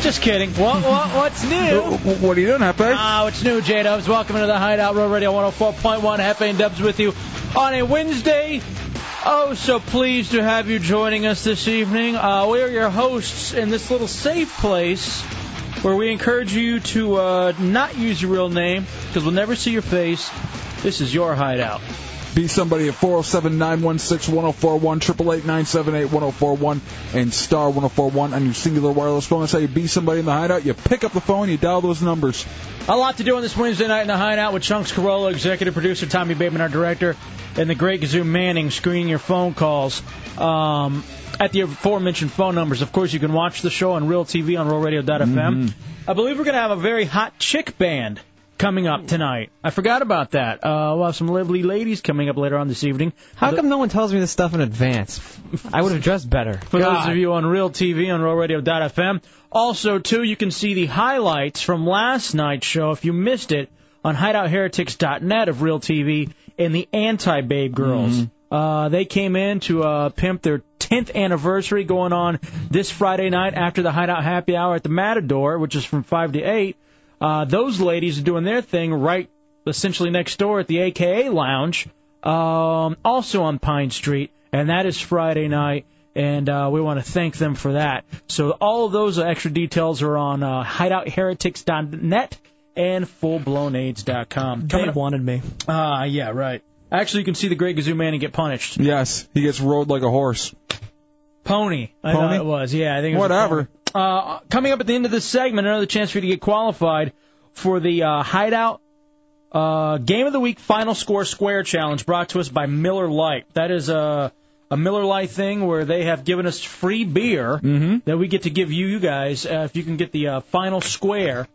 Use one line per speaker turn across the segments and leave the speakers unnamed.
Just kidding. What, what, what's new?
What are you doing, Hefe?
Ah, what's new, J Dubs? Welcome into the Hideout Road Radio 104.1. Hefe and Dubs with you on a Wednesday. Oh, so pleased to have you joining us this evening. Uh, we are your hosts in this little safe place where we encourage you to uh, not use your real name because we'll never see your face. This is your Hideout.
Be somebody at 407 916 1041, 888 978 1041, and star 1041 on your singular wireless phone. That's how you be somebody in the hideout. You pick up the phone, you dial those numbers.
A lot to do on this Wednesday night in the Hideout with Chunks Corolla, executive producer Tommy Bateman, our director, and the great Gazoo Manning screening your phone calls um, at the aforementioned phone numbers. Of course, you can watch the show on Real TV on RealRadio.fm. I believe we're going to have a very hot chick band coming up tonight. I forgot about that. Uh, we'll have some lovely ladies coming up later on this evening.
How come no one tells me this stuff in advance? I would have dressed better.
For those of you on Real TV on RealRadio.fm. Also, too, you can see the highlights from last night's show if you missed it on HideoutHeretics.net of Real TV and the Anti Babe Girls. Uh, they came in to uh, pimp their 10th anniversary going on this Friday night after the Hideout Happy Hour at the Matador, which is from 5 to 8. Uh, those ladies are doing their thing right essentially next door at the AKA Lounge, um, also on Pine Street, and that is Friday night. And uh, we want to thank them for that. So all of those extra details are on uh, hideoutheretics.net and fullblownaids.com.
They wanted me.
Ah, yeah, right. Actually, you can see the great Gazoo Man and get punished.
Yes, he gets rode like a horse.
Pony. I
Pony?
thought it was. Yeah, I think it was a
Whatever.
pony. Uh, coming up at the end of this segment, another chance for you to get qualified for the uh, Hideout uh, Game of the Week Final Score Square Challenge brought to us by Miller Lite. That is a, a Miller Lite thing where they have given us free beer that we get to give you, you guys, uh, if you can get the uh, final square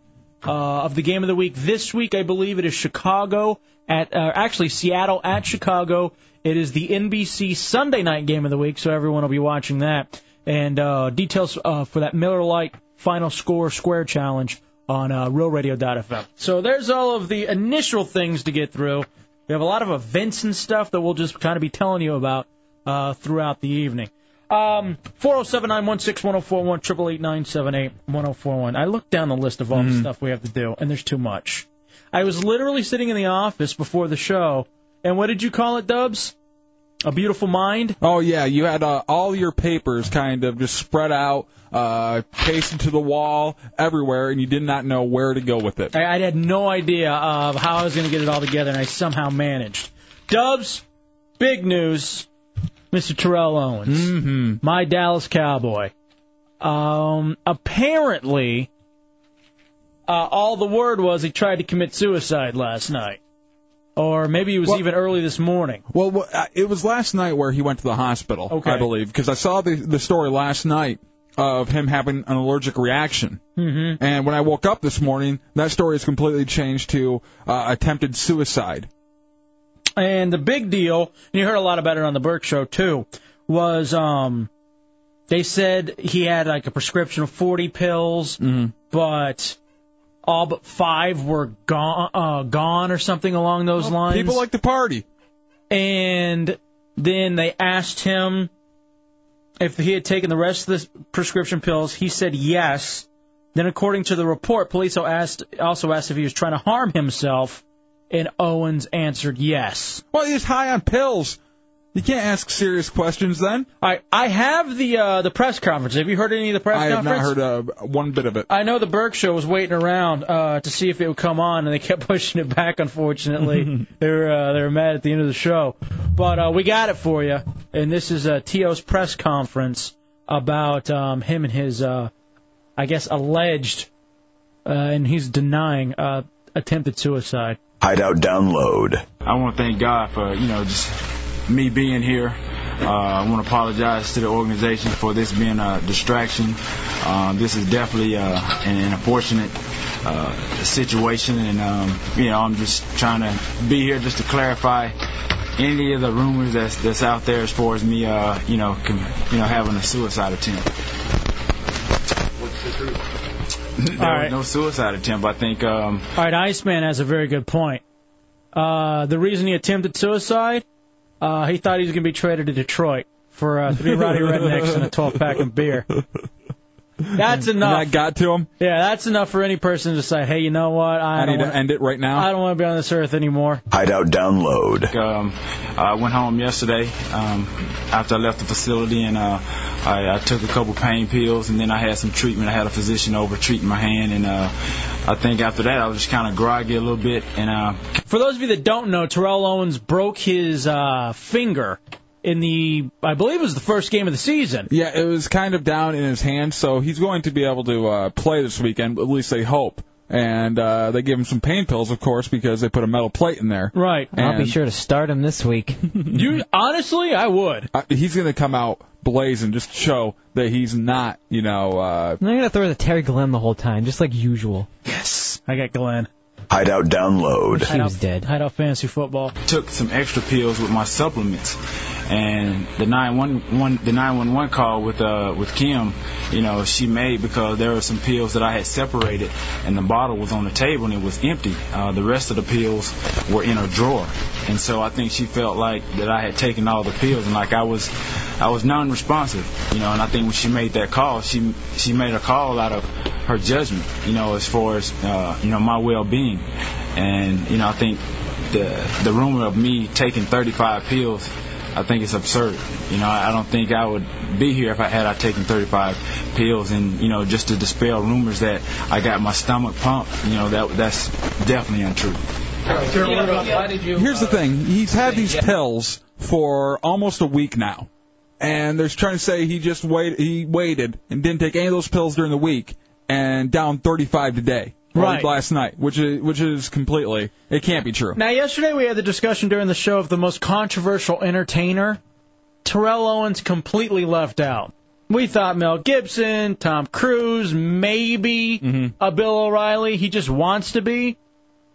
uh, of the Game of the Week. This week, I believe it is Chicago at, uh, actually Seattle at Chicago. It is the NBC Sunday night Game of the Week, so everyone will be watching that. And uh, details uh, for that Miller Lite final score square challenge on uh, realradio.fm. So there's all of the initial things to get through. We have a lot of events and stuff that we'll just kind of be telling you about uh, throughout the evening. Um, 407 916 1041, 888 978 1041. I looked down the list of all the stuff we have to do, and there's too much. I was literally sitting in the office before the show, and what did you call it, Dubs? A beautiful mind?
Oh yeah, you had uh, all your papers kind of just spread out, uh, pasted to the wall everywhere, and you did not know where to go with it.
I, I had no idea of how I was going to get it all together, and I somehow managed. Dubs, big news. Mr. Terrell Owens, mm-hmm. my Dallas Cowboy. Um, apparently, uh, all the word was he tried to commit suicide last night, or maybe it was even early this morning.
Well, wh- uh, it was last night where he went to the hospital,
Okay.
I believe, because I saw the the story last night of him having an allergic reaction. Mm-hmm. And when I woke up this morning, that story has completely changed to uh, attempted suicide.
And the big deal, and you heard a lot about it on the Burke Show too, was um, they said he had like a prescription of 40 pills,
Mm-hmm.
but all but five were gone, uh, gone or something along those lines.
People like to party.
and then they asked him if he had taken the rest of the prescription pills. He said yes. Then, according to the report, police also asked also asked if he was trying to harm himself, and Owens answered yes.
Well, he's high on pills. You can't ask serious questions then.
All right, I have the uh, the press conference. Have you heard any of the press
I have
conference?
not heard uh, one bit of it.
I know the Burke show was waiting around uh, to see if it would come on, and they kept pushing it back. Unfortunately, they were uh, they were mad at the end of the show, but uh, we got it for you. And this is uh, To's press conference about um, him and his, uh, I guess, alleged, uh, and he's denying uh, attempted suicide.
Hideout download.
I want to thank God for, you know, just me being here. Uh, I want to apologize to the organization for this being a distraction. Um, this is definitely uh, an, an unfortunate uh, situation, and um, you know I'm just trying to be here just to clarify any of the rumors that's that's out there as far as me, uh, you know, com- you know having a suicide attempt. There
All
was
right.
no suicide attempt. I think um,
All right, Iceman has a very good point. Uh, the reason he attempted suicide, uh, he thought he Uh, was going to be traded to Detroit for uh, three Roddy Rednecks and a 12 pack of beer. That's enough.
That got to him.
Yeah, that's enough for any person to say, hey, you know what? I,
I
don't
need
wanna-
to end it right now.
I don't want to be on this earth anymore.
Hideout download.
Um, I went home yesterday um, after I left the facility, and uh, I, I took a couple pain pills, and then I had some treatment. I had a physician over treating my hand, and uh, I think after that I was just kind of groggy a little bit, and uh,
For those of you that don't know, Terrell Owens broke his uh, finger in the, I believe it was the first game of the season.
Yeah, it was kind of down in his hand, so he's going to be able to uh, play this weekend. At least they hope. And uh, they gave him some pain pills, of course, because they put a metal plate in there.
Right.
I'll be
And-
sure to start him this week.
You honestly, I would.
Uh, he's going to come out blazing, just show that he's not, you know, uh,
I'm gonna throw the Terry Glenn the whole time, just like usual.
Yes, I got Glenn.
Hideout download.
He was dead.
Hideout fantasy football.
took some extra pills with my supplements. And the 911, the 911 call with uh, with Kim, you know, she made because there were some pills that I had separated, and the bottle was on the table and it was empty. Uh, the rest of the pills were in a drawer, and so I think she felt like that I had taken all the pills and like I was, I was non-responsive, you know. And I think when she made that call, she she made a call out of her judgment, you know, as far as uh, you know my well-being, and you know I think the the rumor of me taking 35 pills, I think it's absurd. You know, I I don't think I would be here if I had I taken 35 pills. And you know, just to dispel rumors that I got my stomach pumped, you know, that that's definitely untrue.
Here's the thing. He's had these pills for almost a week now. And they're trying to say he just wait he waited and didn't take any of those pills during the week and down 35 today. or
Right.
Last night, which is which is completely it can't be true.
Now, yesterday we had the discussion during the show of the most controversial entertainer. Terrell Owens completely left out. We thought Mel Gibson, Tom Cruise, maybe
Mm-hmm.
a Bill O'Reilly. He just wants to be,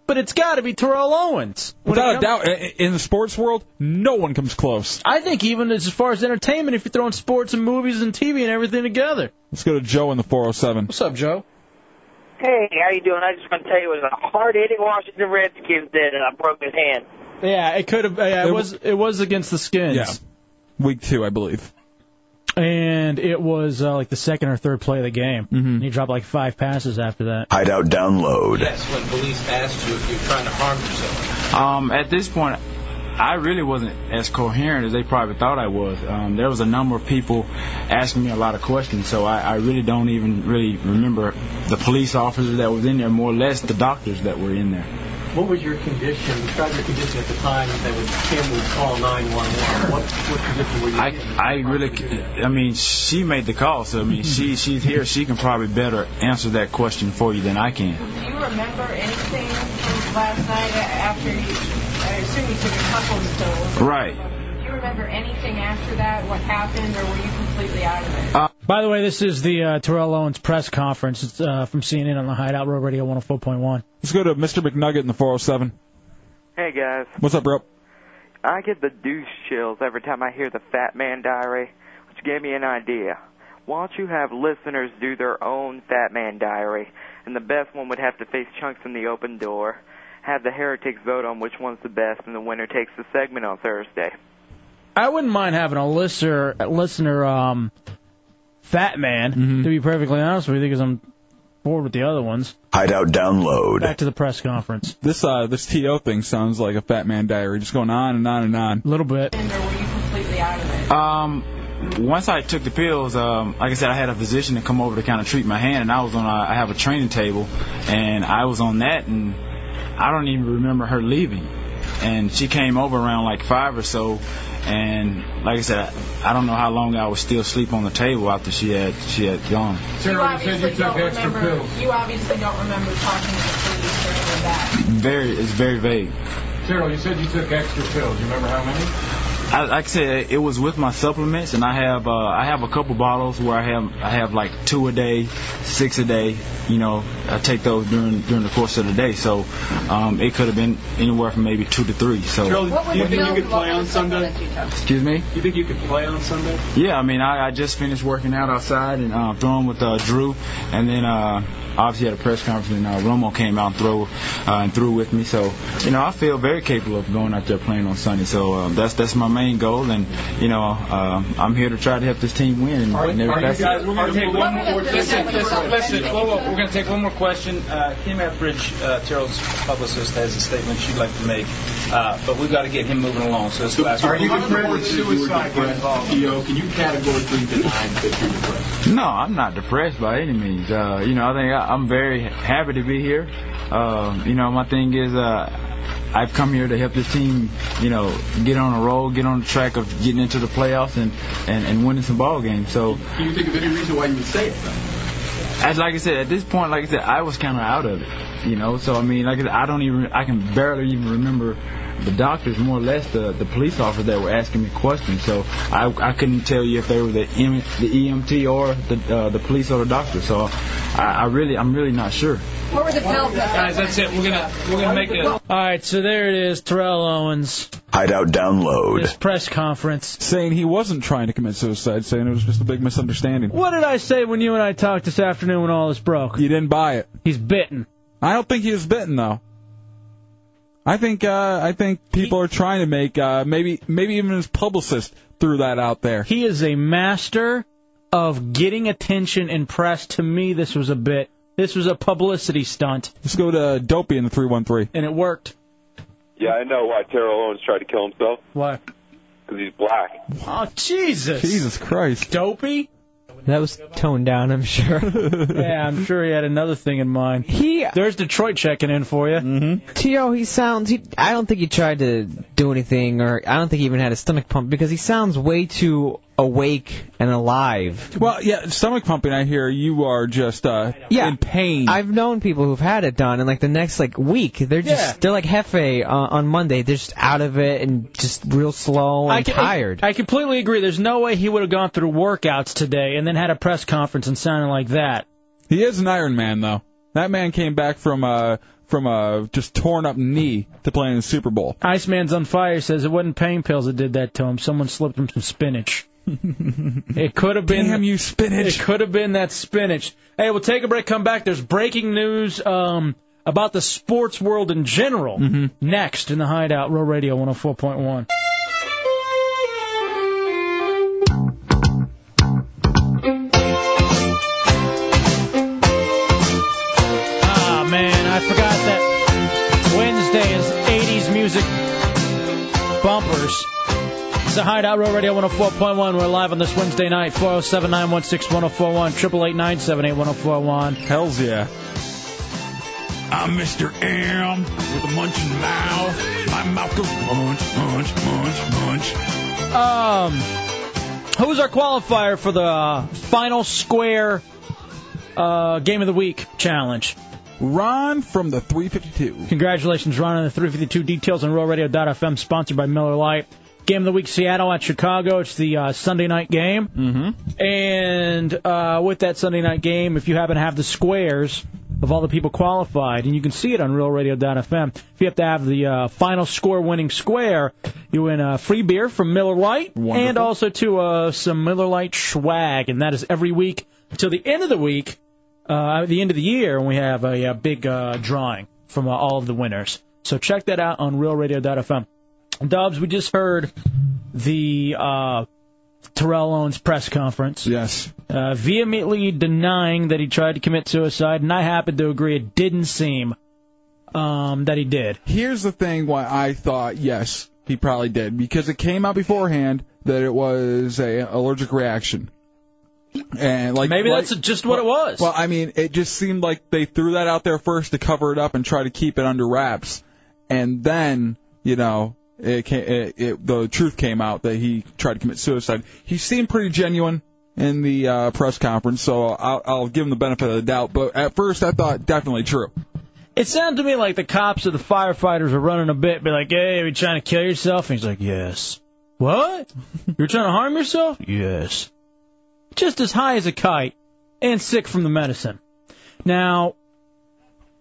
but it's got to be Terrell Owens. When it
Without a
comes-
doubt, i- i- in the sports world, no one comes close.
I think even as far as entertainment, if you're throwing sports and movies and TV and everything together.
Let's go to Joe in the 407.
What's up, Joe?
Hey, how you doing? I just want to tell you it was a hard-hitting Washington Redskins did,
uh,
and I broke his hand.
Yeah, it could have. Yeah, it
It
was. It was against the Skins.
Yeah, week two, I believe.
and it was uh, like the second or third play of the game. Mm-hmm. He dropped like five passes after that.
Hideout download.
That's when police asked you if you're trying to harm yourself.
Um, at this point, I really wasn't as coherent as they probably thought I was. Um, there was a number of people asking me a lot of questions, so I, I really don't even really remember the police officer that was in there, more or less the doctors that were in there.
What was your condition? Describe your condition at the time that was Kim would call 911. What, what condition were you
I,
in?
I really, c- I mean, she made the call, so I mean, she, she's here. She can probably better answer that question for you than I can.
Do you remember anything from last night after you, I assume you took a couple of pills?
Right.
Do you remember anything after that, what happened, or were you completely out of it?
By the way, this is the uh, Terrell Owens press conference it's, uh, from CNN on the Hideout Road Radio 104.1.
Let's go to Mr. McNugget in the 407.
Hey guys,
What's up, bro?
I get the douche chills every time I hear the Fat Man Diary, which gave me an idea. Why don't you have listeners do their own Fat Man Diary, and the best one would have to face chunks in the open door. Have the heretics vote on which one's the best, and the winner takes the segment on Thursday.
I wouldn't mind having a listener, a listener, um, fat man. To be perfectly honest with you, because I'm bored with the other ones.
Hideout download.
Back to the press conference,
This uh this to thing sounds like a Fat Man Diary, just going on and on and on.
a little bit.
Or were you completely out of it?
Um, once I took the pills, um, like I said, I had a physician to come over to kind of treat my hand, and I was on. A, I have a training table, and I was on that, and I don't even remember her leaving. And she came over around like five or so, and like I said, I, I don't know how long I was still asleep on the table after she had she had gone.
you obviously don't remember. You obviously don't remember talking to the police or any of that.
Very, it's very vague.
Terrell, you said you took extra pills. You remember how many?
I, like I said, it was with my supplements, and I have uh, I have a couple bottles where I have I have like two a day, six a day. You know, I take those during during the course of the day, so um, it could have been anywhere from maybe two to three. So,
Terrell,
What was
do you
the
think
bill
you could
what
play on
was the bill
Sunday?
that you took?
excuse me.
Do you think you could play on Sunday?
Yeah, I mean, I, I just finished working out outside and uh, throwing with uh, Drew, and then uh, obviously at a press conference, and uh, Romo came out and threw uh, and threw with me. So, you know, I feel very capable of going out there playing on Sunday. So uh, that's that's my main goal, and you know uh, I'm here to try to help this team win. And
Are,
never
are you
pass it.
guys? We're gonna take one more. Listen, listen, listen. Whoa, whoa. We're gonna take one more question. Uh, Kim Etheridge, uh, Terrell's publicist, has a statement she'd like to make, uh, but we've got to get him moving along. So this last.
Are you
depressed? Suicide Theo, can you categorically deny that you're depressed?
No, I'm not depressed by any means. Uh, you know, I think I, I'm very happy to be here. Uh, you know, my thing is, uh, I've come here to help this team, you know, get on a roll, get on the track of getting into the playoffs and, and, and winning some ball games. So,
Can you think of any reason why you would say it? Though?
as like I said, at this point, like I said, I was kind of out of it, you know. So I mean, like I, said, I don't even, I can barely even remember the doctors, more or less the the police officers that were asking me questions. So I I couldn't tell you if they were the M, the EMT or the uh, the police or the doctor. So I, I really, I'm really not sure.
What were the penalties?
Guys, that's it. We're gonna we're gonna make a.
All right, so there it is, Terrell Owens.
Hideout download.
press conference.
Saying he wasn't trying to commit suicide, saying it was just a big misunderstanding.
What did I say when you and I talked this afternoon when all this broke?
You didn't buy it.
He's bitten.
I don't think he was bitten though. I think uh, I think people are trying to make uh, maybe maybe even his publicist threw that out there.
He is a master of getting attention and press. To me, this was a bit. This was a publicity stunt,
Let's go to Dopey in the three one three.
and it worked.
Yeah, I know why Terrell Owens tried to kill himself.
Why?
Because he's black.
Oh, Jesus.
Jesus Christ.
Dopey?
That was toned down, I'm sure.
yeah, I'm sure he had another thing in mind.
He
There's Detroit checking in for you.
Mm-hmm.
Tio, he sounds. He, I don't think he tried to do anything, or I don't think he even had his stomach pumped because he sounds way too awake and alive.
Well, yeah, stomach pumping. I hear you are just uh,
Yeah.
in pain.
I've known people who've had it done, and like the next like week, they're just
Yeah.
they're like Hefe uh, on Monday. They're just out of it and just real slow and
can-
tired.
I, completely agree. There's no way he would have gone through workouts today and then had a press conference and sounded like that.
He is an Iron Man though. That man came back from uh from a just torn up knee to play in the Super Bowl.
Iceman's on fire says it wasn't pain pills that did that to him. Someone slipped him some spinach. it could have been
Damn you,
It
spinach!
could have been that spinach. Hey, we'll take a break, come back. There's breaking news um, about the sports world in general.
Mm-hmm.
Next in the Hideout, Row Radio 104.1. Ah, man, I forgot that Wednesday is 80s music bumpers. It's the Hideout Row Radio 104.1. We're live on this Wednesday night, 407 916 1041, 888 978 1041.
Hell's yeah.
I'm Mr. M with a munching mouth. My mouth goes munch, munch, munch, munch.
Um, who's our qualifier for the uh, final square uh, game of the week challenge?
Ron from the 352.
Congratulations, Ron, on the 352 details on RealRadio.fm, sponsored by Miller Lite. Game of the week, Seattle at Chicago. It's the uh, Sunday night game.
Mm-hmm.
And uh, with that Sunday night game, if you happen to have the squares of all the people qualified, and you can see it on RealRadio.fm, if you have to have the uh, final score winning square, you win a free beer from Miller Lite
Wonderful.
and also to uh, some Miller Lite swag. And that is every week until the end of the week, uh, the end of the year, and we have a, uh big uh, drawing from uh, all of the winners. So check that out on RealRadio.fm. Dubs, we just heard the uh, Terrell Owens press conference
Yes.
uh, vehemently denying that he tried to commit suicide, and I happen to agree it didn't seem um, that he did.
Here's the thing why I thought, yes, he probably did, because it came out beforehand that it was a allergic reaction. And like
Maybe
like-
that's just what it was.
Well, I mean, it just seemed like they threw that out there first to cover it up and try to keep it under wraps, and then you know, it, ca it, it the truth came out that he tried to commit suicide. He seemed pretty genuine in the uh, press conference, so I'll, I'll give him the benefit of the doubt. But at first, I thought definitely true.
it sounded to me like the cops or the firefighters were running a bit, be like, "Hey, are you trying to kill yourself?" And he's like, "Yes." What? You're trying to harm yourself? Yes. Just as high as a kite, and sick from the medicine. Now,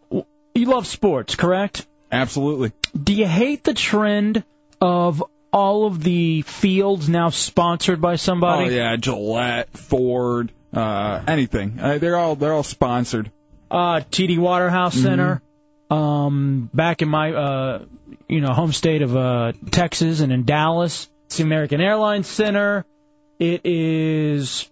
w- you love sports, correct?
Absolutely.
Do you hate the trend of all of the fields now sponsored by somebody?
Oh yeah, Gillette, Ford, uh, anything. Uh, they're all they're all sponsored.
uh, TD Waterhouse Center. Um, back in my uh, you know home state of uh, Texas and in Dallas, It's the American Airlines Center. It is.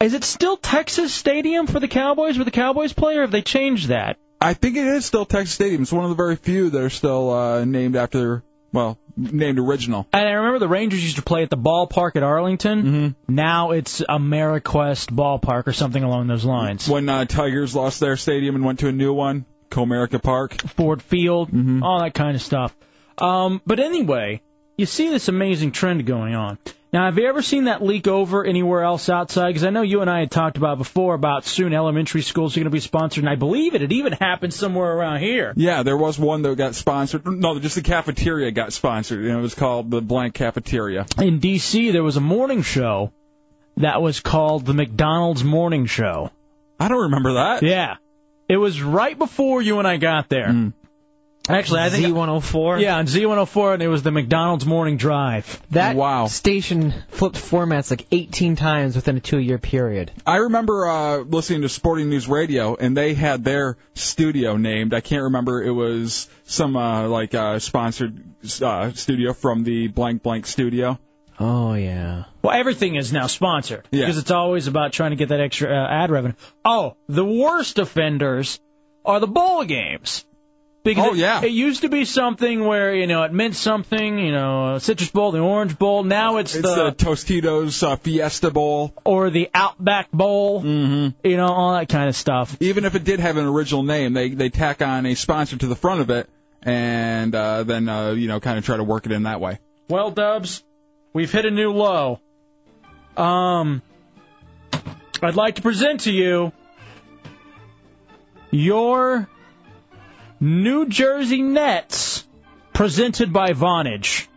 Is it still Texas Stadium for the Cowboys, where the Cowboys play, or have they changed that?
I think it is still Texas Stadium. It's one of the very few that are still uh, named after, well, named original.
And I remember the Rangers used to play at the ballpark at Arlington. Mm-hmm. Now it's AmeriQuest Ballpark or something along those lines.
When uh, Tigers lost their stadium and went to a new one, Comerica Park.
Ford Field,
Mm-hmm.
all that kind of stuff. Um, but anyway, you see this amazing trend going on. Now, have you ever seen that leak over anywhere else outside? Because I know you and I had talked about before about soon elementary schools are going to be sponsored, and I believe it. It even happened somewhere around here.
Yeah, there was one that got sponsored. No, just the cafeteria got sponsored, and it was called the Blank Cafeteria.
In D.C., there was a morning show that was called the McDonald's Morning Show.
I don't remember that.
Yeah. It was right before you and I got there.
Hmm.
Actually, I think
Z104.
Yeah, on Z104, and it was the McDonald's Morning Drive.
That station flipped formats like 18 times within a two-year period.
I remember uh, listening to Sporting News Radio, and they had their studio named. I can't remember. It was some uh, like uh, sponsored uh, studio from the blank blank studio.
Oh yeah.
Well, everything is now sponsored
Yeah.
because it's always about trying to get that extra uh, ad revenue. Oh, the worst offenders are the bowl games. Because
Oh,
it,
yeah.
it used to be something where you know it meant something, you know, Citrus Bowl, the Orange Bowl. Now it's,
It's the
the
Tostitos uh, Fiesta Bowl
or the Outback Bowl. Mm-hmm. You know, all that kind of stuff.
Even if it did have an original name, they they tack on a sponsor to the front of it, and uh, then uh, you know kind of try to work it in that way.
Well, Dubs, we've hit a new low. Um, I'd like to present to you your New Jersey Nets, presented by Vonage.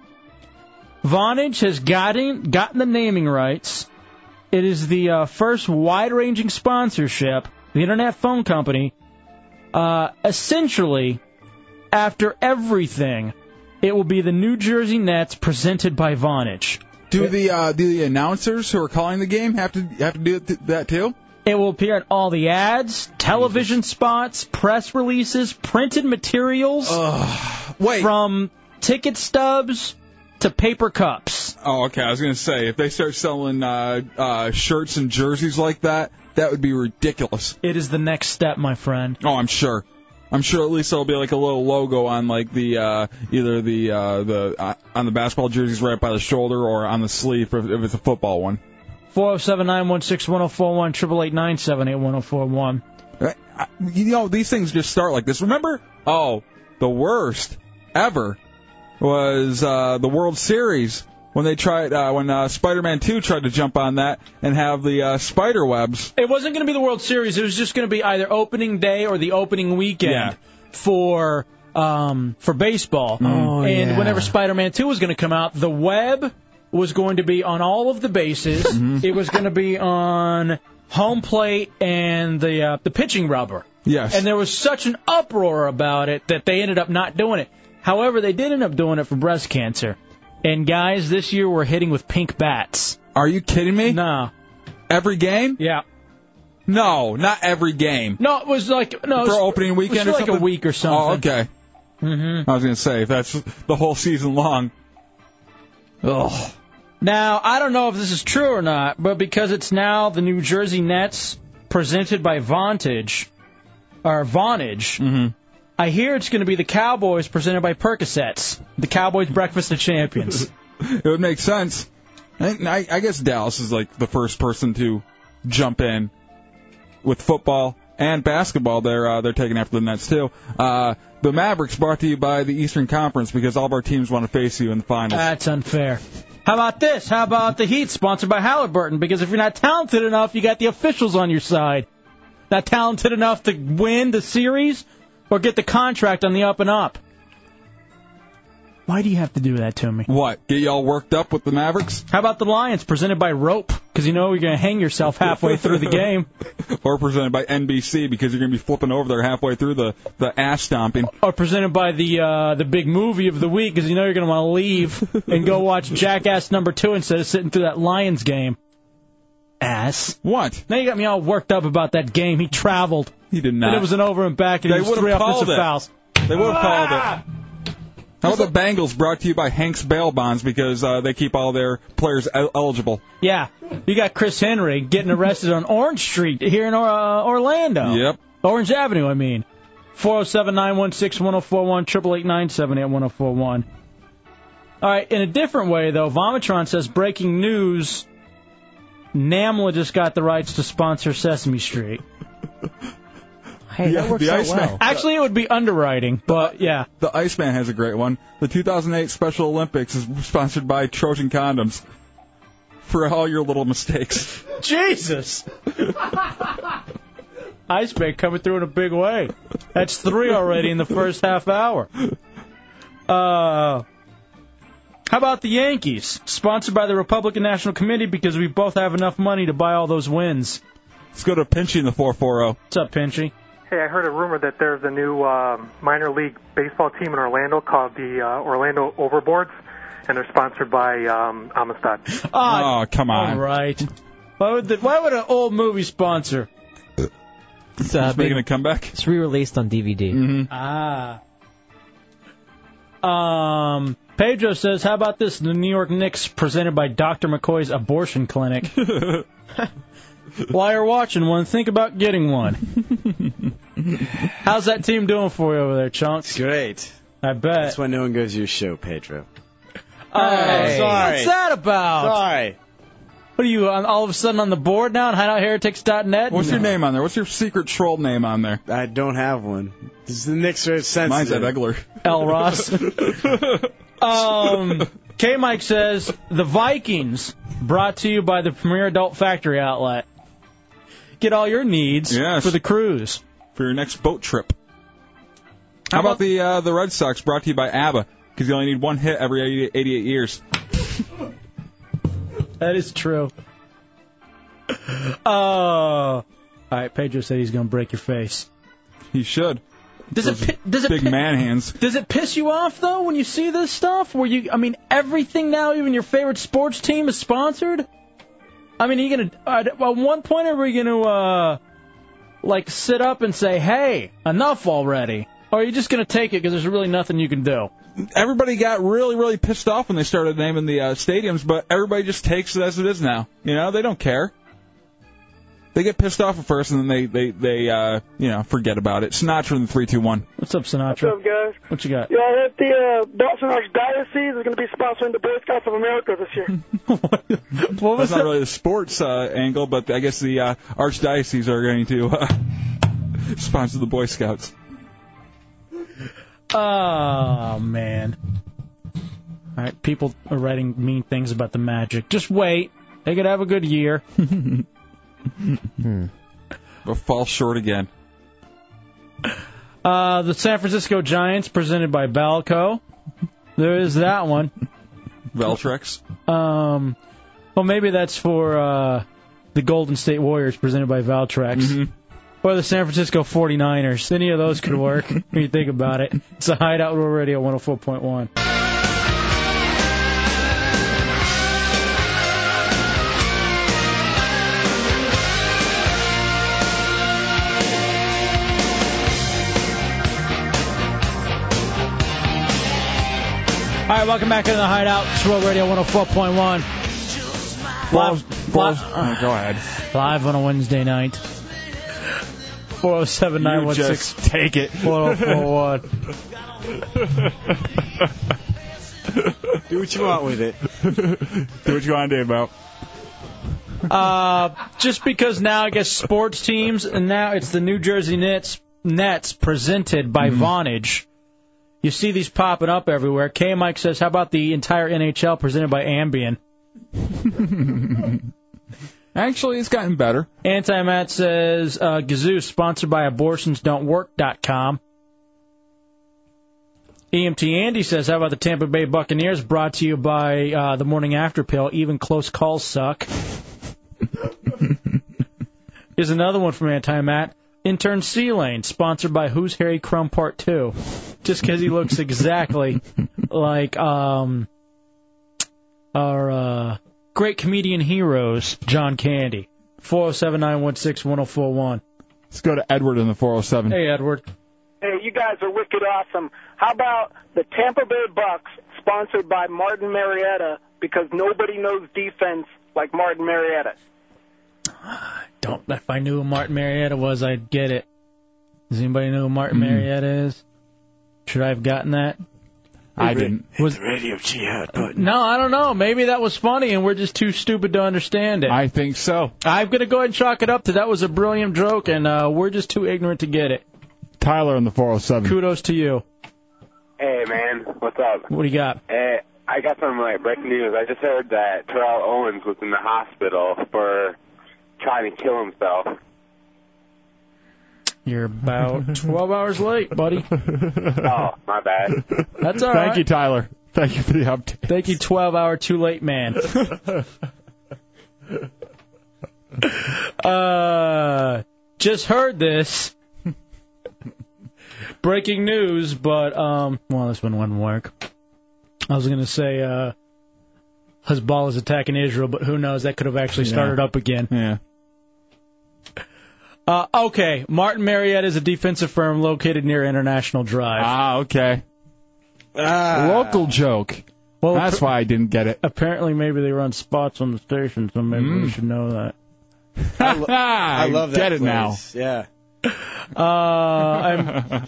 Vonage has gotten gotten the naming rights. It is the uh, first wide-ranging sponsorship, the internet phone company. Uh, essentially, after everything, it will be the New Jersey Nets presented by Vonage.
Do the uh, do the announcers who are calling the game have to have to do th- that too?
It will appear in all the ads, television spots, press releases, printed materials from ticket stubs to paper cups.
Oh, okay. I was gonna say if they start selling uh, uh, shirts and jerseys like that, that would be ridiculous.
It is the next step, my friend.
Oh, I'm sure. I'm sure at least there'll be like a little logo on like the uh, either the uh, the uh, on the basketball jerseys right by the shoulder or on the sleeve if, if it's a football one.
407 916 1041, 888 978 1041.
Right? I- You know these things just start like this. Remember? Oh, the worst ever was uh, the World Series when they tried uh, when uh, Spider-Man 2 tried to jump on that and have the uh, spider webs.
It wasn't going to be the World Series. It was just going to be either opening day or the opening weekend
Yeah.
for um, for baseball.
Oh,
and
yeah.
whenever Spider-Man 2 was going to come out, the web was going to be on all of the bases.
Mm-hmm.
It was going to be on home plate and the uh, the pitching rubber.
Yes.
And there was such an uproar about it that they ended up not doing it. However, they did end up doing it for breast cancer. And guys, this year we're hitting with pink bats.
Are you kidding me?
No.
Every game?
Yeah.
No, not every game.
No, it was like no it
for
was-
opening
it was
weekend
for
or
like
something?
a week or
Oh,
something.
okay.
Mm-hmm.
I was gonna say if that's the whole season long. Ugh.
Now I don't know if this is true or not, but because it's now the New Jersey Nets presented by Vontage or Vonage,
Mm-hmm.
I hear it's going to be the Cowboys presented by Percocets, the Cowboys Breakfast of Champions.
It would make sense. I, I, I guess Dallas is like the first person to jump in with football and basketball. They're uh, they're taking after the Nets too. Uh, the Mavericks brought to you by the Eastern Conference because all of our teams want to face you in the finals.
That's unfair. How about this? How about the Heat sponsored by Halliburton? Because if you're not talented enough, you got the officials on your side. Not talented enough to win the series or get the contract on the up and up. Why do you have to do that to me?
What? Get y'all worked up with the Mavericks?
How about the Lions presented by Rope? Because you know you're going to hang yourself halfway through the game.
or presented by NBC because you're going to be flipping over there halfway through the the ass stomping.
Or presented by the uh, the big movie of the week because you know you're going to want to leave and go watch Jackass number two instead of sitting through that Lions game. Ass.
What?
Now you got me all worked up about that game. He traveled.
He did
And
not.
it was an over and back, and
They
he was
would've
three
called
offensive
it.
fouls.
They would have called it. How about the Bengals brought to you by Hank's Bail Bonds because uh, they keep all their players el- eligible?
Yeah, you got Chris Henry getting arrested on Orange Street here in uh, Orlando. Yep. Orange Avenue, I mean. 407 916 1041, 888 978 1041. All right, in a different way, though, Vomitron says breaking news NAMLA just got the rights to sponsor Sesame Street.
Hey, that Yeah, works the out Iceman. well.
Actually, it would be underwriting, but yeah.
The Iceman has a great one. The 2008 Special Olympics is sponsored by Trojan Condoms for all your little mistakes.
Jesus! Iceman coming through in a big way. That's three already in the first half hour. Uh, how about the Yankees? Sponsored by the Republican National Committee because we both have enough money to buy all those wins.
Let's go to Pinchy in the 440.
What's up, Pinchy?
Hey, I heard a rumor that there's a new um, minor league baseball team in Orlando called the uh, Orlando Overboards, and they're sponsored by um, Amistad.
Ah,
oh, come on.
All right. Why would, the, why would an old movie sponsor?
It's uh,
making
a
comeback.
It's re-released on DVD. Mm-hmm.
Ah. Um, Pedro says, how about this? The New York Knicks presented by Dr. McCoy's abortion clinic. While you're watching one, think about getting one. How's that team doing for you over there, Chunks?
Great.
I bet.
That's why no one goes to your show, Pedro.
Oh,
Hey. Sorry.
What's that about?
Sorry.
What are you on, all of a sudden on the board now at hideoutheretics.net?
What's your name on there? What's your secret troll name on there?
I don't have one. This is the Knicks are sensitive.
Mine's Ed Egler.
L. Ross. um, K Mike says the Vikings brought to you by the Premier Adult Factory Outlet. Get all your needs for the cruise.
For your next boat trip. How about the uh, the Red Sox brought to you by ABBA? Because you only need one hit every 80 88 years.
That is true. Oh. all right, Pedro said he's going to break your face.
He should.
Does it pi- does it
big
pi-
man hands?
Does it piss you off though when you see this stuff? Where you, I mean, everything now, even your favorite sports team is sponsored. I mean, are you gonna uh, at one point are we gonna uh, like sit up and say, "Hey, enough already"? Or are you just gonna take it because there's really nothing you can do?
Everybody got really, really pissed off when they started naming the uh, stadiums, but everybody just takes it as it is now. You know, they don't care. They get pissed off at first, and then they they they uh, you know forget about it. Sinatra in the three two one.
What's up, Sinatra?
What's up, guys?
What you got?
Yeah, I heard the uh, Boston Archdiocese is going to be sponsoring the Boy Scouts of America this year.
what
was That's not really the sports uh, angle, but I guess the uh, archdiocese are going to uh, sponsor the Boy Scouts.
Oh man. All right, people are writing mean things about the Magic. Just wait; they could have a good year.
Hmm. But fall short again.
Uh, the San Francisco Giants, presented by Balco. There is that one.
Veltrex.
Um, well, maybe that's for uh, the Golden State Warriors, presented by Valtrex. Or the San Francisco 49ers. Any of those could work when you think about it. It's a Hideout Rural Radio 104.1. All right, welcome back into the Hideout. It's Rural Radio 104.1. Live, live,
go ahead.
Live on a Wednesday night. 407 916.
Take it.
1041.
Do what you want with it.
Do what you want to do, Mo.
Uh, just because now I guess sports teams, and now it's the New Jersey Nets, Nets presented by
Mm-hmm.
Vonage. You see these popping up everywhere. K Mike says, "How about the entire NHL presented by Ambien?"
Actually, it's gotten better.
Anti Matt says, uh, "Gazoo sponsored by AbortionsDon'tWork.com." EMT E Andy says, "How about the Tampa Bay Buccaneers brought to you by uh, the Morning After Pill? Even close calls suck." Here's another one from Anti Matt. Intern C Lane, sponsored by Who's Harry Crumb Part Two, just 'cause he looks exactly like um our uh, great comedian heroes, John Candy. oh Four zero seven nine one six one zero four one.
Let's go to Edward in the 407.
Hey Edward.
Hey, you guys are wicked awesome. How about the Tampa Bay Bucks, sponsored by Martin Marietta, because nobody knows defense like Martin Marietta.
Don't. If I knew who Martin Marietta was, I'd get it. Does anybody know who
Hmm.
Martin Marietta is? Should I have gotten that?
I didn't.
Was,
Radio Jihad button.
no, I don't know. Maybe that was funny, and we're just too stupid to understand it. I
think so.
I'm gonna go ahead and chalk it up to that was a brilliant joke, and uh, we're just too ignorant to get it.
Tyler on the 407.
Kudos to you.
Hey man, what's up?
What do you got?
Hey, Eh, I got some like breaking news. I just heard that Terrell Owens was in the hospital for trying to kill himself.
You're about 12 hours late, buddy.
Oh, my bad.
That's all
Thank
right.
you, Tyler. Thank you for the update.
Thank you, 12 hour too late man. uh, just heard this. Breaking news, but, um, well, this one wouldn't work. I was going to say, uh, Hezbollah's attacking Israel, but who knows? That could have actually started up again.
Yeah.
Uh, okay, Martin Marietta is a defensive firm located near International Drive.
Ah, okay.
Ah.
Local joke.
Well,
That's
pr-
why I didn't get it. Mm.
Apparently, maybe they run spots on the station, so maybe we should know that.
I, lo- I
I
love that.
get it now.
place. Yeah.
Uh, I'm,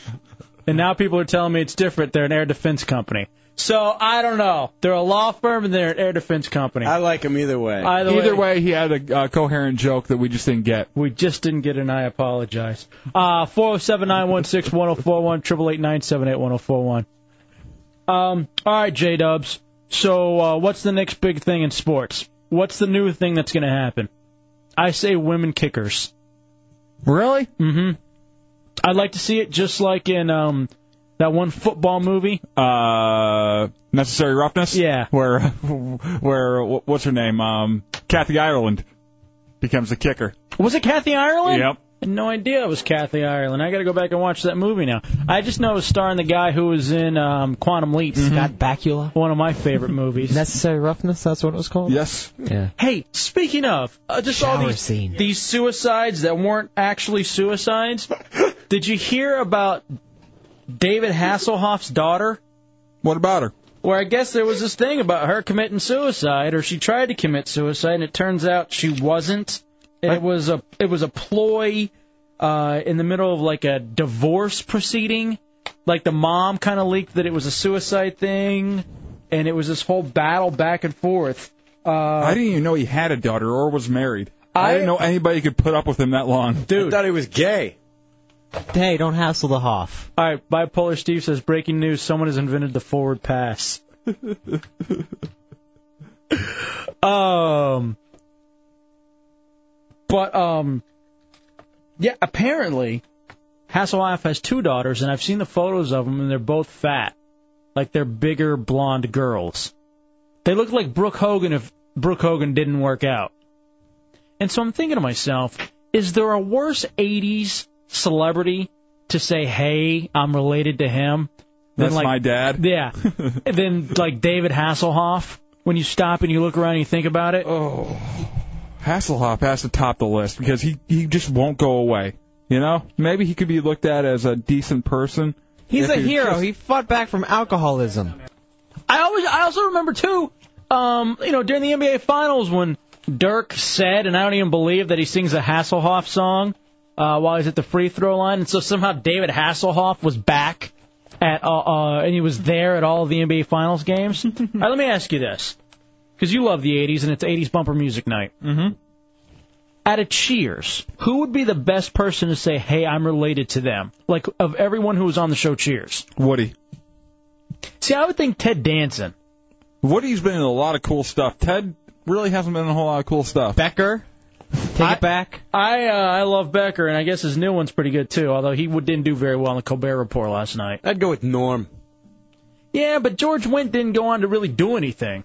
and now people are telling me it's different. They're an air defense company. So I don't know. They're a law firm and they're an air defense company.
I like him either way.
Either,
Either way, he had a uh, coherent joke that we just didn't get.
We just didn't get an I apologize. Uh, 407-916-1041, 888-978-1041. Um, all right, J-Dubs. So uh, what's the next big thing in sports? What's the new thing that's going to happen? I say women kickers.
Really?
Mm-hmm. I'd like to see it just like in um, that one football movie.
Uh, necessary roughness.
Yeah.
Where, where, wh- what's her name? Um, Kathy Ireland becomes the kicker.
Was it Kathy Ireland?
Yep.
I had no idea it was Kathy Ireland. I got to go back and watch that movie now. I just know it was starring the guy who was in um, Quantum Leap. Scott
Bakula.
One of my favorite movies.
Mm-hmm. Necessary roughness. That's what it was called.
Yes.
Yeah.
Hey, speaking of, uh, just all
Shower
these
scene.
these suicides that weren't actually suicides. did you hear about David Hasselhoff's daughter?
What about her?
Well, I guess there was this thing about her committing suicide, or she tried to commit suicide, and it turns out she wasn't. It was a it was a ploy uh, in the middle of like a divorce proceeding. Like the mom kind of leaked that it was a suicide thing, and it was this whole battle back and forth. Uh,
I didn't even know he had a daughter or was married. I, didn't know anybody could put up with him that long.
Dude. I thought
he was gay.
Hey, don't hassle the Hoff.
All right, bipolar Steve says breaking news: someone has invented the forward pass. um, but um, yeah, apparently Hasselhoff has two daughters, and I've seen the photos of them, and they're both fat, like they're bigger blonde girls. They look like Brooke Hogan if Brooke Hogan didn't work out. And so I'm thinking to myself, is there a worse 80s celebrity to say, hey, I'm related to him? than
That's my dad.
Yeah. than like David Hasselhoff when you stop and you look around and you think about it.
Oh. Hasselhoff has to top the list because he he just won't go away. You know, maybe he could be looked at as a decent person.
He's
if
a
he was
hero.
just-
He fought back from alcoholism.
I always, I also remember too, um, you know, during the NBA Finals when Dirk said, and I don't even believe that he sings a Hasselhoff song uh, while he's at the free throw line, and so somehow David Hasselhoff was back at, uh, uh, and he was there at all of the NBA Finals games. all right, let me ask you this, because you love the '80s and it's '80s bumper music night. Mm-hmm. At a Cheers, who would be the best person to say, "Hey, I'm related to them"? Like of everyone who was on the show Cheers.
Woody.
See, I would think Ted Danson.
Woody's been in a lot of cool stuff. Ted really hasn't been in a whole lot of cool stuff.
Becker. Take it back.
I uh, I love Becker, and I guess his new one's pretty good too. Although he w- didn't do very well in the Colbert Report last night.
I'd go with Norm.
Yeah, but George Wendt didn't go on to really do anything.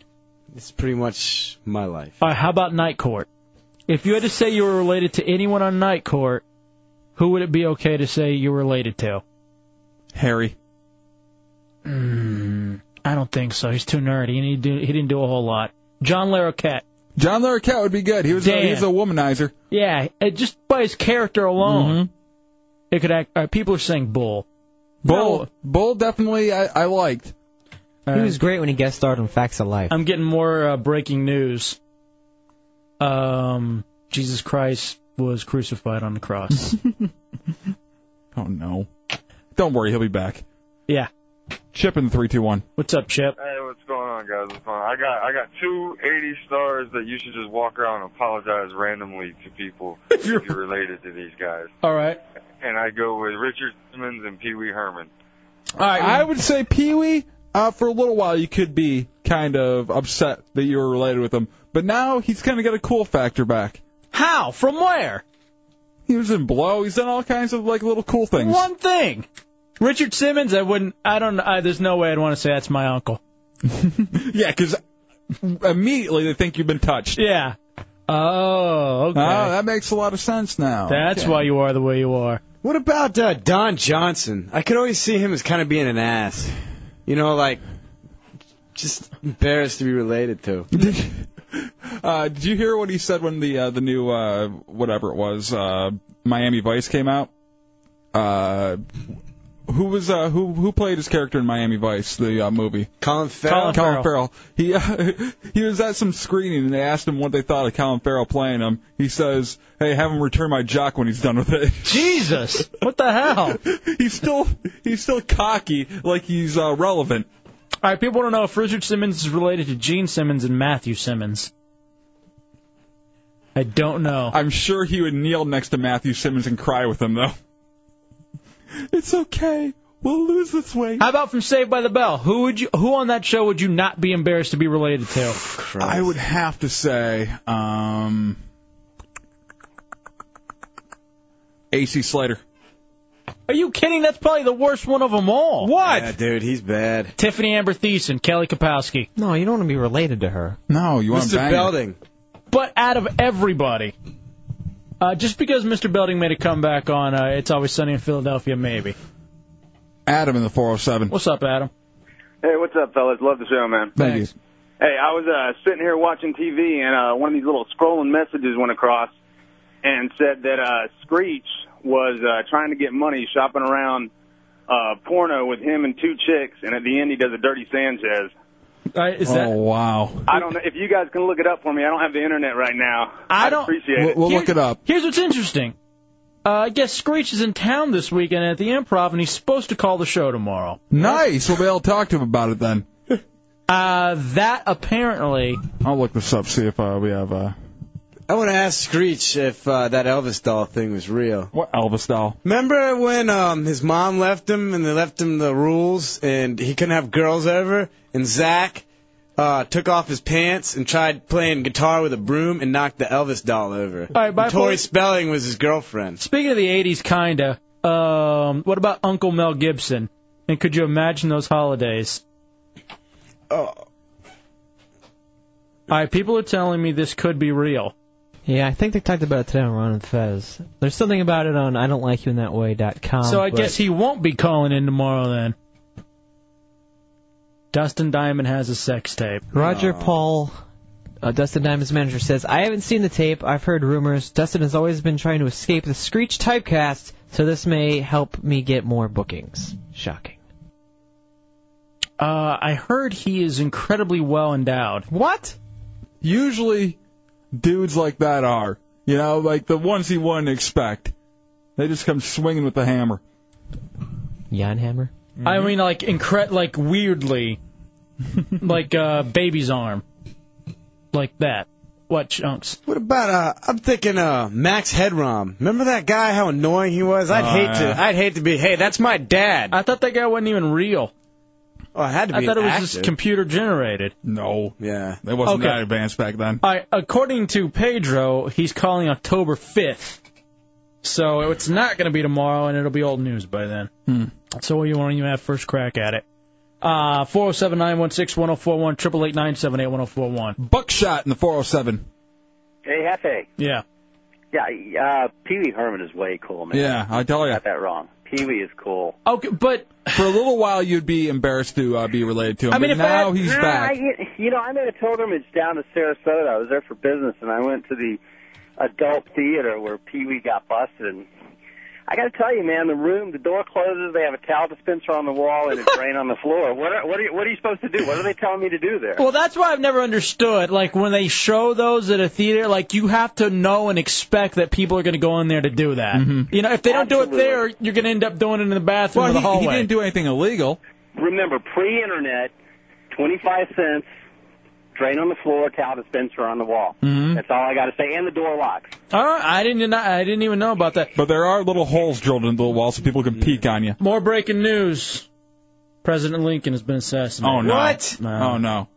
It's pretty much my life.
All right, how about Night Court? If you had to say you were related to anyone on Night Court, who would it be okay to say you were related to?
Harry.
Mm, I don't think so. He's too nerdy, and he do, he didn't do a whole lot. John Larroquette.
John Larroquette would be good. He was a,
Dan.
he was a womanizer. Mm-hmm.
Yeah, it just by his character alone, it could act. All right, people are uh, saying Bull.
Bull, Bull definitely I, I liked.
he was great when he guest starred on Facts of Life.
I'm getting more uh, breaking news. Um, Jesus Christ was crucified on the cross.
Oh no! Don't worry, he'll be back.
Yeah.
Chip in the three two one.
What's up, Chip?
Hey, what's going on, guys? What's going on? I got I got two 80 stars that you should just walk around and apologize randomly to people if you're related to these guys.
All right.
And I go with Richard Simmons and Pee Wee Herman.
I would say Pee Wee. Uh, for a little while, you could be kind of upset that you were related with him, but now he's kind of got a cool factor back.
How? From where?
He was in Blow. He's done all kinds of like little cool things.
One thing. Richard Simmons, I wouldn't. I don't. I, there's no way I'd want to say that's my uncle.
Yeah, 'cause immediately they think you've been touched.
Yeah. Oh, okay.
Oh, that makes a lot of sense now.
That's
Okay.
why you are the way you are.
Oh, What about uh, Don Johnson? I could always see him as kind of being an ass. You know, like just embarrassed to be related to.
Uh, did you hear what he said when the uh, the new uh, whatever it was uh, Miami Vice came out? Uh, who was uh, who who played his character in Miami Vice the uh, movie?
Colin
Farrell.
Colin
Colin Farrell. He uh, he was at some screening and they asked him what they thought of Colin Farrell playing him. He says, "Hey, have him return my jock when he's done with it."
Jesus, what the hell?
he's still he's still cocky like he's uh, relevant.
All right, people want to know if Richard Simmons is related to Gene Simmons and Matthew Simmons. I don't know.
I'm sure he would kneel next to Matthew Simmons and cry with him, though. It's okay. We'll lose this weight.
How about from Saved by the Bell? Who would you? Who on that show would you not be embarrassed to be related to?
I would have to say, um, AC Slater.
Are you kidding? That's probably the worst one of them all. What?
Yeah, dude, he's bad.
Tiffany Amber Thiessen, Kelly Kapowski.
No, you don't want to be related to her.
No, you
wanna
Mr.
bang her.
Belding.
But out of everybody, uh, just because Mr. Belding made a comeback on uh, It's Always Sunny in Philadelphia, maybe.
Adam in the 407.
What's up, Adam?
Hey, what's up, fellas? Love the show, man.
Thank you.
Hey, I was uh, sitting here watching TV, and uh, one of these little scrolling messages went across and said that uh, Screech was uh, trying to get money shopping around uh, porno with him and two chicks, and at the end he does a dirty Sanchez.
is
oh, wow.
I don't know if you guys can look it up for me. I don't have the internet right now.
I don't
appreciate it.
up.
Here's what's interesting. Uh, I guess Screech is in town this weekend at the Improv, and he's supposed to call the show tomorrow.
Nice. We'll be able to talk to him about it then.
Uh, that apparently.
I'll look this up, see if uh, we have. Uh...
I want to ask Screech if uh, that Elvis doll thing was real.
What Elvis doll?
Remember when um, his mom left him and they left him the rules and he couldn't have girls over? And Zach uh, took off his pants and tried playing guitar with a broom and knocked the Elvis doll over.
right,
And
bye,
Tori
boys.
Spelling was his girlfriend.
Speaking of the 80s, kinda. Um, what about Uncle Mel Gibson? And could you imagine those holidays? Uh. All right, people are telling me this could be real.
Yeah, I think they talked about it today on Ron and Fez. There's something about it on I don't like you in that way dot com.
so I
but-
guess he won't be calling in tomorrow then. Dustin Diamond has a sex tape.
Roger Paul, uh, Dustin Diamond's manager, says, I haven't seen the tape. I've heard rumors. Dustin has always been trying to escape the Screech typecast, so this may help me get more bookings. Shocking.
Uh, I heard he is incredibly well endowed.
What?
Usually, dudes like that are. You know, like the ones you wouldn't expect. They just come swinging with the hammer.
Jan Hammer?
I mean, like incre- like weirdly, like uh, baby's arm, like that. What chunks?
What about uh I'm thinking uh Max Headrom. Remember that guy how annoying he was? I'd
Oh,
hate to
yeah.
I'd hate to be hey, that's my dad.
I thought that guy wasn't even real.
Oh, it had to be
I thought it
an
was
actor.
just computer generated.
No.
Yeah.
It wasn't
Okay.
that advanced back then.
All right, according to Pedro, he's calling October 5th. So it's not going to be tomorrow, and it'll be old news by then.
Hmm.
So what do you want to have first crack at it? Uh, 407 916 1041, 888 978 1041.
Buckshot in the 407.
Hey, Hefe.
Yeah.
Yeah, uh, Pee Wee Herman is way cool, man.
Yeah, I tell you.
Got that wrong. Pee Wee is cool.
Okay, but
for a little while you'd be embarrassed to uh, be related to him. but now he's
Nah,
back.
I, you know, I made a pilgrimage down to Sarasota. I was there for business, and I went to the adult theater where Pee Wee got busted. And
I got to tell you, man, the room, the door closes. They have a towel dispenser on the wall and it's rain on the floor. What are, what are you, what are you supposed to do? What are they telling me to do there?
Well, that's why I've never understood. Like when they show those at a theater, like you have to know and expect that people are going to go in there to do that. You know, if they don't do it there, you're going to end up doing it in the bathroom
Well,
or the
he,
hallway.
he didn't do anything illegal.
Remember, pre-internet, 25 cents, drain on the floor, towel dispenser on the wall.
Mhm.
That's all I got to say. And the door locks.
All right, Uh, I didn't. I didn't even know about that.
But there are little holes drilled into the wall so people can peek on you.
More breaking news: President Lincoln has been assassinated. Uh,
Oh no! Oh no!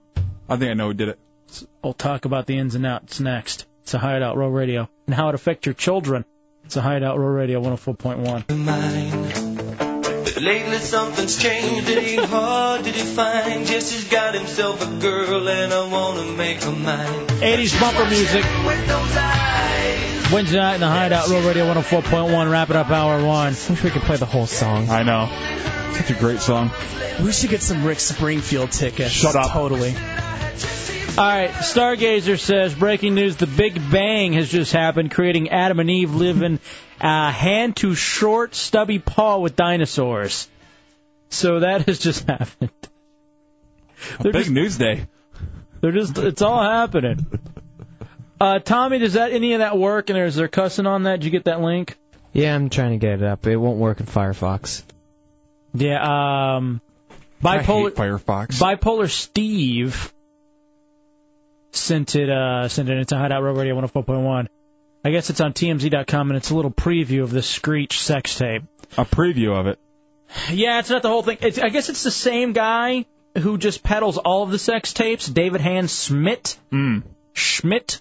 I think I know who did it.
We'll talk about the ins and outs next. It's a Hideout Row Radio and how it affects your children. It's a Hideout Row Radio 104.1.
Lately something's changed, it ain't hard to define. Just has got himself a girl and I wanna make her mine.
80s bumper music. Wednesday night in the Hideout Row Radio 104.1. Wrap it up, hour one. Wish we could play the whole song.
I know. Such a great song.
We should get some Rick Springfield tickets.
Shut up.
Totally.
All right, Stargazer says breaking news: the Big Bang has just happened, creating Adam and Eve living uh, hand to short, stubby paw with dinosaurs. So that has just happened. They're
Big
just-
news day.
They're just it's all happening. Uh, Tommy, does that any of that work? And is there cussing on that? Did you get that link?
Yeah, I'm trying to get it up. It won't work in Firefox.
Yeah. Um, bipolar
Firefox.
Bipolar Steve sent it. Uh, sent it into Hideout Road Radio 104.1. I guess it's on TMZ.com and it's a little preview of the Screech sex tape.
A preview of it.
Yeah, it's not the whole thing. It's, I guess it's the same guy who just peddles all of the sex tapes, David Hans Schmidt.
Mm.
Schmidt.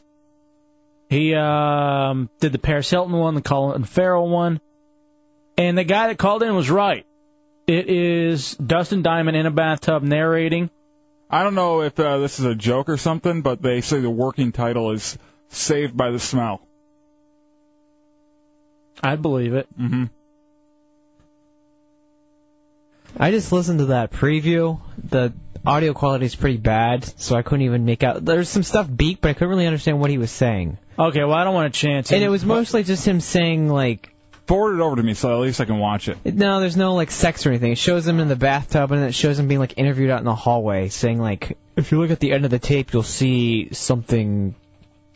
He um, did the Paris Hilton one, the Colin Farrell one, and the guy that called in was right. It is Dustin Diamond in a bathtub narrating.
I don't know if uh, this is a joke or something, but they say the working title is "Saved by the Smell."
I believe it.
Mm-hmm.
I just listened to that preview. The audio quality is pretty bad, so I couldn't even make out. There's some stuff beeped, but I couldn't really understand what he was saying.
Okay, well I don't want to chance
And it was mostly just him saying like.
Forward it over to me so at least I can watch it.
No, there's no like sex or anything. It shows him in the bathtub, and it shows him being like interviewed out in the hallway, saying like, "If you look at the end of the tape, you'll see something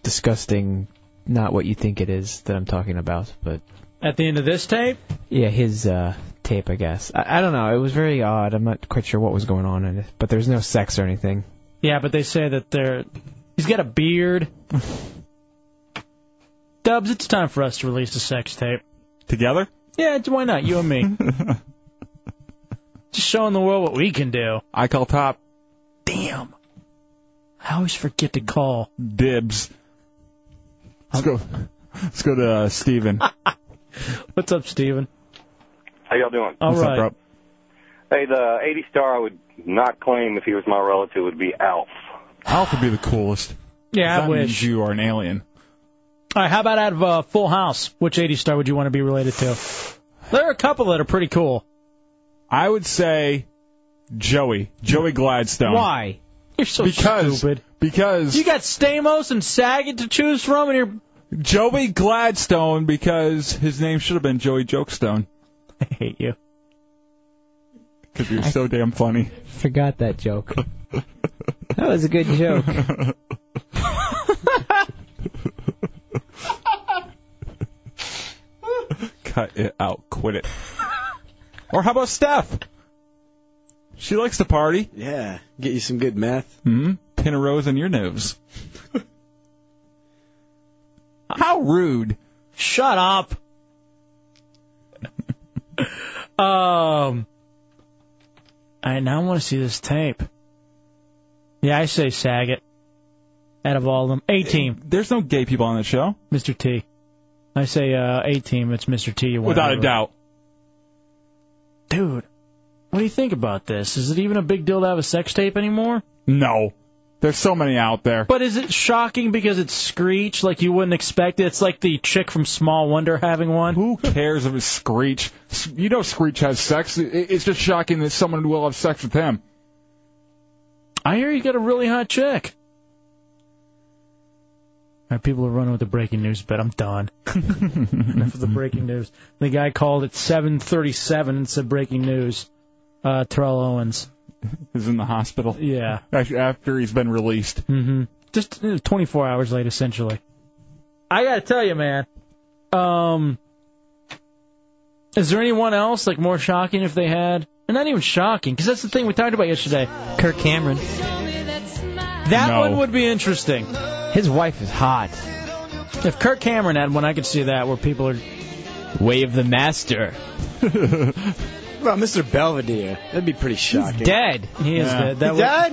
disgusting, not what you think it is that I'm talking about." But
At the end of this tape,
yeah, his uh, tape, I guess. I, I don't know. It was very odd. I'm not quite sure what was going on in it, but there's no sex or anything.
yeah, but they say that they're he's got a beard. Dubs, it's time for us to release the sex tape.
Together?
Yeah, it's- why not? You and me. Just showing the world what we can do.
I call top.
Damn. I always forget to call.
Dibs. Let's go. Let's go to uh, Steven.
What's up, Steven?
How y'all doing?
All
What's up,
right.
bro?
Hey, the 80 star I would not claim if he was my relative would be Alf.
Alf would be the coolest.
Yeah, I
That means
wish.
you are an alien.
All right, how about out of uh, Full House? Which 80 star would you want to be related to? There are a couple that are pretty cool.
I would say Joey. Joey Gladstone.
Why? You're so
because,
stupid.
Because
You got Stamos and Saget to choose from, and you're
Joey Gladstone because his name should have been Joey Jokestone.
I hate you.
Because you're so damn funny.
Forgot that joke. that was a good joke.
Cut it out. Quit it. Or how about Steph? She likes to party.
Yeah, get you some good meth.
Hmm? Pin a rose on your nose. How rude.
Shut up. um. I now want to see this tape. Yeah, I say Saget. Out of all of them, A team,
There's no gay people on the show.
Mr. T. I say uh, A team. It's Mr. T. You want
Without a
over.
doubt.
dude. What do you think about this? Is it even a big deal to have a sex tape anymore?
No. There's so many out there.
But is it shocking because it's Screech? Like you wouldn't expect it. It's like the chick from Small Wonder having one.
Who cares if it's Screech? S- You know Screech has sex. I- It's just shocking that someone will have sex with him.
I hear you got a really hot chick.
right, people are running with the breaking news, but I'm done. Enough of the breaking news. The guy called at 7:37 and said breaking news. Uh, Terrell Owens
is in the hospital.
Yeah.
Actually, after he's been released.
Mm-hmm. Just uh, 24 hours late, essentially.
I gotta tell you, man. Um, is there anyone else like more shocking if they had? And not even shocking, because that's the thing we talked about yesterday.
Kirk Cameron.
That
No.
one would be interesting.
His wife is hot.
If Kirk Cameron had one, I could see that where people are.
Way of the Master.
What about Mr. Belvedere? That'd be pretty shocking.
dead. He is dead. That
He
would-
dead?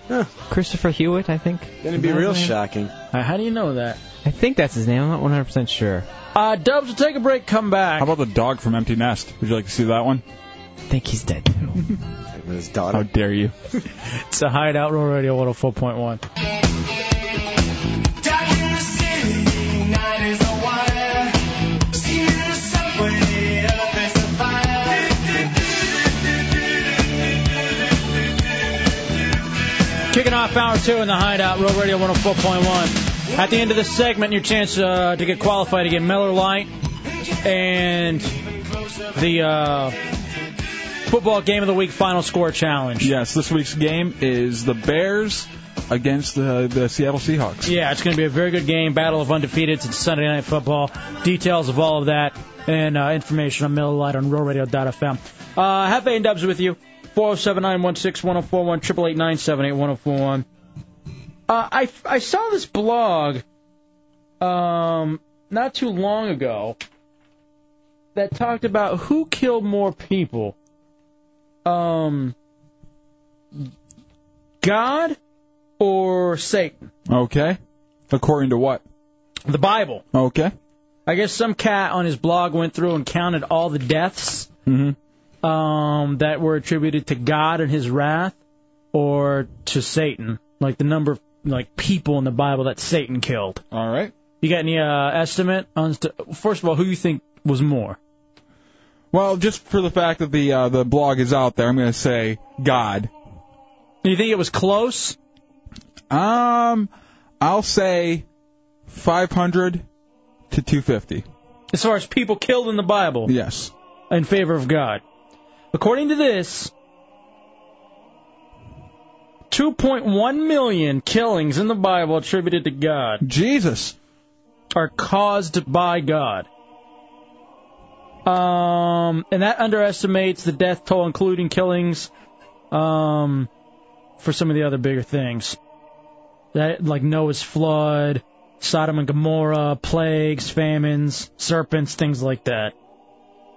Mm-hmm.
Christopher Hewitt, I think.
Then it'd be real shocking.
how do you know that?
I think that's his name. I'm not 100% sure.
Uh, Dubs, we'll take a break. Come back.
How about the dog from Empty Nest? Would you like to see that one? I
think he's dead.
His daughter.
How dare you?
It's a hideout. Roll Radio 104.1.
Kicking off hour two in the hideout, Real Radio 104.1. At the end of this segment, your chance uh, to get qualified to get Miller Lite and the uh, Football Game of the Week Final Score Challenge.
Yes, this week's game is the Bears against the, the Seattle Seahawks.
Yeah, it's going to be a very good game. Battle of undefeateds. It's Sunday Night Football. Details of all of that and uh, information on Miller Lite on RealRadio.fm. Uh, have A and Dubs with you. 407 916 1041, 888 978 1041. Uh, I, I saw this blog um, not too long ago that talked about who killed more people. Um, God or Satan?
Okay. According to what?
The Bible.
Okay.
I guess some cat on his blog went through and counted all the deaths
Mm-hmm.
um, that were attributed to God and His wrath, or to Satan, like the number of like people in the Bible that Satan killed.
All right.
You got any uh, estimate on? St- First of all, who you think was more?
Well, just for the fact that the uh, the blog is out there, I'm going to say God.
Do you think it was close?
Um, I'll say 500 to 250.
As far as people killed in the Bible.
Yes.
In favor of God. According to this, 2.1 million killings in the Bible attributed to God.
Jesus.
Are caused by God. Um, and that underestimates the death toll, including killings, um, for some of the other bigger things. That like Noah's flood, Sodom and Gomorrah, plagues, famines, serpents, things like that.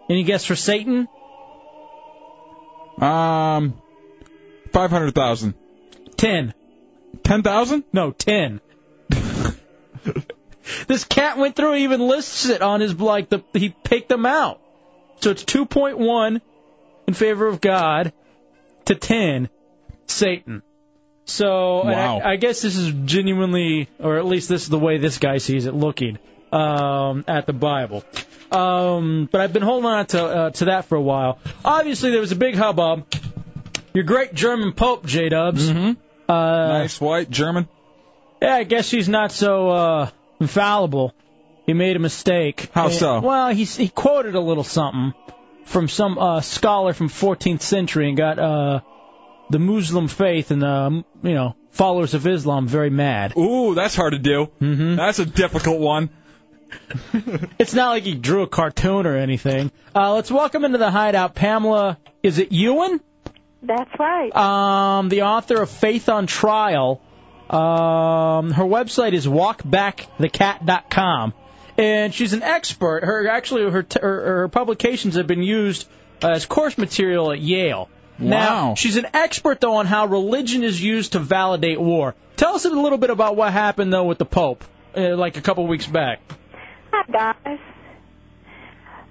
Any guess for Satan?
Um, 500,000.
10.
10,000?
No, 10. this cat went through he even lists it on his like the he picked them out. So it's 2.1 in favor of God to 10 Satan. So and
Wow.
I, I guess this is genuinely, or at least this is the way this guy sees it looking um, at the Bible. Um, but I've been holding on to uh, to that for a while. Obviously, there was a big hubbub. Your great German Pope, J Dubs. Mm-hmm. Uh,
nice white German.
Yeah, I guess he's not so uh, infallible. He made a mistake.
How
And-
so?
Well, he he quoted a little something from some uh, scholar from 14th century and got uh, the Muslim faith and the um, you know followers of Islam very mad.
Ooh, that's hard to do. Mm-hmm. That's a difficult one.
It's not like he drew a cartoon or anything. Uh, let's welcome into the hideout Pamela. Is it Ewan?
That's right.
Um, the author of Faith on Trial. Um, her website is walkbackthecat.com, and she's an expert. Her actually her t- her, her publications have been used as course material at Yale. Now
Wow.
she's an expert though on how religion is used to validate war. Tell us a little bit about what happened though with the Pope, uh, like a couple weeks back.
Hi, guys.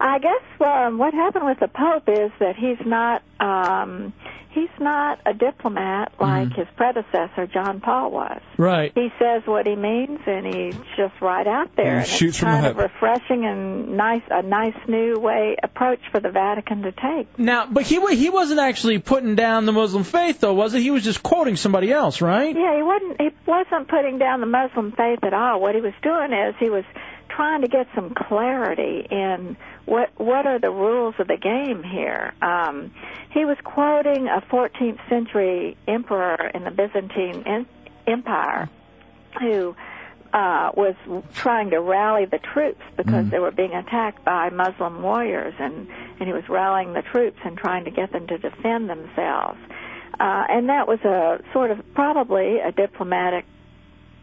I guess um, what happened with the Pope is that he's not um, he's not a diplomat like his predecessor John Paul was.
Mm-hmm. Right.
He says what he means, and he's just right out there.
And
and
shoots
it's
from the
kind
hip.
of refreshing and nice, a nice new way approach for the Vatican to take.
Now, but he wa- he wasn't actually putting down the Muslim faith, though, was it? He was just quoting somebody else, right?
Yeah, he wasn't. He wasn't putting down the Muslim faith at all. What he was doing is he was trying to get some clarity in what what are the rules of the game here. Um, he was quoting a 14th century emperor in the Byzantine en- Empire who uh, was trying to rally the troops because they were being attacked by Muslim warriors, and and he was rallying the troops and trying to get them to defend themselves. Uh, and that was a sort of probably a diplomatic,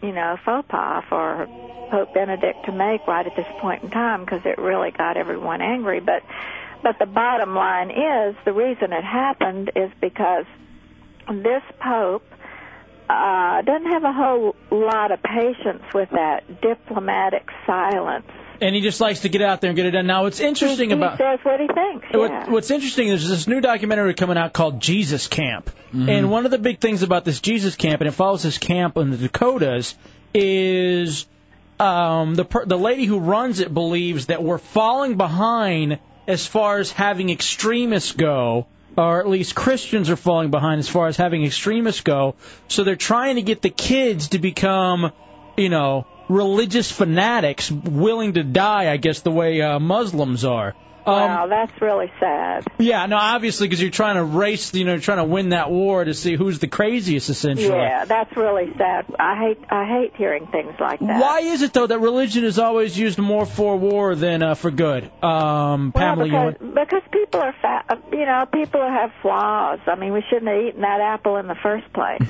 you know, faux pas for Pope Benedict to make right at this point in time because it really got everyone angry. But but the bottom line is the reason it happened is because this pope uh, doesn't have a whole lot of patience with that diplomatic silence.
And he just likes to get out there and get it done. Now, what's interesting
he
about
says what he thinks.
What-
yeah.
what's interesting is this new documentary coming out called Jesus Camp. And one of the big things about this Jesus Camp, and it follows this camp in the Dakotas, is um, the per- the lady who runs it believes that we're falling behind as far as having extremists go, or at least Christians are falling behind as far as having extremists go. So they're trying to get the kids to become, you know, religious fanatics, willing to die. I guess the way uh, Muslims are.
wow, that's really sad.
Yeah, no, obviously, because you're trying to race, you know, you're trying to win that war to see who's the craziest, essentially.
Yeah, that's really sad. I hate I hate hearing things like that.
Why is it though that religion is always used more for war than uh, for good? Um,
Well,
Pamela, you
because,
want-
because people are fat, you know, people have flaws. I mean, we shouldn't have eaten that apple in the first place.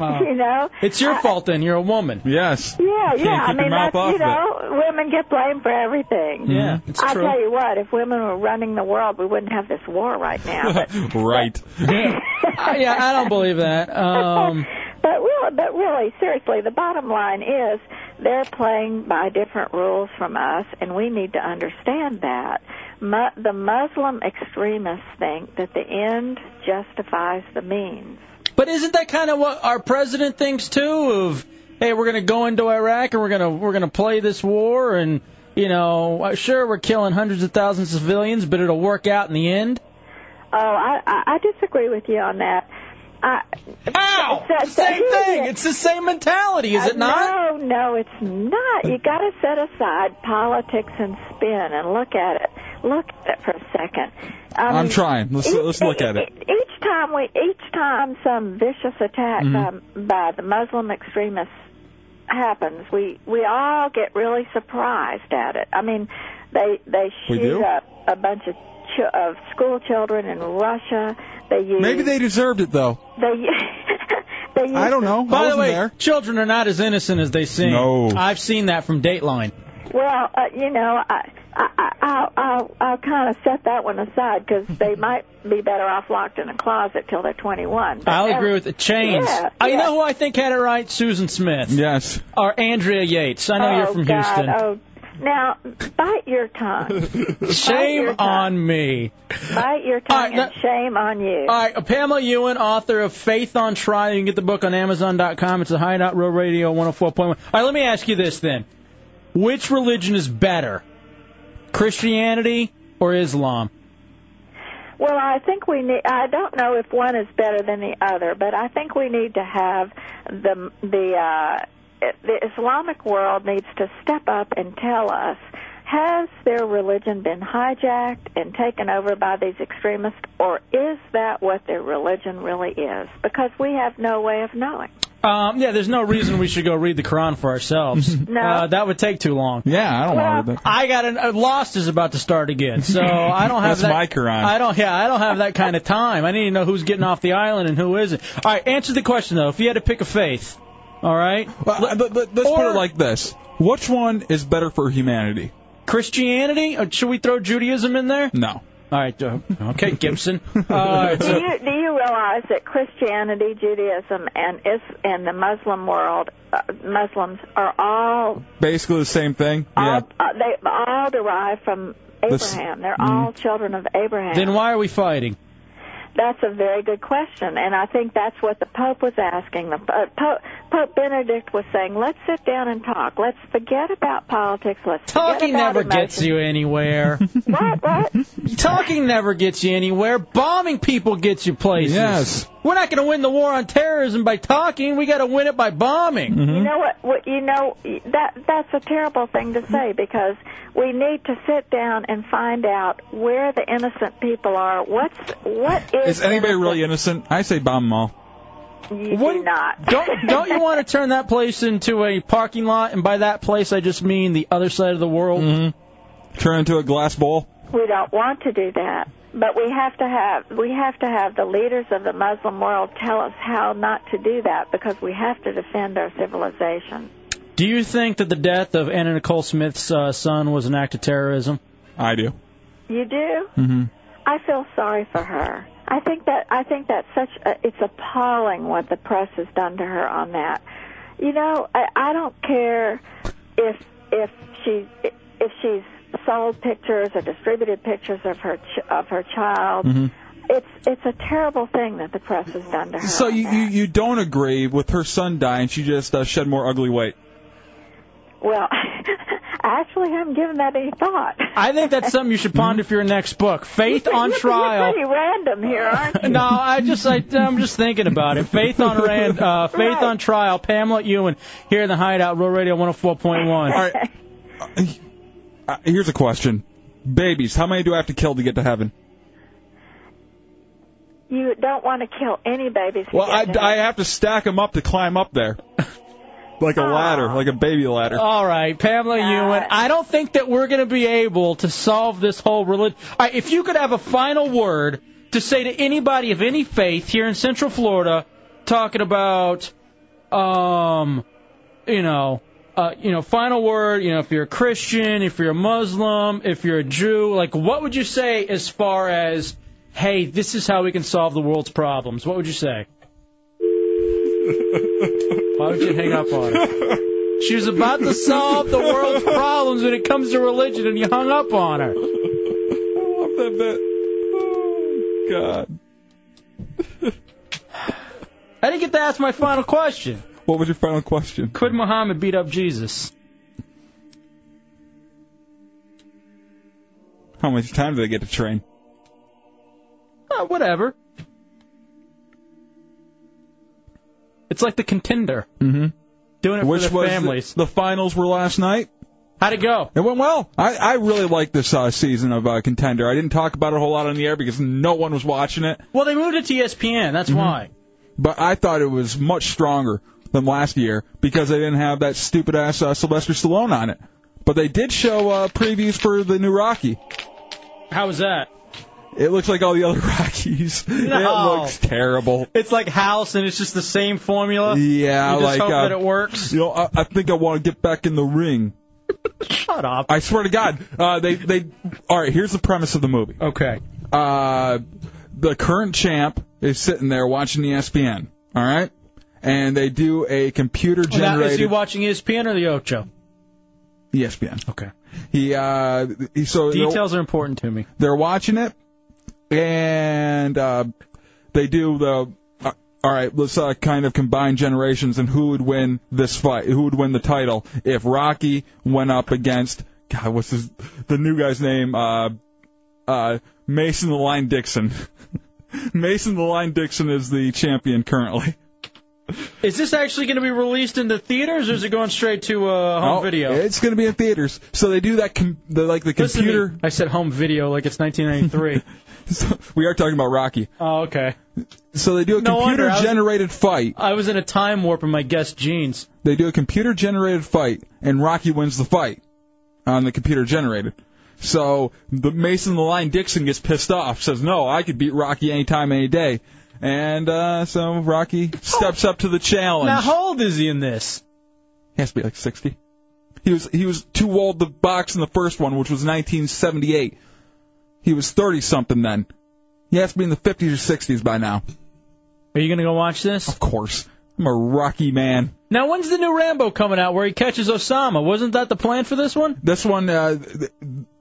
Wow.
you know,
uh, it's your fault then. You're a woman.
Yes.
Yeah,
You can't
yeah. I
keep your
mean,
mouth
that's, you
off of it. Mm-hmm.
know, women get blamed for everything.
Yeah, it's
I
true.
tell you what, if women were running the world, we wouldn't have this war right now. But,
right.
I- yeah, I don't believe that. Um,
but really, but really, seriously, the bottom line is they're playing by different rules from us, and we need to understand that. Mu- the Muslim extremists think that the end justifies the means.
but isn't that kind of what our president thinks too? Of hey, we're going to go into Iraq and we're going to we're going to play this war, and you know, uh, sure, we're killing hundreds of thousands of civilians, but it'll work out in the end.
Oh, I, I, I disagree with you on that. I,
How?
So, so
Same
here's
thing.
the-
It's the same mentality, is
Uh,
it not?
No, no, it's not. You got to set aside politics and spin and look at it. Look at it for a second. I
I'm
mean,
trying. Let's let's look at it.
Each time we, each time some vicious attack
Mm-hmm.
Mhm.
um, by the Muslim extremists happens, we we all get really surprised at it. I mean, they they
We
shoot
do?
up a bunch of ch- of school children in Russia. They use
Maybe they deserved it though.
they they use
By the way, children are not as innocent as they seem.
No.
I've seen that from Dateline.
Well, uh, you know, I, I, I, I'll, I'll, I'll kind of set that one aside because they might be better off locked in a closet till they're 21. But
I'll
ev-
agree with the chains.
Yeah,
I you know who I think had it right? Susan Smith.
Yes.
Or Andrea Yates. I know
oh,
you're from
God,
Houston.
Oh, now, bite your tongue.
Shame on me.
Bite your tongue and shame on you.
All right, uh, Pamela Ewan, author of Faith on Trial. You can get the book on Amazon.com. It's a Hideout Real Radio 104.1. All right, let me ask you this then: Which religion is better, Christianity or Islam?
Well, I think we need. I don't know if one is better than the other, but I think we need to have the the uh, the Islamic world needs to step up and tell us. Has their religion been hijacked and taken over by these extremists, or is that what their religion really is? Because we have no way of knowing.
Um, yeah, there's no reason we should go read the Quran for ourselves.
No.
Uh, that would take too long.
Yeah, I don't want to read that.
I got an, uh, Lost is about to start again, so I don't have
That's
that.
my Quran.
I don't. Yeah, I don't have that kind of time. I need to know who's getting off the island and who isn't. All right, answer the question though. If you had to pick a faith, all right,
Let, us put it like this: Which one is better for humanity?
Christianity. Or should we throw Judaism in there?
No.
All right. uh, okay, Gibson. Uh, All right,
do
so-
you do you realize that Christianity, Judaism, and is and the Muslim world, uh, Muslims are all
Basically the same thing. Yeah.
Uh, they all derive from
This- mm-hmm.
Abraham. They're all children of Abraham.
then why are we fighting?
that's a very good question, and I think that's what the Pope was asking. The uh, Pope, Pope Benedict was saying, "Let's sit down and talk. Let's forget about politics. Let's
Talking
forget about
never
emotions."
gets you anywhere.
what? What?
Talking never gets you anywhere. Bombing people gets you places.
Yes.
We're not going to win the war on terrorism by talking. We got to Mm-hmm. win it by bombing.
Mm-hmm.
You know what, what? You know that that's a terrible thing to say
Mm-hmm.
because we need to sit down and find out where the innocent people are. What's what is?
Is anybody really innocent? I say bomb them all.
You do not.
don't don't you want to turn that place into a parking lot? And by that place, I just mean the other side of the world.
Mm-hmm. Turn into a glass bowl.
We don't want to do that. But we have to have we have to have the leaders of the Muslim world tell us how not to do that because we have to defend our civilization.
Do you think that the death of Anna Nicole Smith's uh, son was an act of terrorism?
I do.
You do?
Mm-hmm.
I feel sorry for her. I think that I think that's such a, it's appalling what the press has done to her on that. You know, I, I don't care if if she if she's sold pictures or distributed pictures of her ch- of her child. It's it's a terrible thing that the press has done to her.
So you, you you don't agree with her son dying? She just uh, shed more ugly weight.
Well, I actually haven't given that any thought.
I think that's something you should ponder for your next book, Faith on
You're-
Trial.
You're pretty random here, aren't you?
No, I just I, I'm just thinking about it. Faith on Rand, uh, Faith on Trial. Pamela Ewan here in the Hideout, Real Radio 104.1. All
right. Uh, here's a question: Babies, how many do I have to kill to get to heaven?
You don't want to kill any babies. to
Well, I,
get to
I have to stack them up to climb up there, like a ladder, like a baby ladder.
All right, Pamela Ewan. I don't think that we're going to be able to solve this whole religion. Right, if you could have a final word to say to anybody of any faith here in Central Florida, talking about, um, you know, uh, you know, final word. You know, if you're a Christian, if you're a Muslim, if you're a Jew, like, what would you say as far as, hey, this is how we can solve the world's problems? What would you say? Why would you hang up on her? She was about to solve the world's problems when it comes to religion, and you hung up on her.
that bit. Oh, God.
I didn't get to ask my final question.
What was your final question?
Could Muhammad beat up Jesus?
How much time do they get to train?
Uh, whatever. It's like the contender.
Mm-hmm.
Doing it for
Which
their
was
families.
The, the finals were last night.
How'd it go?
It went well. I, I really like this uh, season of uh, Contender. I didn't talk about it a whole lot on the air because no one was watching it. Mm-hmm.
Well, they moved it to E ESPN. That's why.
But I thought it was much stronger than last year because they didn't have that stupid ass uh, Sylvester Stallone on it. But they did show uh, previews for the new Rocky.
How was that?
It looks like all the other Rockies.
No.
It looks terrible.
It's like House, and it's just the same formula.
Yeah,
You just
like
hope
uh,
that it works.
You know, I, I think I want to get back in the ring.
Shut up!
I swear to God, uh, they they. All right, here's the premise of the movie.
Okay.
Uh, the current champ is sitting there watching E ESPN. All right, and they do a computer
Oh, Now, is he
generated
watching E ESPN or the Ocho?
E ESPN.
Okay.
He uh, he, so they're-
Details are important to me.
They're watching it, and uh, they do the. Uh, all right, let's uh, kind of combine generations and who would win this fight, who would win the title if Rocky went up against God, what's his, the new guy's name? Uh, uh, Mason the Line Dixon. Mason the Line Dixon is the champion currently.
Is this actually going to be released into theaters, or is it going straight to uh, home
Oh,
video?
It's going to be in theaters. So they do that, com- the, like the
Listen to me.
computer.
I said home video like it's 1993.
We are talking about Rocky.
oh, okay.
So they do a
No wonder, I
computer
was-
generated fight.
I was in a time warp in my guest jeans.
they do a computer generated fight and Rocky wins the fight on the computer generated. So the Mason the Line Dixon gets pissed off, says, "No, I could beat Rocky anytime, any day." And uh, so Rocky steps up to the challenge.
Now, how old is he in this?
He has to be like 60. He was he was too old to box in the first one, which was 1978. He was 30 something then. He has to be in the 50s or 60s by now.
Are you going to go watch this?
Of course, I'm a Rocky man.
Now, when's the new Rambo coming out where he catches Osama? Wasn't that the plan for this one?
This one, uh, th-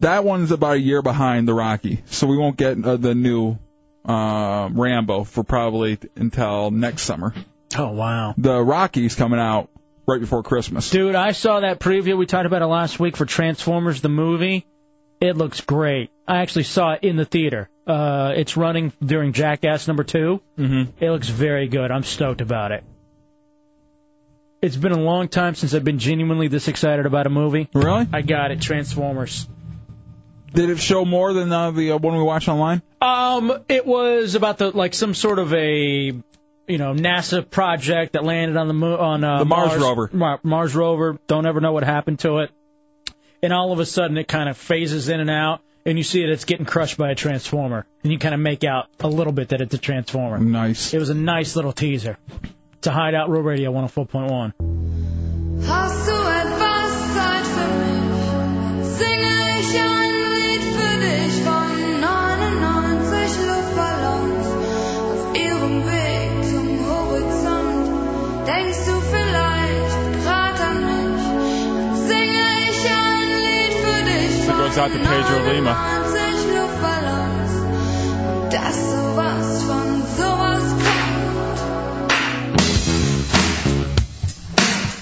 that one's about a year behind the Rocky, so we won't get uh, the new uh, Rambo for probably until next summer.
Oh wow!
The Rockies coming out right before Christmas.
Dude, I saw that preview. We talked about it last week for Transformers the movie. It looks great. I actually saw it in the theater. Uh, it's running during Jackass number 2 Mm-hmm. It looks very good. I'm stoked about it. It's been a long time since I've been genuinely this excited about a movie.
Really?
I got it. Transformers.
Did it show more than uh, the uh, one we watched online?
Um, it was about the like some sort of a you know NASA project that landed on the moon on uh,
The Mars rover.
Mar- Mars rover. Don't ever know what happened to it. And all of a sudden, it kind of phases in and out, and you see that it's getting crushed by a transformer, and you kind of make out a little bit that it's a transformer.
Nice.
It was a nice little teaser. It's a Hideout Row Radio 104.1.
This
goes out to Pedro Lima.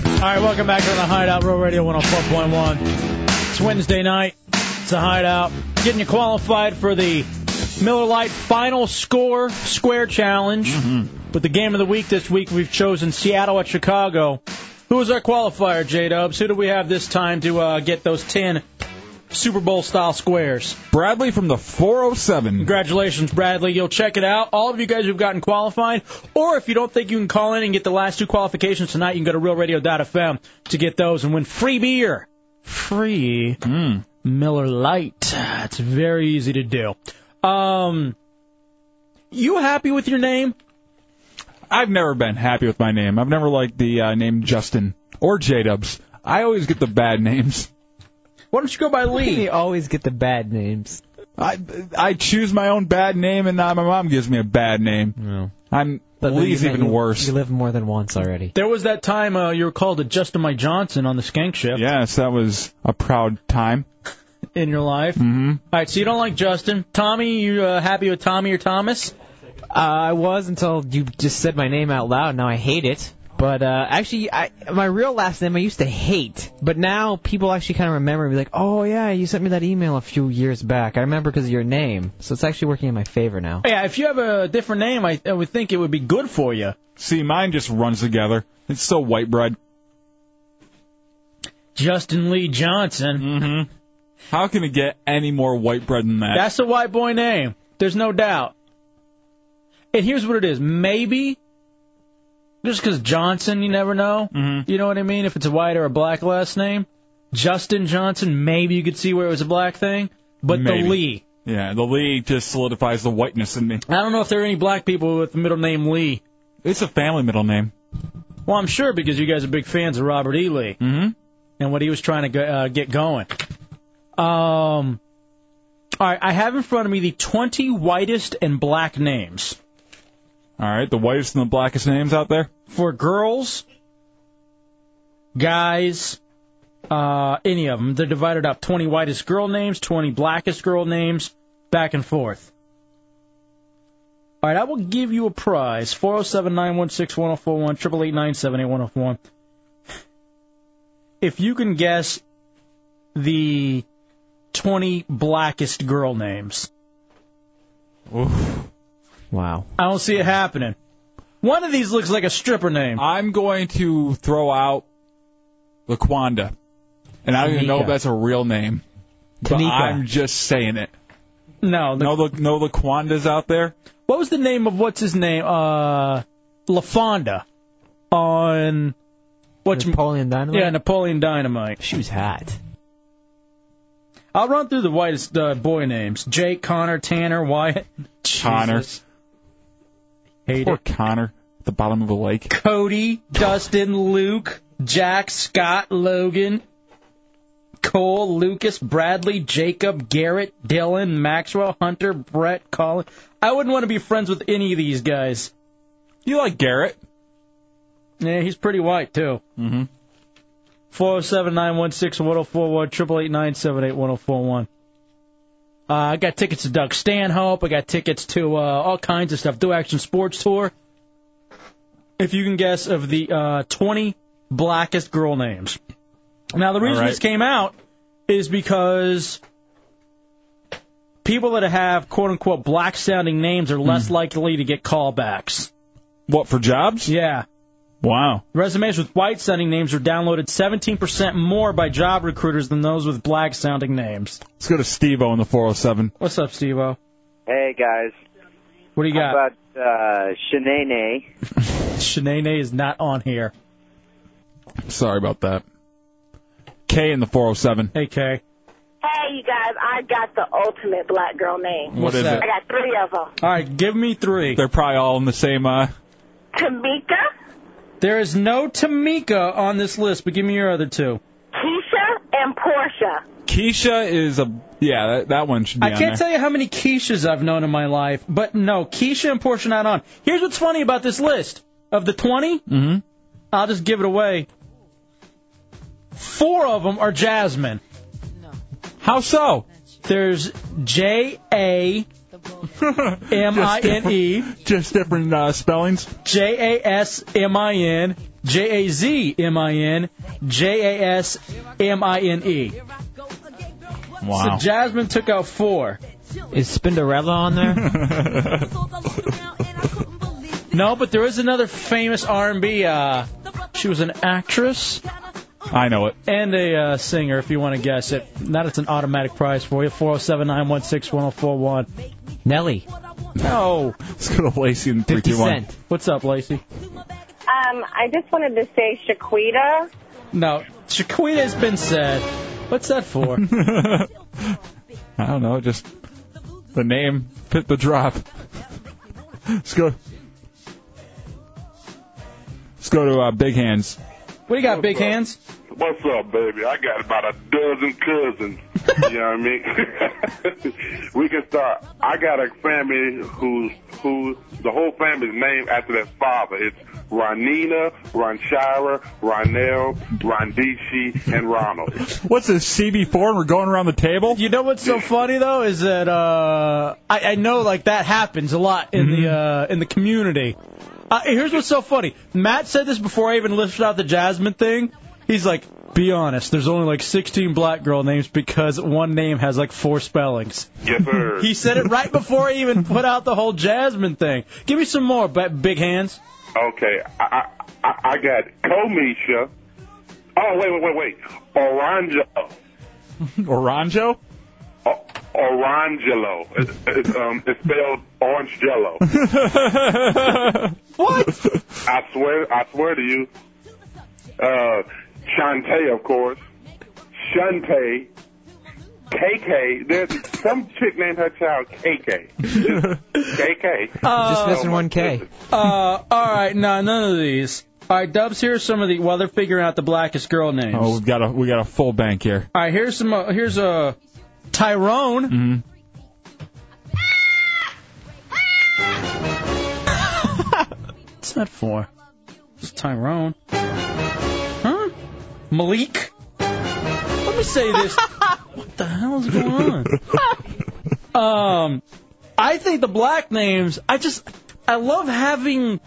All right, welcome back to the Hideout Row Radio 104.1. It's Wednesday night. It's the Hideout. Getting you qualified for the Miller Lite Final Score Square Challenge. With the game of the week this week, we've chosen Seattle at Chicago. Who is our qualifier, J Dubs? Who do we have this time to uh, get those 10 Super Bowl style squares?
Bradley from the 407.
Congratulations, Bradley. You'll check it out. All of you guys who've gotten qualified, or if you don't think you can call in and get the last two qualifications tonight, you can go to realradio.fm to get those and win free beer. Free
Hmm.
Miller Lite. It's very easy to do. Um, you happy with your name?
I've never been happy with my name. I've never liked the uh, name Justin or J Dubs. I always get the bad names.
Why don't you go by Lee?
You always get the bad names.
I I choose my own bad name, and now my mom gives me a bad name. I'm
But then
Lee's
you-
even
you-
worse.
You live more than once already.
There was that time uh, you were called a Justin My Johnson on the Skank Shift
Yes, that was a proud time.
in your life.
Mm-hmm.
All right, so you don't like Justin. Tommy, you uh, happy with Tommy or Thomas?
Uh, I was until you just said my name out loud. Now I hate it. But uh, actually, I, my real last name I used to hate, but now people actually kind of remember. and Be like, oh yeah, you sent me that email a few years back. I remember because of your name, so it's actually working in my favor now.
Yeah, if you have a different name, I, I would think it would be good for you.
See, mine just runs together. It's so white bread.
Justin Lee Johnson.
Mm-hmm. How can it get any more white bread than that?
That's a white boy name. There's no doubt. And here's what it is. Maybe just 'cause Johnson, you never know. Mm-hmm. You know what I mean? If it's a white or a black last name, Justin Johnson, maybe you could see where it was a black thing. But
Maybe.
the Lee,
Yeah, the Lee just solidifies the whiteness in me.
I don't know if there are any black people with the middle name Lee.
It's a family middle name.
Well, I'm sure because you guys are big fans of Robert E. Lee
Mhm.
and what he was trying to go, uh, get going. Um, all right, I have in front of me the 20 whitest and black names.
All right, the whitest and the blackest names out there.
for girls, guys, uh, any of them. They're divided up 20 whitest girl names, 20 blackest girl names, back and forth. All right, I will give you a prize. 407 916 1041, 888 978 1041. If you can guess the 20 blackest girl names.
Wow.
I don't see it happening. One of these looks like a stripper name.
I'm going to throw out Laquanda, and I don't even know if
Tanika.
that's a real name, but
Tanika.
I'm just saying it.
No,
No, La- no Laquandas out there.
what was the name of what's his name? Uh, LaFonda on what's
Napoleon Dynamite.
Yeah, Napoleon Dynamite.
She was hot.
I'll run through the whitest uh, boy names: Jake, Connor, Tanner, Wyatt,
Connor.
Jesus. Hate
Poor
it.
Connor at the bottom of a lake.
Cody, Dustin, Luke, Jack, Scott, Logan, Cole, Lucas, Bradley, Jacob, Garrett, Dylan, Maxwell, Hunter, Brett, Colin. I wouldn't want to be friends with any of these guys.
You like Garrett?
Yeah, he's pretty white too. oh
Mm-hmm.
oh Four zero seven nine one six one zero four one triple eight nine seven eight one zero four one. Uh, I got tickets to Doug Stanhope. I got tickets to uh, all kinds of stuff. Do Action Sports Tour. If you can guess of the uh, 20 blackest girl names. Now, the reason
right.
this came out is because people that have quote unquote black sounding names are less likely to get callbacks.
Hmm. What, for jobs?
Yeah.
Wow.
Resumes with white sounding names are downloaded 17% more by job recruiters than those with black sounding names.
Let's go to Steve O in the 407.
What's up, Steve O?
Hey guys.
What do you got?
How about uh, Shanae?
Shanae is not on here.
Sorry about that. K in the 407.
Hey, K.
Hey, you guys, I got the ultimate black girl name.
What is it?
I got three of them.
All right, give me three.
They're probably all in the same. Uh,
Tamika,
There is no Tamika on this list, but give me your other two.
Keisha, and Portia.
Keisha is a. Yeah, that, that one should be
I
on
can't
there.
tell you how many Keishas I've known in my life, but no, Keisha and Portia not on. Here's what's funny about this list of the 20.
Mm-hmm.
I'll just give it away. Four of them are Jasmine. How so? There's J A M I N E.
Just different uh, spellings.
J A S M I N. J A Z M I N. J A S M I N E.
Wow.
So Jasmine took out four.
Is Spinderella on there?
No, but there is another famous R&B. Uh, she was an actress
I know it.
and a uh, singer, if you want to guess it. Now it's an automatic prize for you. 407 916 1041.
Nelly.
No.
Let's go to Lacey in 321.
What's up, Lacey?
Um, I just wanted to say Shaquita.
No. Shaquita's been said. What's that for?
I don't know, just the name fit the drop. Let's go. Let's go to uh, Big Hands.
What do you got, big hands?
What's up, baby? I got about a dozen cousins. you know what I mean? we can start. I got a family who's who the whole family's named after their father. It's Ronina, Ronshira, Ronell, Rondishi, and Ronald.
What's this CB4? And we're going around the table.
You know what's so funny though is that uh, I, I know like that happens a lot in the
Mm-hmm.
uh, in the community. Uh, here's what's so funny. Matt said this before I even lifted out the Jasmine thing. He's like, be honest. There's only like 16 black girl names because one name has like four spellings.
Yes, sir.
He said it right before I even put out the whole Jasmine thing. Give me some more, ba- big hands.
Okay, I I, I, I got Komisha. Oh wait wait wait wait, Oranjo,
Oranjo?
Orangelo. It's, it's, um, it's spelled orange jello.
what?
I swear I swear to you. Uh, Shantae of course, Shantae, KK. There's some chick named her child KK. KK.
Uh,
Just missing one K.
Uh, all right, no, none of these. All right, Dubs, here are some of the. Well, they're figuring out the blackest girl names.
Oh, we've got a we got a full bank here.
All right, here's some. Uh, here's a uh, Tyrone. What's that for? It's Tyrone. Huh? Malik. Let me say this. what the hell is going on? um, I think the black names. I just I love having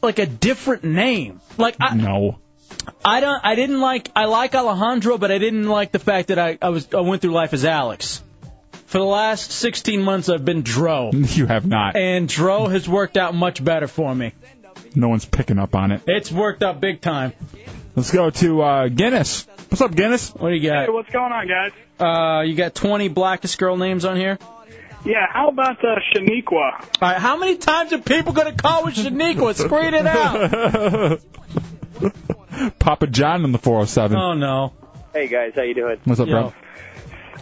like a different name. Like I,
no.
I don't. I didn't like. I like Alejandro, but I didn't like the fact that I, I was I went through life as Alex. For the last 16 months, I've been Dro,
You have not.
and Dro has worked out much better for me.
No one's picking up on it.
It's worked out big time.
Let's go to uh, Guinness. What's up, Guinness?
What do you got?
what's going on, guys?
Uh, you got 20 blackest girl names on here.
Yeah, how about uh, Shaniqua?
All right, how many times are people going to call with Shaniqua? Screen it out.
Papa John in the 407.
Oh no.
Hey guys, how you doing?
What's up, bro?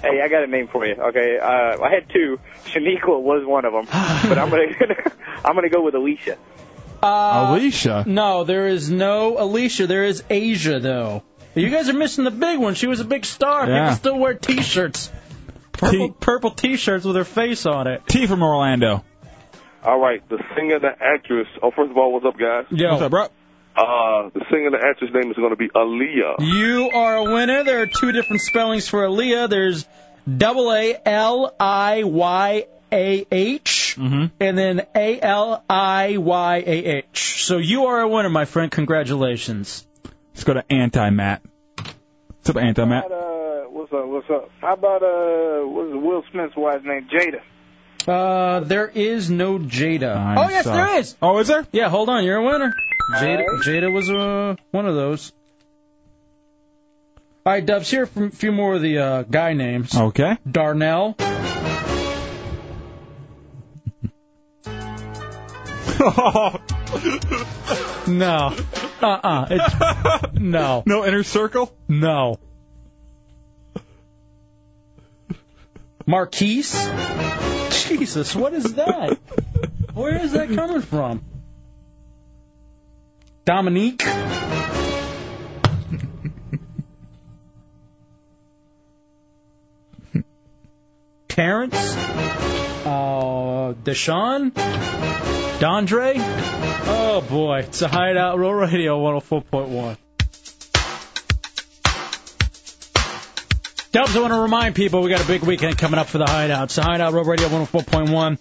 Hey, I got a name for you. Okay, uh, I had two. Shaniqua was one of them, but I'm gonna I'm gonna go with Alicia.
Uh,
Alicia.
No, there is no Alicia. There is Asia though. You guys are missing the big one. She was a big star.
Yeah.
People still wear T-shirts. Purple, purple T-shirts with her face on it.
T from Orlando.
All right, the singer, the actress. Oh, first of all, what's up, guys?
Yo. What's up,
bro?
Uh, the singer, the actress name is going to be Aaliyah.
You are a winner. There are two different spellings for Aaliyah. There's double A L I Y A H,
Mm-hmm.
and then A L I Y A H. So you are a winner, my friend. Congratulations.
Let's go to Anti Matt. What's up, Anti Matt?
Uh, what's up? What's up? How about uh, what's Will Smith's wife's name? Jada.
Uh, there is no Jada. oh yes,
sorry.
there is.
Oh, is there?
Yeah, hold on, you're a winner. Jada,
All right.
Jada was uh, one of those. All right, Dubs, here are a few more of the uh, guy names.
Okay.
Darnell. Oh, no. Uh uh No.
No inner circle?
No. Marquise? Jesus, what is that? Where is that coming from? Dominique? Terrence? Uh, Deshaun? Dondre? Oh boy, it's a hideout. Roll Radio 104.1. Dubs, I want to remind people we got a big weekend coming up for the Hideout. So Hideout Road Radio 104.1.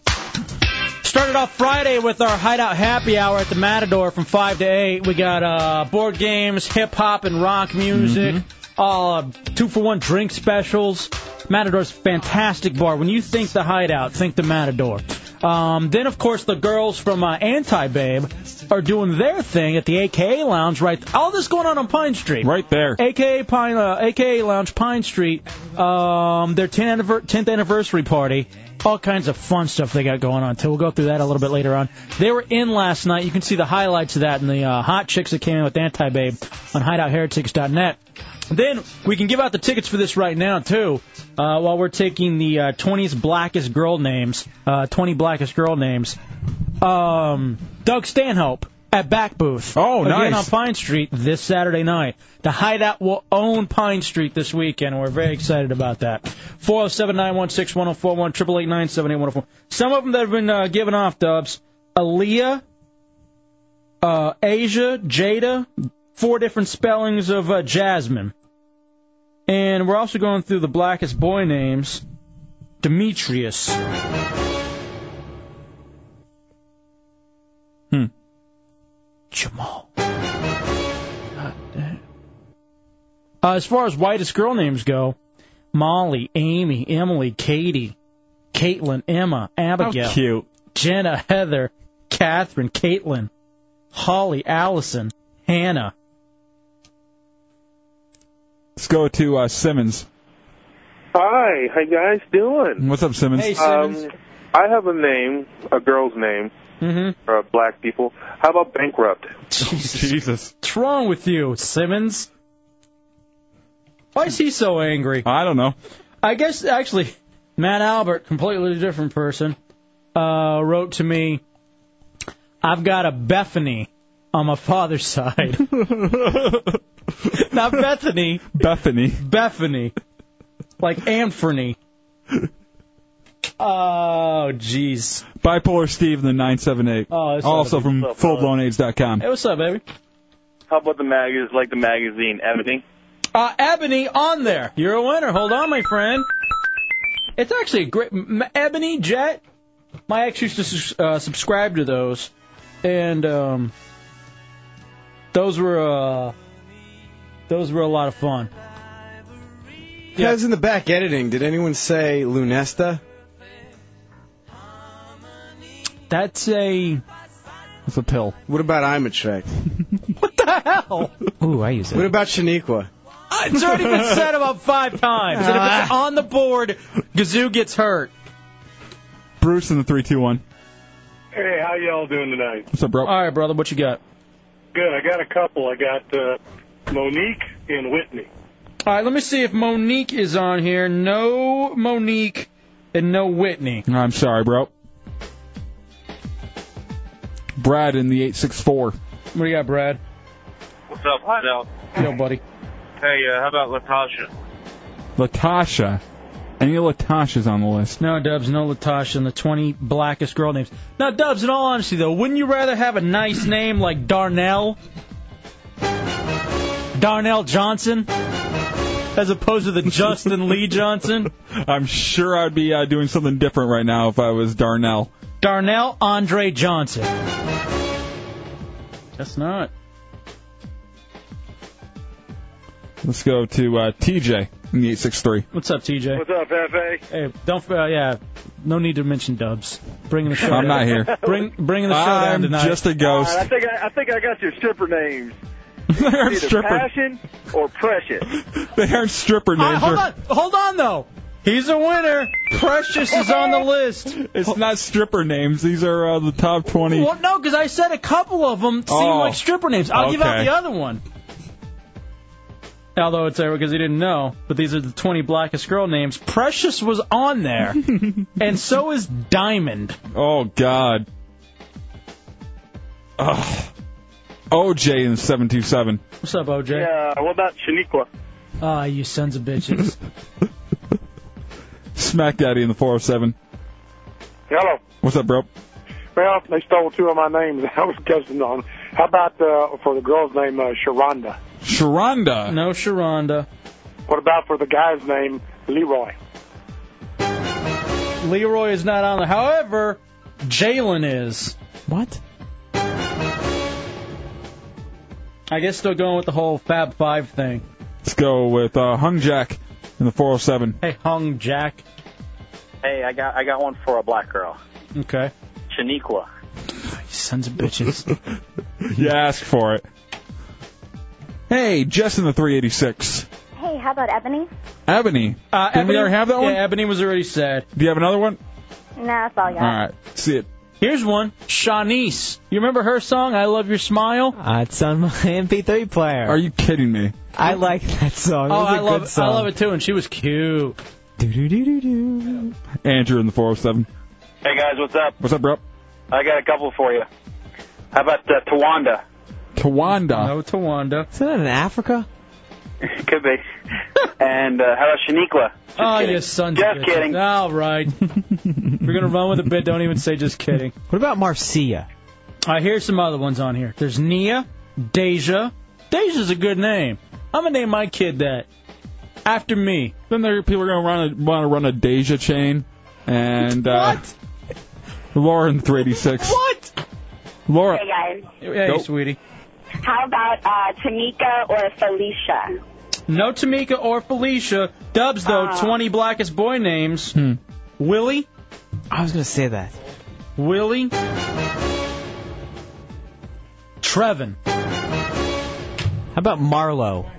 Started off Friday with our Hideout Happy Hour at the Matador from 5 to 8. We got uh, board games, hip hop and rock music,
Mm-hmm.
uh, two for one drink specials. Matador's a fantastic bar. When you think the Hideout, think the Matador. Um, then, of course, the girls from uh, Anti Babe are doing their thing at the AKA Lounge. Right, all this going on on Pine Street.
Right there.
AKA Pine, uh, AKA Lounge Pine Street. Um, their 10th, anniver- 10th anniversary party. All kinds of fun stuff they got going on too. We'll go through that a little bit later on. They were in last night. You can see the highlights of that and the uh, hot chicks that came in with Anti Babe on HideoutHeretics.net. Then we can give out the tickets for this right now too, uh, while we're taking the uh, 20s blackest girl names, uh, 20 blackest girl names. Um, Doug Stanhope at Back Booth. Oh, again
nice.
on Pine Street this Saturday night. The Hideout will own Pine Street this weekend. We're very excited about that. Four zero seven nine one six one zero four one triple eight nine seven eight one zero four. Some of them that have been uh, given off dubs: Aaliyah, uh, Asia, Jada, four different spellings of uh, Jasmine. And we're also going through the blackest boy names. Demetrius. Hmm. Jamal. Uh, as far as whitest girl names go, Molly, Amy, Emily, Katie, Caitlin, Emma, Abigail,
cute.
Jenna, Heather, Catherine, Caitlin, Holly, Allison, Hannah.
Let's go to uh, Simmons.
Hi, how you guys doing?
What's up, Simmons?
Um, I have a name, a girl's name
Mm-hmm.
for uh, black people. How about bankrupt?
Jesus.
Jesus.
What's wrong with you, Simmons? Why is he so angry?
I don't know.
I guess actually, Matt Albert, completely different person, uh, wrote to me. I've got a Bethany on my father's side. Not Bethany.
Bethany.
Bethany. Like Anthony. Oh, jeez.
Bipolar Steve in the 978.
Oh, that's
also
not a
from
big-
fullblownaids.com.
Hey, what's up, baby?
How about the mag is like the magazine Ebony?
Uh, Ebony on there. You're a winner. Hold on, my friend. It's actually a great. M- Ebony Jet. My ex used to sus- uh, subscribe to those, and um, those were uh, those were a lot of fun.
Guys in the back editing, did anyone say Lunesta?
That's a.
That's a pill.
What about Imatrek?
What the hell?
Ooh, I use it. What about Shaniqua?
Uh, It's already been said about five times. And if it's on the board, Gazoo gets hurt.
Bruce in the 321.
Hey, how y'all doing tonight?
What's up, bro?
All right, brother, what you got?
Good. I got a couple. I got uh, Monique and Whitney.
All right, let me see if Monique is on here. No Monique and no Whitney.
I'm sorry, bro. Brad in the 864.
What do you got, Brad?
What's up, Hideout?
Yo, buddy.
Hey, uh, how about Latasha?
Latasha. Any Latasha's on the list?
No, Dubs, no Latasha, and the 20 blackest girl names. Now, Dubs, in all honesty, though, wouldn't you rather have a nice name like Darnell? Darnell Johnson? as opposed to the Justin Lee Johnson.
I'm sure I'd be uh, doing something different right now if I was Darnell.
Darnell Andre Johnson. Guess not.
Let's go to uh, TJ in the 863.
What's up, TJ?
What's up, FA?
Hey, don't. Uh, yeah, no need to mention Dubs. Bring the show.
I'm not
down.
here.
Bring bringing the show down
I'm
tonight.
just a ghost.
I think I, I think I got your stripper names.
they aren't
Either
stripper.
passion or precious.
They aren't stripper names.
Ah, hold on, hold on though. He's a winner. Precious is on the list.
It's not stripper names. These are uh, the top 20.
Well, no, because I said a couple of them seem
Oh.
like stripper names. I'll give out
Okay.
the other one. Although it's there because he didn't know, but these are the 20 blackest girl names. Precious was on there, and so is Diamond.
Oh God. Ugh. OJ in 727.
What's up, OJ?
Uh,
Yeah. What about Shaniqua?
Ah, you sons of bitches.
Smack Daddy in the 407.
Hello.
What's up, bro?
Well, they stole two of my names. I was guessing on. How about uh, for the girl's name, uh, Sharonda?
Sharonda.
No, Sharonda.
What about for the guy's name, Leroy?
Leroy is not on there. However, Jalen is.
What?
I guess still going with the whole Fab Five thing.
Let's go with uh, Hung Jack in the 407.
Hey, Hung Jack.
Hey, I got I got one for a black girl,
Okay.
Chaniqua.
You sons of bitches.
you ask for it. Hey, Jess in the 386.
Hey, how about Ebony?
Ebony.
Uh,
Didn't we
Ebony-
already have that one?
Yeah, Ebony was already said.
Do you have another one?
Nah, that's all I got.
All right. See it.
Here's one. Shanice. You remember her song, I Love Your Smile?
Uh, it's on my MP3 player. Are
you kidding me?
I like that song. it
oh,
was a
I love
good
I
song.
love it too, and she was cute.
Andrew in the 407.
Hey guys, what's up?
What's up, bro?
I got a couple for you. How about uh, Tawanda?
Tawanda.
No, Tawanda.
Is that in Africa?
Could be. and uh, how about Shaniqua?
oh, you sons of
Just
bitches.
kidding.
All right. We're going to run with a bit. Don't even say just kidding.
What about Marcia?
Uh, here's some other ones on here. There's Nia, Deja. Deja's a good name. I'm going to name my kid that. After me.
Then there people are gonna run a, want to run a Deja chain, and uh, Lauren 386.
What?
Laura.
Hey, guys.
Hey,
Nope.
sweetie.
How about uh, Tamika or Felicia?
No Tamika or Felicia. Dubs, though, 20 blackest boy names. Willie.
Hmm. I was going to say that.
Willie. Trevin.
How about Marlo?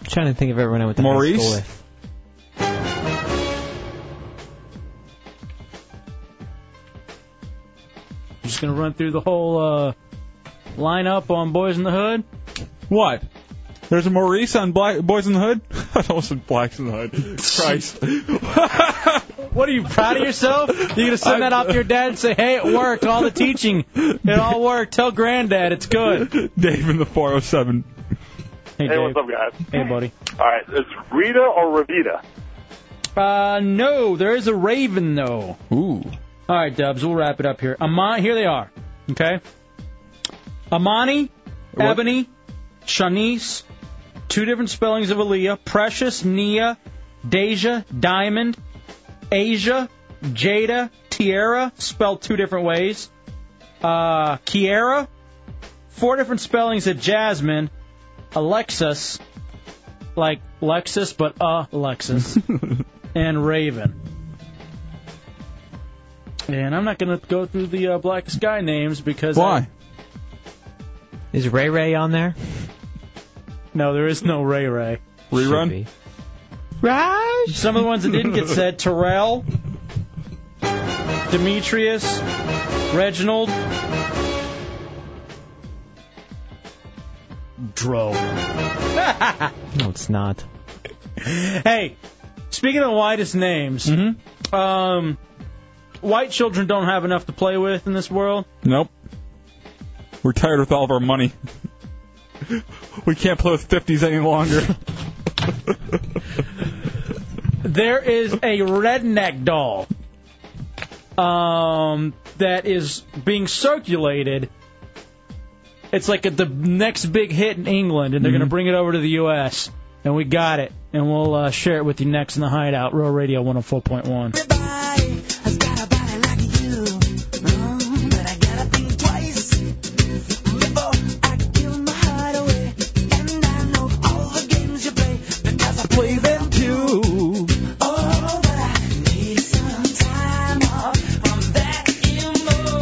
I'm trying to think of everyone I went to
Maurice?
high school with.
I'm just gonna run through the whole uh, lineup on Boys in the Hood.
What? There's a Maurice on Black Boys in the Hood. I almost said Blacks in the Hood. Christ.
What are you proud of yourself? You're gonna send that off to your dad and say, "Hey, it worked. All the teaching, it all worked. Tell granddad it's good."
Dave in the 407.
Hey, Dave.
what's up, guys?
Hey, buddy.
All right, it's Rita or Revita.
Uh, no, there is a Raven though.
Ooh.
All right, Dubs, we'll wrap it up here. Amani, here they are. Okay. Amani, Ebony, Shanice, two different spellings of Aaliyah, Precious, Nia, Deja, Diamond, Asia, Jada, Tierra, spelled two different ways. Uh, Kiera, four different spellings of Jasmine, Alexis, like Lexus, but uh, Alexis, and Raven. And I'm not going to go through the uh, Black Sky names because. Why?
Is Ray Ray on there?
no, there is no Ray Ray.
Rerun?
Right?
Some of the ones that didn't get said Terrell, Demetrius, Reginald, Dro.
No, it's not.
hey, speaking of the widest names, um, white children don't have enough to play with in this world.
Nope. We're tired with all of our money. we can't play with 50s any longer.
There is a redneck doll um, that is being circulated it's like the next big hit in England, and they're going to bring it over to the U.S. And we got it, and we'll uh, share it with you next in the Hideout, Real Radio 104.1.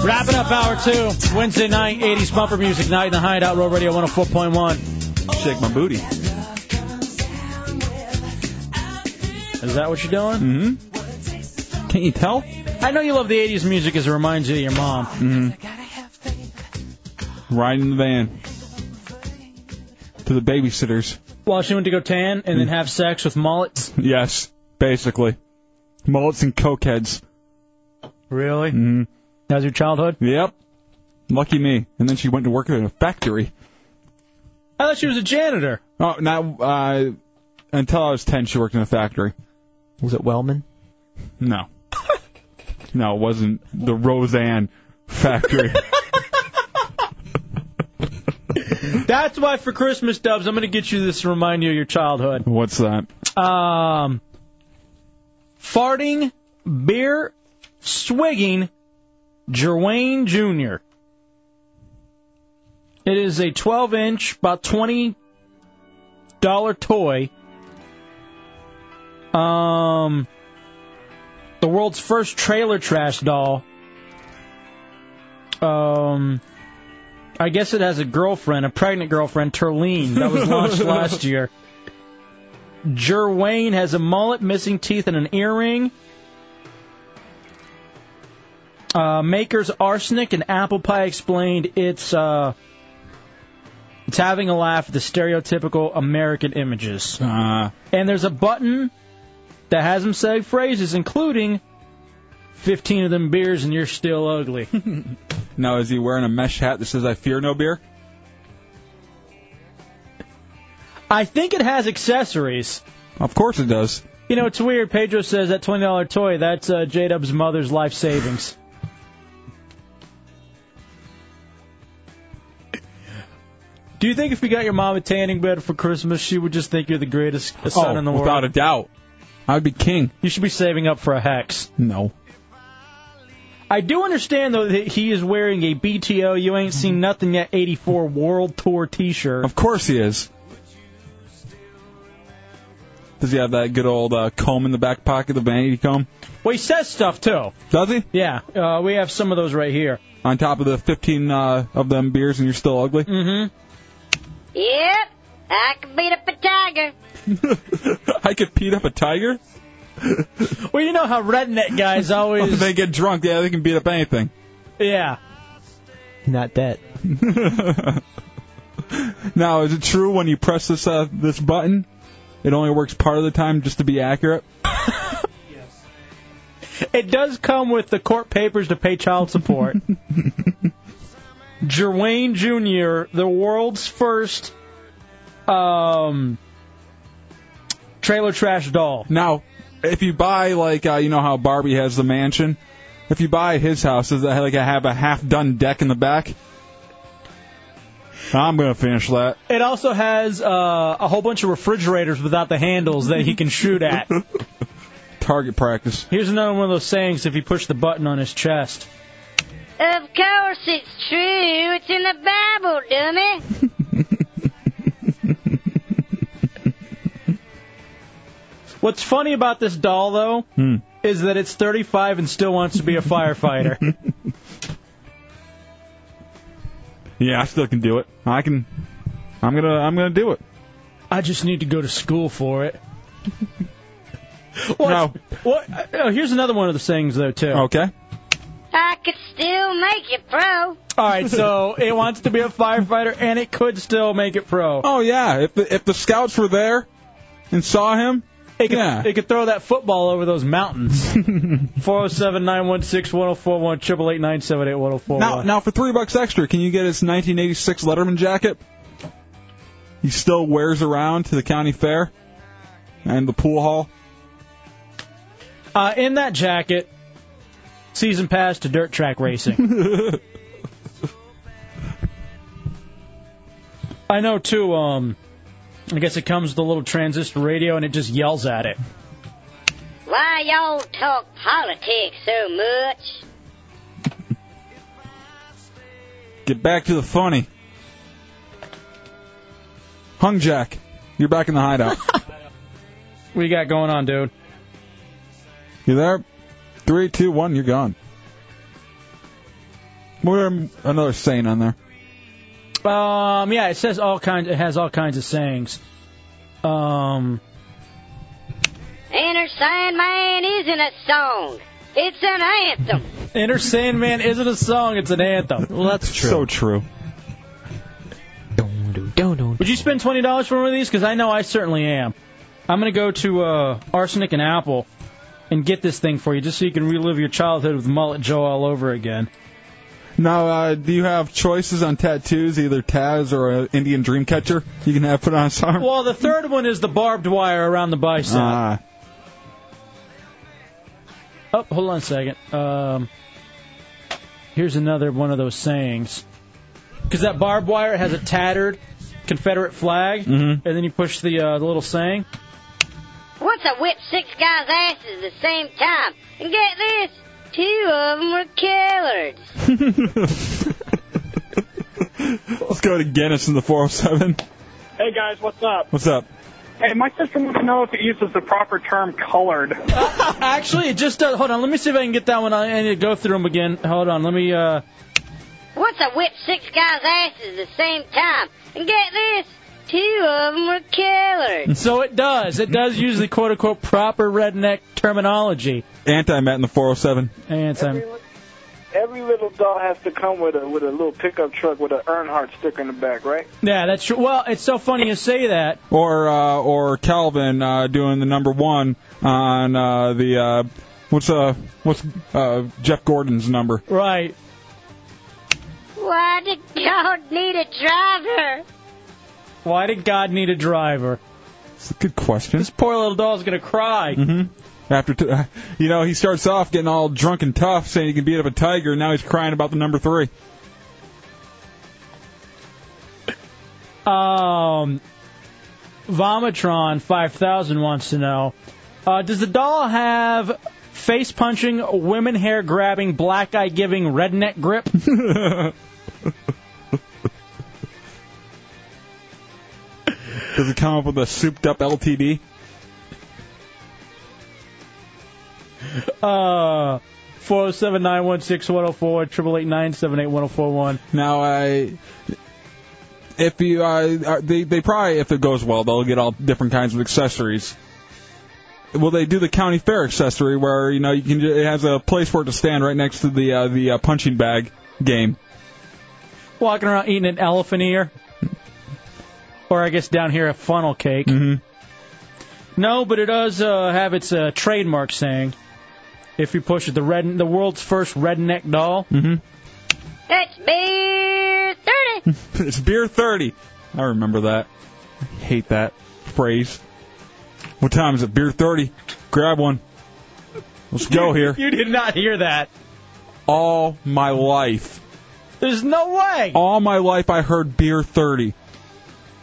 Wrapping up hour two, Wednesday night, 80s bumper music night in the Hideout, Road Radio 104.1.
Shake my booty.
Is that what you're doing? Mm-hmm. Can't you tell? I know you love the 80s music as it reminds you of your mom.
Mm-hmm. Ride in the van to the babysitters.
Well, she went to go tan
Mm.
and then have sex with mullets.
Yes, basically, mullets and cokeheads.
Really?
Mm-hmm.
That was your childhood?
Yep. Lucky me. And then she went to work in a factory.
I thought she was a janitor.
Oh, not uh, until I was ten. She worked in a factory.
Was it Wellman?
No. no, it wasn't the Roseanne factory.
That's why for Christmas, Dubs, I'm going to get you this to remind you of your childhood.
What's that?
Um, farting, beer, swigging, Jerwayne Jr. It is a 12 inch, about $20 toy. Um, the world's first trailer trash doll. Um, I guess it has a girlfriend, a pregnant girlfriend, Terlene, that was launched last year. Jerwayne has a mullet, missing teeth, and an earring. Uh, makers Arsenic and Apple Pie explained it's uh, it's having a laugh at the stereotypical American images. And there's a button that has them say phrases, including 15 of them beers and you're still ugly.
Now, is he wearing a mesh hat that says "I fear no beer"?
I think it has accessories.
Of course it does.
You know, it's weird. Pedro says that $20 toy, that's uh, J Dub's mother's life savings. Do you think if we got your mom a tanning bed for Christmas, she would just think you're the greatest son
oh,
in the world?
without a doubt, I'd be king.
You should be saving up for a hex.
No.
I do understand though that he is wearing a BTO you ain't seen nothing yet 84 World Tour t-shirt.
Of course he is. Does he have that good old uh, comb in the back pocket, the vanity comb?
Well, he says stuff too.
Does he?
Yeah, uh, we have some of those right here.
On top of the 15 uh, of them beers, and you're still ugly.
Mm-hmm.
Yep, I can beat up a tiger.
I could beat up a tiger. Oh,
Well, you know how redneck guys always
they get drunk. Yeah, they can beat up anything.
Yeah.
Not that.
Now, is it true when you press this uh, this button, it only works part of the time just to be accurate?
It does come with the court papers to pay child support. Jerwayne Jr., the world's first um,
Trailer trash doll. Now, if you buy like uh, you know how Barbie has the mansion, if you buy his house, does that like have a half done deck in the back? I'm gonna finish that.
It also has uh, a whole bunch of refrigerators without the handles that he can shoot at.
Target practice.
Here's another one of those sayings if you push the button on his chest.
Of course it's true. It's in the Bible, dummy.
What's funny about this doll, though, is that it's 35 and still wants to be a firefighter.
Yeah, I still can do it. I can. I'm gonna. I'm gonna do it.
I just need to go to school for it. what? What? Oh, here's another one of the sayings, though, too.
Okay.
I could still make you pro.
All right, so it wants to be a firefighter, and it could still make it pro.
Oh yeah, if the, if the scouts were there and saw him,
It could,
yeah.
it could throw that football over those mountains. 407 916 1041, 888 978
Now,
1041.
now for three bucks extra, can you get his 1986 Letterman jacket? He still wears around to the county fair and the pool hall.
Uh, in that jacket, season pass to dirt track racing. I know too. Um, I guess it comes with a little transistor radio, and it just yells at it.
Why y'all talk politics so much?
Get back to the funny. Hung Jack, you're back in the hideout.
What you got going on, dude?
you there? Three, two, one, you're gone. More another saying on there.
Um, yeah, it says all kinds. It has all kinds of sayings. Um,
Inner Sandman isn't a song. It's an anthem.
Inner Sandman isn't a song; it's an anthem. Well, that's true.
So true.
Would you spend twenty dollars for one of these? Because I know I certainly am. I'm gonna go to uh, Arsenic and Apple and get this thing for you, just so you can relive your childhood with Mullet Joe all over again.
Now, uh, do you have choices on tattoos, either Taz or an Indian Dreamcatcher? You can have put on his arm.
Well, the third one is the barbed wire around the bicep.
Ah.
Oh, hold on a second. Um, here's another one of those sayings. Because that barbed wire has a tattered Confederate flag, and then you push the, uh, the little saying.
Once I whipped six guys' asses at the same time. And get this, two of them were killers.
Let's go to Guinness in the 407.
Hey guys, what's up?
What's up?
Hey, my sister wants to know if it uses the proper term colored.
Actually, it just does. Hold on, let me see if I can get that one. I I need to go through them again. Hold on, let me. Uh,
Once I whipped six guys' asses at the same time. And get this, two of them were killers.
so it does. It does use the quote unquote proper redneck terminology.
Anti Matt in the 407.
And time.
Every little doll has to come with a with a little pickup truck with an Earnhardt sticker in the back, right?
Yeah, that's true. Well, it's so funny you say that.
Or uh, or Calvin uh, doing the number one on uh, the uh, what's uh what's uh, Jeff Gordon's number?
Right.
Why did y'all need a driver?
Why did God need a driver?
It's a good question. This
poor little doll's gonna cry.
hmm After t- you know he starts off getting all drunk and tough, saying he can beat up a tiger. and Now he's crying about the number three.
Um, Vomitron five thousand wants to know: uh, Does the doll have face punching, women hair grabbing, black eye giving, redneck grip?
Does it come up with a souped up LTD?
uh, four zero seven nine one six one zero four triple eight nine seven eight one zero four one.
Now I. If you, uh, are- they, they probably, if it goes well, they'll get all different kinds of accessories. Will they do the county fair accessory where you know you can? ju- It has a place for it to stand right next to the uh, the uh, punching bag game.
Walking around eating an elephant ear, or I guess down here a funnel cake. Mm-hmm. No, but it does uh, have its uh, trademark saying. If you push it, the red, the world's first redneck doll. Mm-hmm.
That's beer 30.
it's beer thirty. I remember that. I hate that phrase. What time is it? Beer thirty. Grab one. Let's go here.
You did not hear that.
All my life.
There's no way.
All my life I heard beer thirty.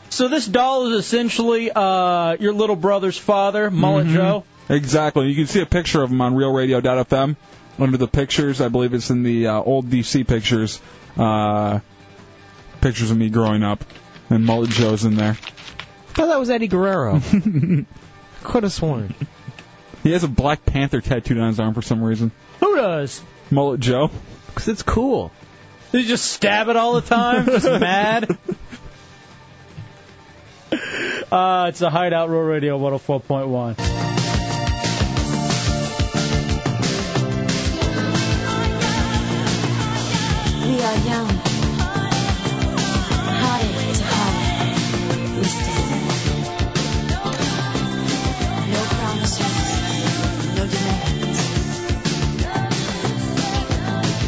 So this doll is essentially uh, your little brother's father, Mullet
Mhm.
Joe.
Exactly. You can see a picture of him on RealRadio.fm under the pictures. I believe it's in the uh, old DC pictures. Uh, pictures of me growing up, and Mullet Joe's in there.
thought that was Eddie Guerrero. Could have sworn.
He has a Black Panther tattooed on his arm for some reason.
Who does?
Mullet Joe.
Because it's cool.
They just stab it all the time, just mad. Uh, it's a Hideout Roll Radio 104.1.
We are young. Heartache to heart. We stand. No promises. No demands.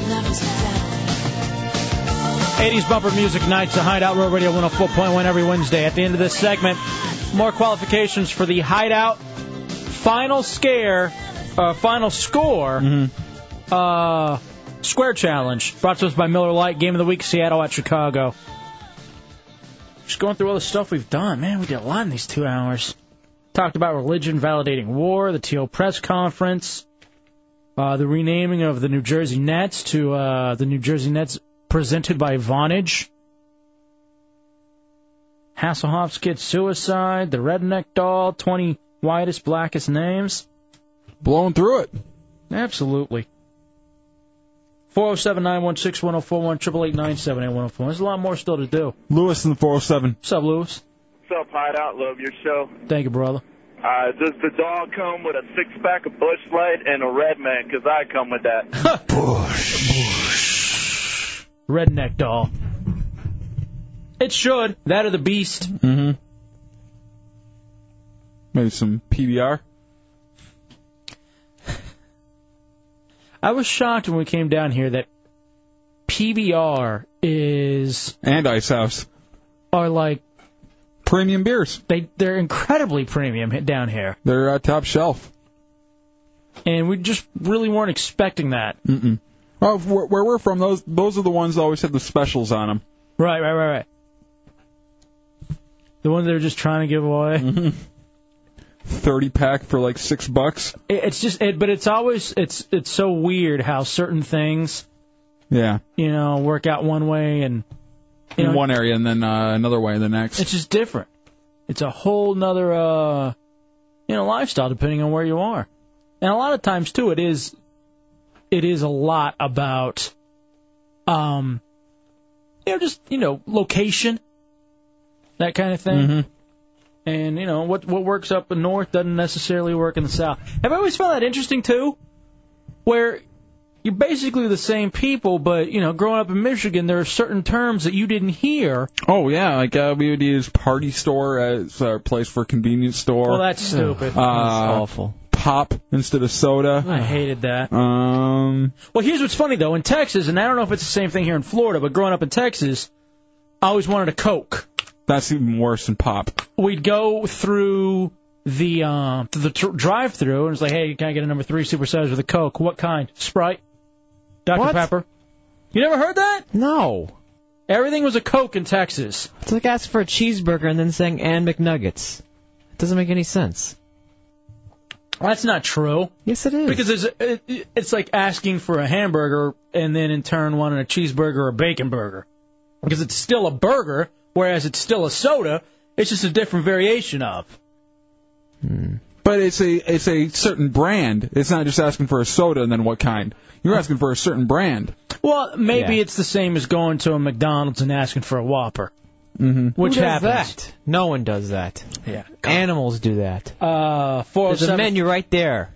Love is found.
80s bumper music nights, a Hideout Roll Radio 104.1 every Wednesday. At the end of this segment, more qualifications for the Hideout final scare, uh, final score, uh, square challenge. Brought to us by Miller Lite, Game of the Week, Seattle at Chicago. Just going through all the stuff we've done. Man, we did a lot in these two hours. Talked about religion validating war, the Teal press conference, uh, the renaming of the New Jersey Nets to uh, the New Jersey Nets presented by Vonage, Hasselhoff's kid suicide, the redneck doll, 20 whitest, blackest names.
Blowing through it.
Absolutely. 407 916 1041 888 978 1041. There's a lot more still to do.
Lewis in the 407.
What's up, Lewis?
What's up, Hideout? Love your show.
Thank you, brother.
Uh, does the dog come with a six pack of Bush Light and a Red Man? 'Cause I come with that.
Redneck doll. It should. That or the beast. Mm-hmm.
Maybe some PBR.
I was shocked when we came down here that PBR is
and Ice House
are like
premium beers.
They they're incredibly premium down here,
They're uh, top shelf.
and we just really weren't expecting that.
Mm-mm. Well, where, where we're from, those those are the ones that always have the specials on them.
Right, right, right, right. The ones they were just trying to give away.
Mm-hmm. Thirty pack for like six bucks.
It, it's just, it, but it's always it's it's so weird how certain things
Yeah,
you know work out one way and you
in
know,
one area and then uh, another way the next.
It's just different. It's a whole nother uh you know, lifestyle depending on where you are. And a lot of times too it is it is a lot about um you know, just you know, location, that kind of
Mm-hmm.
thing. And you know, what what works up in north doesn't necessarily work in the south. Have I always found that interesting too? Where you're basically the same people, but you know, growing up in Michigan, there are certain terms that you didn't hear
Oh yeah, like uh, we would use party store as our place for convenience store.
Well, that's stupid.
Uh, Pop instead of soda.
I hated that.
Um,
Well, here's what's funny though. In Texas, and I don't know if it's the same thing here in Florida, but growing up in Texas, I always wanted a Coke.
that's even worse than pop.
We'd go through the um to the tr- drive-through, and it's like, hey, can I get a number three supersize with a Coke? What kind? Sprite, Dr Pepper. You never heard that?
No.
Everything was a Coke in Texas.
It's like asking for a cheeseburger and then saying and McNuggets. It doesn't make any sense.
That's not true.
Yes, it is.
Because it's it, it's like asking for a hamburger and then in turn wanting a cheeseburger or a bacon burger, because it's still a burger, whereas it's still a soda. It's just a different variation of.
But it's a it's a certain brand. It's not just asking for a soda and then what kind. You're asking for a certain brand.
Well, maybe
Yeah.
it's the same as going to a McDonald's and asking for a Whopper,
mm-hmm.
which
Who does
happens.
that? No one does that.
Yeah.
Animals do that.
Uh,
There's
407
a menu right there.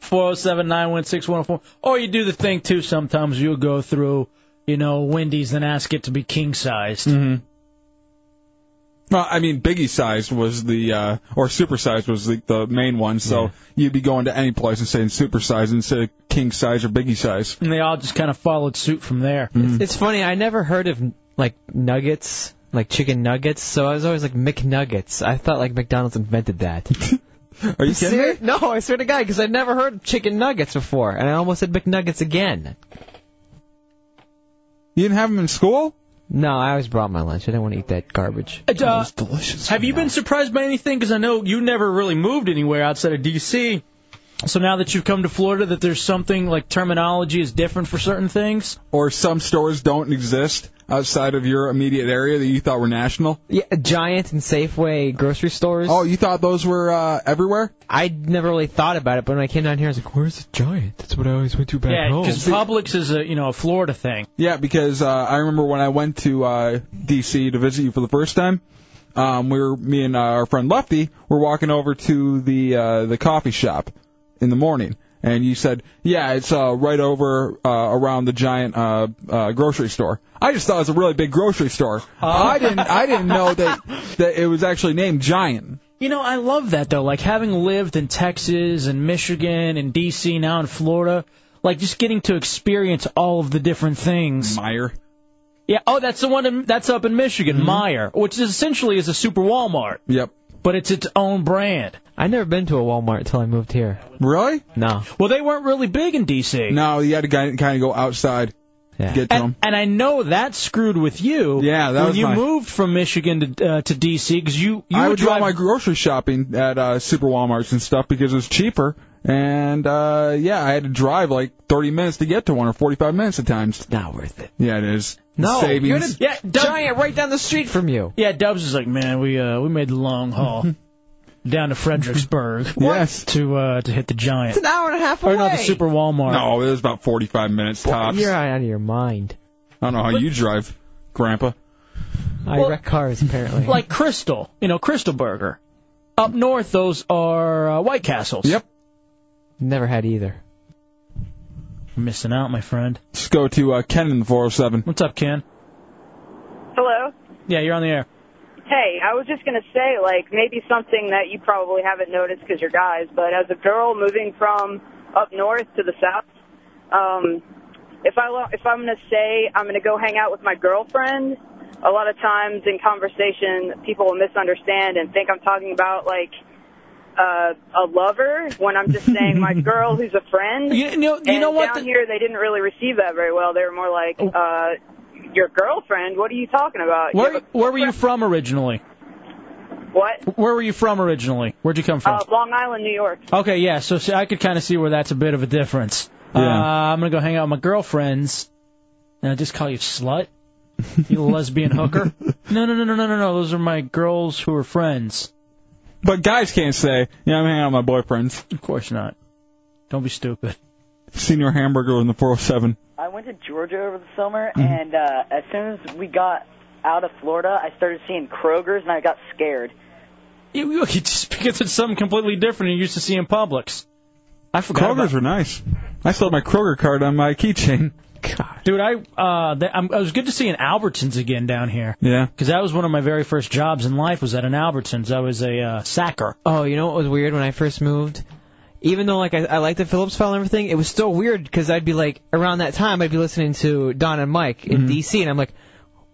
407 916 1041. Or Oh, you do the thing too sometimes. You'll go through, you know, Wendy's and ask it to be king sized.
Mm-hmm. Well, I mean, biggie size was the uh, or super size was the, the main one. So you'd be going to any place and saying super size instead of king size or biggie size.
And they all just kind of followed suit from there.
Mm-hmm.
It's funny. I never heard of like nuggets, like chicken nuggets. So I was always like McNuggets. I thought like McDonald's invented that.
Are you kidding?
Ser- No, I swear to God, because I'd never heard of chicken nuggets before, and I almost said McNuggets again.
You didn't have them in school?
No, I always brought my lunch. I didn't want to eat that garbage.
Uh,
delicious.
Have you been surprised by anything? Because I know you never really moved anywhere outside of D.C. So now that you've come to Florida, that there's something like terminology is different for certain things.
Or some stores don't exist outside of your immediate area that you thought were national.
Yeah, Giant and Safeway grocery stores.
Oh, you thought those were uh, everywhere?
I never really thought about it, but when I came down here, I was like, "Where's the Giant?" That's what I always went to back
Yeah,
home.
because Publix is a you know a Florida thing.
Yeah, because uh, I remember when I went to uh, D.C. to visit you for the first time. Um, we were me and uh, our friend Lefty were walking over to the uh, the coffee shop in the morning, and you said, "Yeah, it's uh, right over uh, around the giant uh, uh, grocery store." I just thought it was a really big grocery store. I didn't I didn't know that that it was actually named Giant.
You know, I love that though. Like having lived in Texas and Michigan and D.C. now in Florida, like just getting to experience all of the different things.
Meyer. Mm-hmm.
Yeah. Oh, that's the one in, that's up in Michigan, Meyer, which is essentially is a super Walmart,
Yep.
but it's its own brand.
I never been to a Walmart until I moved here.
Really?
No.
Well, they weren't really big in D.C.
No, you had to kind of go outside. get to them.
And I know that screwed with you. Yeah,
that
when
was
you
my-
moved from Michigan to uh, to DC because you you
I
would
would do all
drive
my grocery shopping at uh, super WalMarts and stuff because it was cheaper. And uh, yeah, I had to drive like 30 minutes to get to one or 45 minutes at times.
Not worth it.
Yeah, it is.
No,
savings.
you're the Yeah, Dub-
giant right down the street from you.
Yeah, Dubs is like, man, we uh, we made the long haul down to Fredericksburg.
yes.
To uh, to hit the giant.
It's an hour and a half
Or not the
away.
Super Walmart.
No, it was about 45 minutes tops.
You're out of your mind.
I don't know how you drive, Grandpa.
I wreck cars apparently.
Like Crystal, you know, Crystal Burger. Up north, those are uh, White Castles. Yep.
Never had either.
Missing out, my friend.
Let's go to uh, Ken in the 407.
What's up, Ken?
Hello.
Yeah, you're on the air.
Hey, I was just gonna say, like, maybe something that you probably haven't noticed because you're guys, but as a girl moving from up north to the south, um, if I lo- if I'm gonna say I'm gonna go hang out with my girlfriend, a lot of times in conversation, people will misunderstand and think I'm talking about like uh, a lover when I'm just saying my girl who's a friend.
You know- you
and
know what
Down
the- Oh.
here, they didn't really receive that very well. They were more like, uh, "Your girlfriend? What are you talking about?" You have
Where
a
where were you from originally?
What?
Where were you from originally? Where'd you come from?
Uh, Long Island, New York.
Okay, yeah. So see, I could kind of see where that's a bit of a difference. Uh, I'm gonna go hang out with my girlfriends, and I just call you slut, you lesbian hooker. No, no, no, no, no, no, no. Those are my girls who are friends.
But guys can't say, yeah, I'm hanging out with my boyfriends. Of
course not. Don't be stupid.
Senior Hamburger in the 407.
I went to Georgia over the summer,
Mm-hmm.
and uh, as soon as we got out of Florida, I started seeing Kroger's, and I got scared.
You, you just because it's something completely different you're used to seeing Publix. I forgot.
Kroger's were nice. I still have my Kroger card on my keychain.
about- Dude, I uh, that, I'm, I was good to see an Albertsons again down here.
Yeah.
Because that was one of my very first jobs in life was at an Albertsons. I was a uh, sacker.
Oh, you know what was weird when I first moved? Even though like I, I liked the Phillips file and everything, it was still weird because I'd be like around that time I'd be listening to Don and Mike
Mm-hmm.
in DC, and I'm like,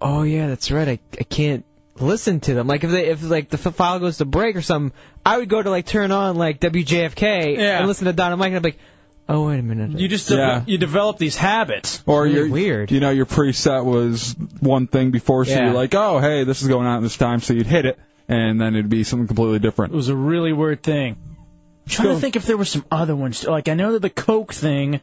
oh yeah, that's right, I, I can't listen to them. Like if they if like the f- file goes to break or something, I would go to like turn on like WJFK
Yeah.
and listen to Don and Mike, and I'm like, oh wait a minute,
You just
Yeah.
you develop these habits.
Or your weird. You know, your preset was one thing before, so
Yeah.
you're like, oh, hey, this is going on at this time, so you'd hit it, and then it'd be something completely different.
It was a really weird thing. I'm trying to think if there were some other ones. Like I know that the Coke thing,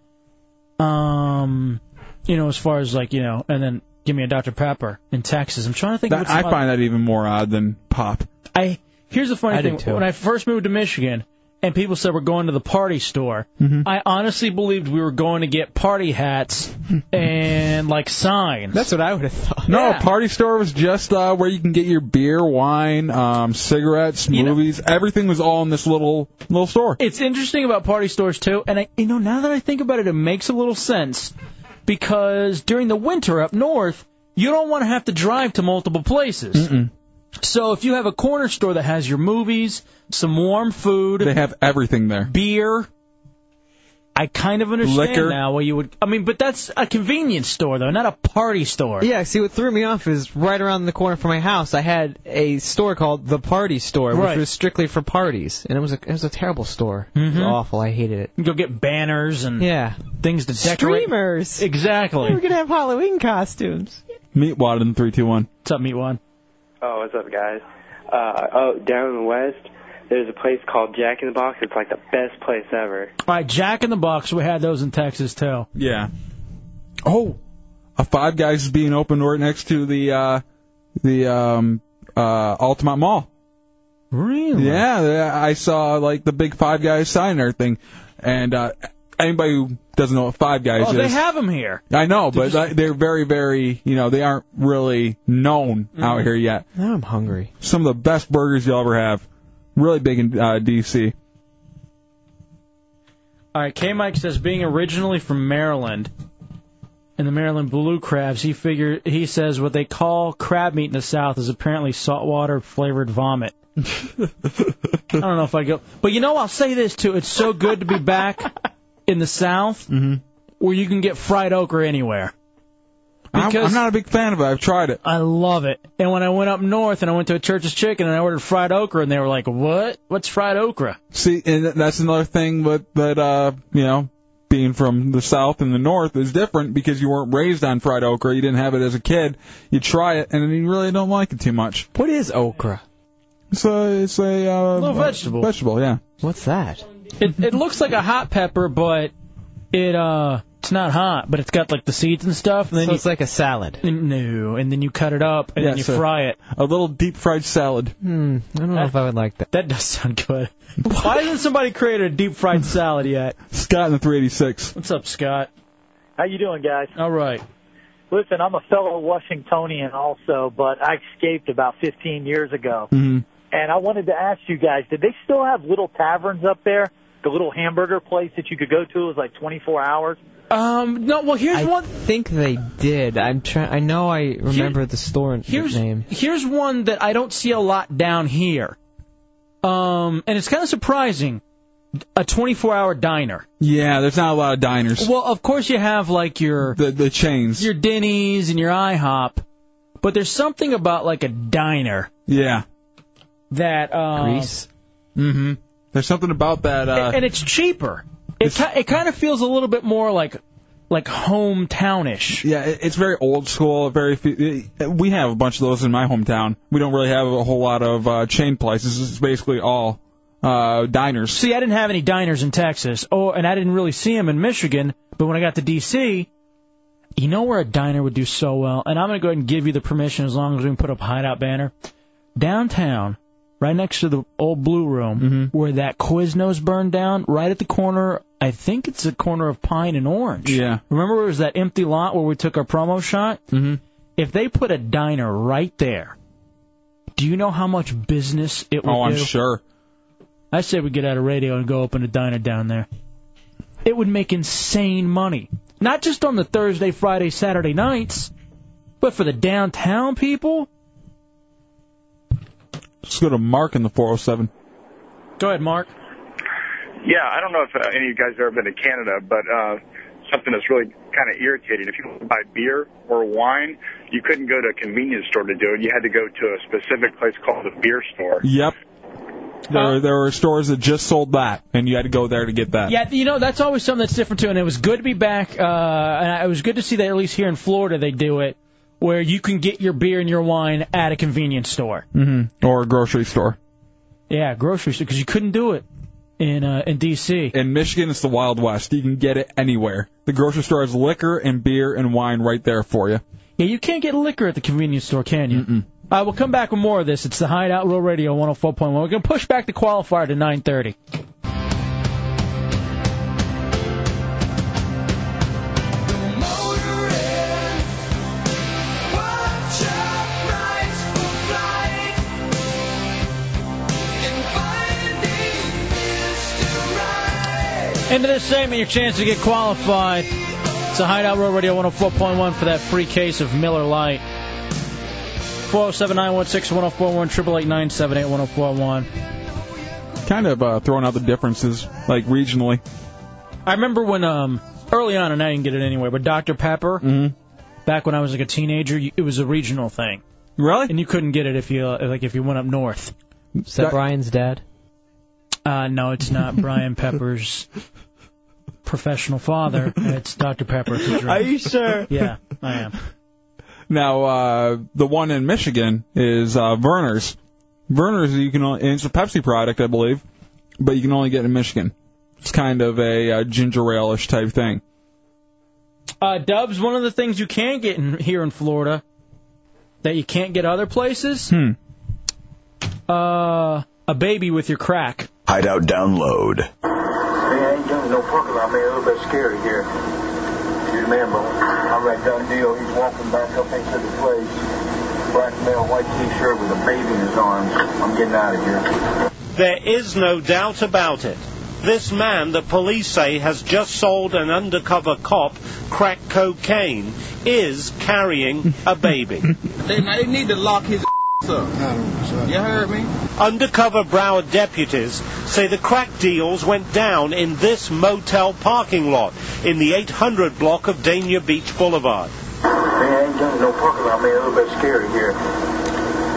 um, you know, as far as like you know, and then give me a Dr Pepper in Texas. I'm trying to think.
That-
of
I find that even more odd than pop.
I here's the funny
I
thing.
did too.
When I first moved to Michigan, and people said we're going to the party store, I honestly believed we were going to get party hats and like signs. That's
what I would have thought.
No, party store was just uh, where you can get your beer, wine, um, cigarettes, movies. Everything was all in this little little store.
It's interesting about party stores too, and I, you know, now that I think about it, it makes a little sense because during the winter up north, you don't want to have to drive to multiple places. So if you have a corner store that has your movies, some warm food,
They have everything there.
beer. I kind of understand
Liquor.
now why you would. I mean, but that's a convenience store though, not a party store.
Yeah, see, what threw me off is right around the corner from my house, I had a store called the Party Store, which
Right.
was strictly for parties, and it was a it was a terrible store. It was
Mhm.
awful. I hated it.
You go get banners and
yeah.
things to decorate.
Streamers.
Exactly.
We're gonna have Halloween costumes.
Meat wad in three, two, one.
What's up, meat wad?
Oh, what's up, guys? Uh, oh, down in the west, there's a place called Jack in the Box. It's like the best place ever.
All right, Jack in the Box. We had those in Texas too.
Yeah. Oh, a Five Guys is being opened right next to the uh, the um, uh, Altamont Mall.
Really?
Yeah, yeah, I saw like the big Five Guys sign and everything, and uh, anybody who doesn't know what Five Guys
Oh,
is,
they have them here.
I know, but they- they're very, very, you know, they aren't really known out here yet.
Now I'm hungry.
Some of the best burgers you'll ever have. Really big in uh, D.C.
All right, K Mike says being originally from Maryland and the Maryland blue crabs, he figure he says what they call crab meat in the South is apparently saltwater flavored vomit. I don't know if I go, but you know I'll say this too. It's so good to be back in the South
Mm-hmm.
where you can get fried okra anywhere.
I'm- I'm not a big fan of it. I've tried it.
I love it. And when I went up north and I went to a Church's Chicken and I ordered fried okra and they were like, "What? What's fried okra?"
See, and that's another thing with that, uh, you know, being from the South and the North is different because you weren't raised on fried okra. You didn't have it as a kid. You try it, and then you really don't like it too much.
What is okra?
It's a, it's a, uh,
Little vegetable.
Vegetable, yeah.
What's that?
It, it looks like a hot pepper, but it uh, it's not hot, but it's got like the seeds and stuff. And then
So
you,
it's like a salad.
no, and then you cut it up and then you
Yes, sir.
fry it.
A little deep fried salad.
Hmm. I don't know if I would like that.
That does sound good. Why hasn't somebody created a deep fried salad yet?
Scott in the 386.
What's up, Scott?
How you doing, guys?
All right.
Listen, I'm a fellow Washingtonian also, but I escaped about 15 years ago.
Mm-hmm.
And I wanted to ask you guys, did they still have little taverns up there? The little hamburger place that you could go to it was like 24 hours.
Um, no, well, here's one.
I think they did. I'm trying. I know I remember the store
here's-
name.
Here's one that I don't see a lot down here. Um, and it's kind of surprising. A 24 hour diner.
Yeah, there's not a lot of diners.
Well, of course you have like your
the the chains.
your Denny's and your IHOP, but there's something about like a diner
Yeah.
that um,
Mm-hmm. There's something about that. Uh,
and it's cheaper. It ki- it kind of feels a little bit more like like hometownish.
Yeah, it- it's very old school. Very fe- uh, we have a bunch of those in my hometown. We don't really have a whole lot of uh, chain places. It's basically all uh, diners.
See, I didn't have any diners in Texas, oh, and I didn't really see them in Michigan. But when I got to D.C., you know where a diner would do so well, and I'm going to go ahead and give you the permission as long as we can put up a hideout banner downtown, right next to the old Blue Room,
Mm-hmm.
where that Quiznos burned down, right at the corner. I think it's the corner of Pine and Orange.
Yeah.
Remember, it was that empty lot where we took our promo shot.
Mm-hmm.
If they put a diner right there, do you know how much business it would
Oh, I'm
do?
sure.
I say we get out of radio and go open a diner down there. It would make insane money. Not just on the Thursday, Friday, Saturday nights, but for the downtown people.
Let's go to Mark in the 407.
Go ahead, Mark.
Yeah, I don't know if uh, any of you guys have ever been to Canada, but uh, something that's really kind of irritating. If you wanted to buy beer or wine, you couldn't go to a convenience store to do it. You had to go to a specific place called a beer store.
Yep. There, were there were stores that just sold that, and you had to go there to get that.
Yeah, you know that's always something that's different too, and it was good to be back. Uh, and it was good to see that at least here in Florida they do it, where you can get your beer and your wine at a convenience store.
Mm-hmm. Or a grocery store.
Yeah, grocery store, because you couldn't do it in uh, in D.C.
In Michigan, it's the Wild West. You can get it anywhere. The grocery store has liquor and beer and wine right there for you.
Yeah, you can't get liquor at the convenience store, can you? Mm-mm. All right, we'll come back with more of this. It's the Hideout Real Radio 104.1. We're going to push back the qualifier to 9:30. Into this segment, your chance to get qualified. It's a Hideout Road Radio 104.1 for that free case of Miller Lite. 407 916 1041 888 1041.
Kind of uh, throwing out the differences, like regionally.
I remember when um early on, and I didn't get it anywhere, but Dr Pepper,
Mm-hmm.
back when I was like a teenager, you- it was a regional thing.
Really?
And you couldn't get it if you uh, like if you went up north.
Is that Brian's dad?
Uh, no, it's not Brian Pepper's professional father. It's Dr Pepper. if you drink.
Are you sure?
Yeah, I am.
Now, uh, the one in Michigan is uh, Verner's. Verner's, you can only, and it's a Pepsi product, I believe, but you can only get it in Michigan. It's kind of a uh, ginger ale-ish type thing.
Uh, Dubs, one of the things you can get in, here in Florida that you can't get other places,
Hmm.
uh, a baby with your crack.
Hideout download.
I ain't doing no poker. I'm being a little bit scary here. You remember, I'm at Done Deal. He's walking back up into the place. Black male, white t-shirt with a baby in his arms. I'm getting out of here.
There is no doubt about it. This man, the police say, has just sold an undercover cop crack cocaine, is carrying a baby.
They, they need to lock his up. You heard me?
undercover Broward deputies say the crack deals went down in this motel parking lot in the 800 block of Dania Beach Boulevard.
I ain't doing no poker. I'm being a little bit scary here.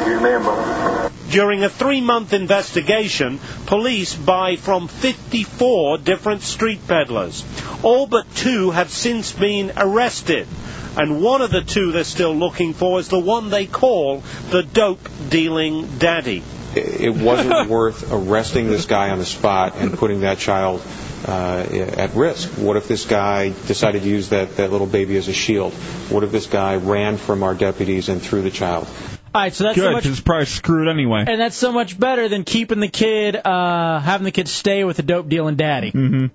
You remember,
During a three month investigation, police buy from 54 different street peddlers. All but two have since been arrested. And one of the two they're still looking for is the one they call the dope dealing daddy.
It wasn't worth arresting this guy on the spot and putting that child uh, at risk. What if this guy decided to use that, that little baby as a shield? What if this guy ran from our deputies and threw the child?
All right, so that's so
Good,
much,
'cause it's probably screwed anyway.
and that's so much better than keeping the kid, uh, having the kid stay with the dope dealing daddy,
mm-hmm.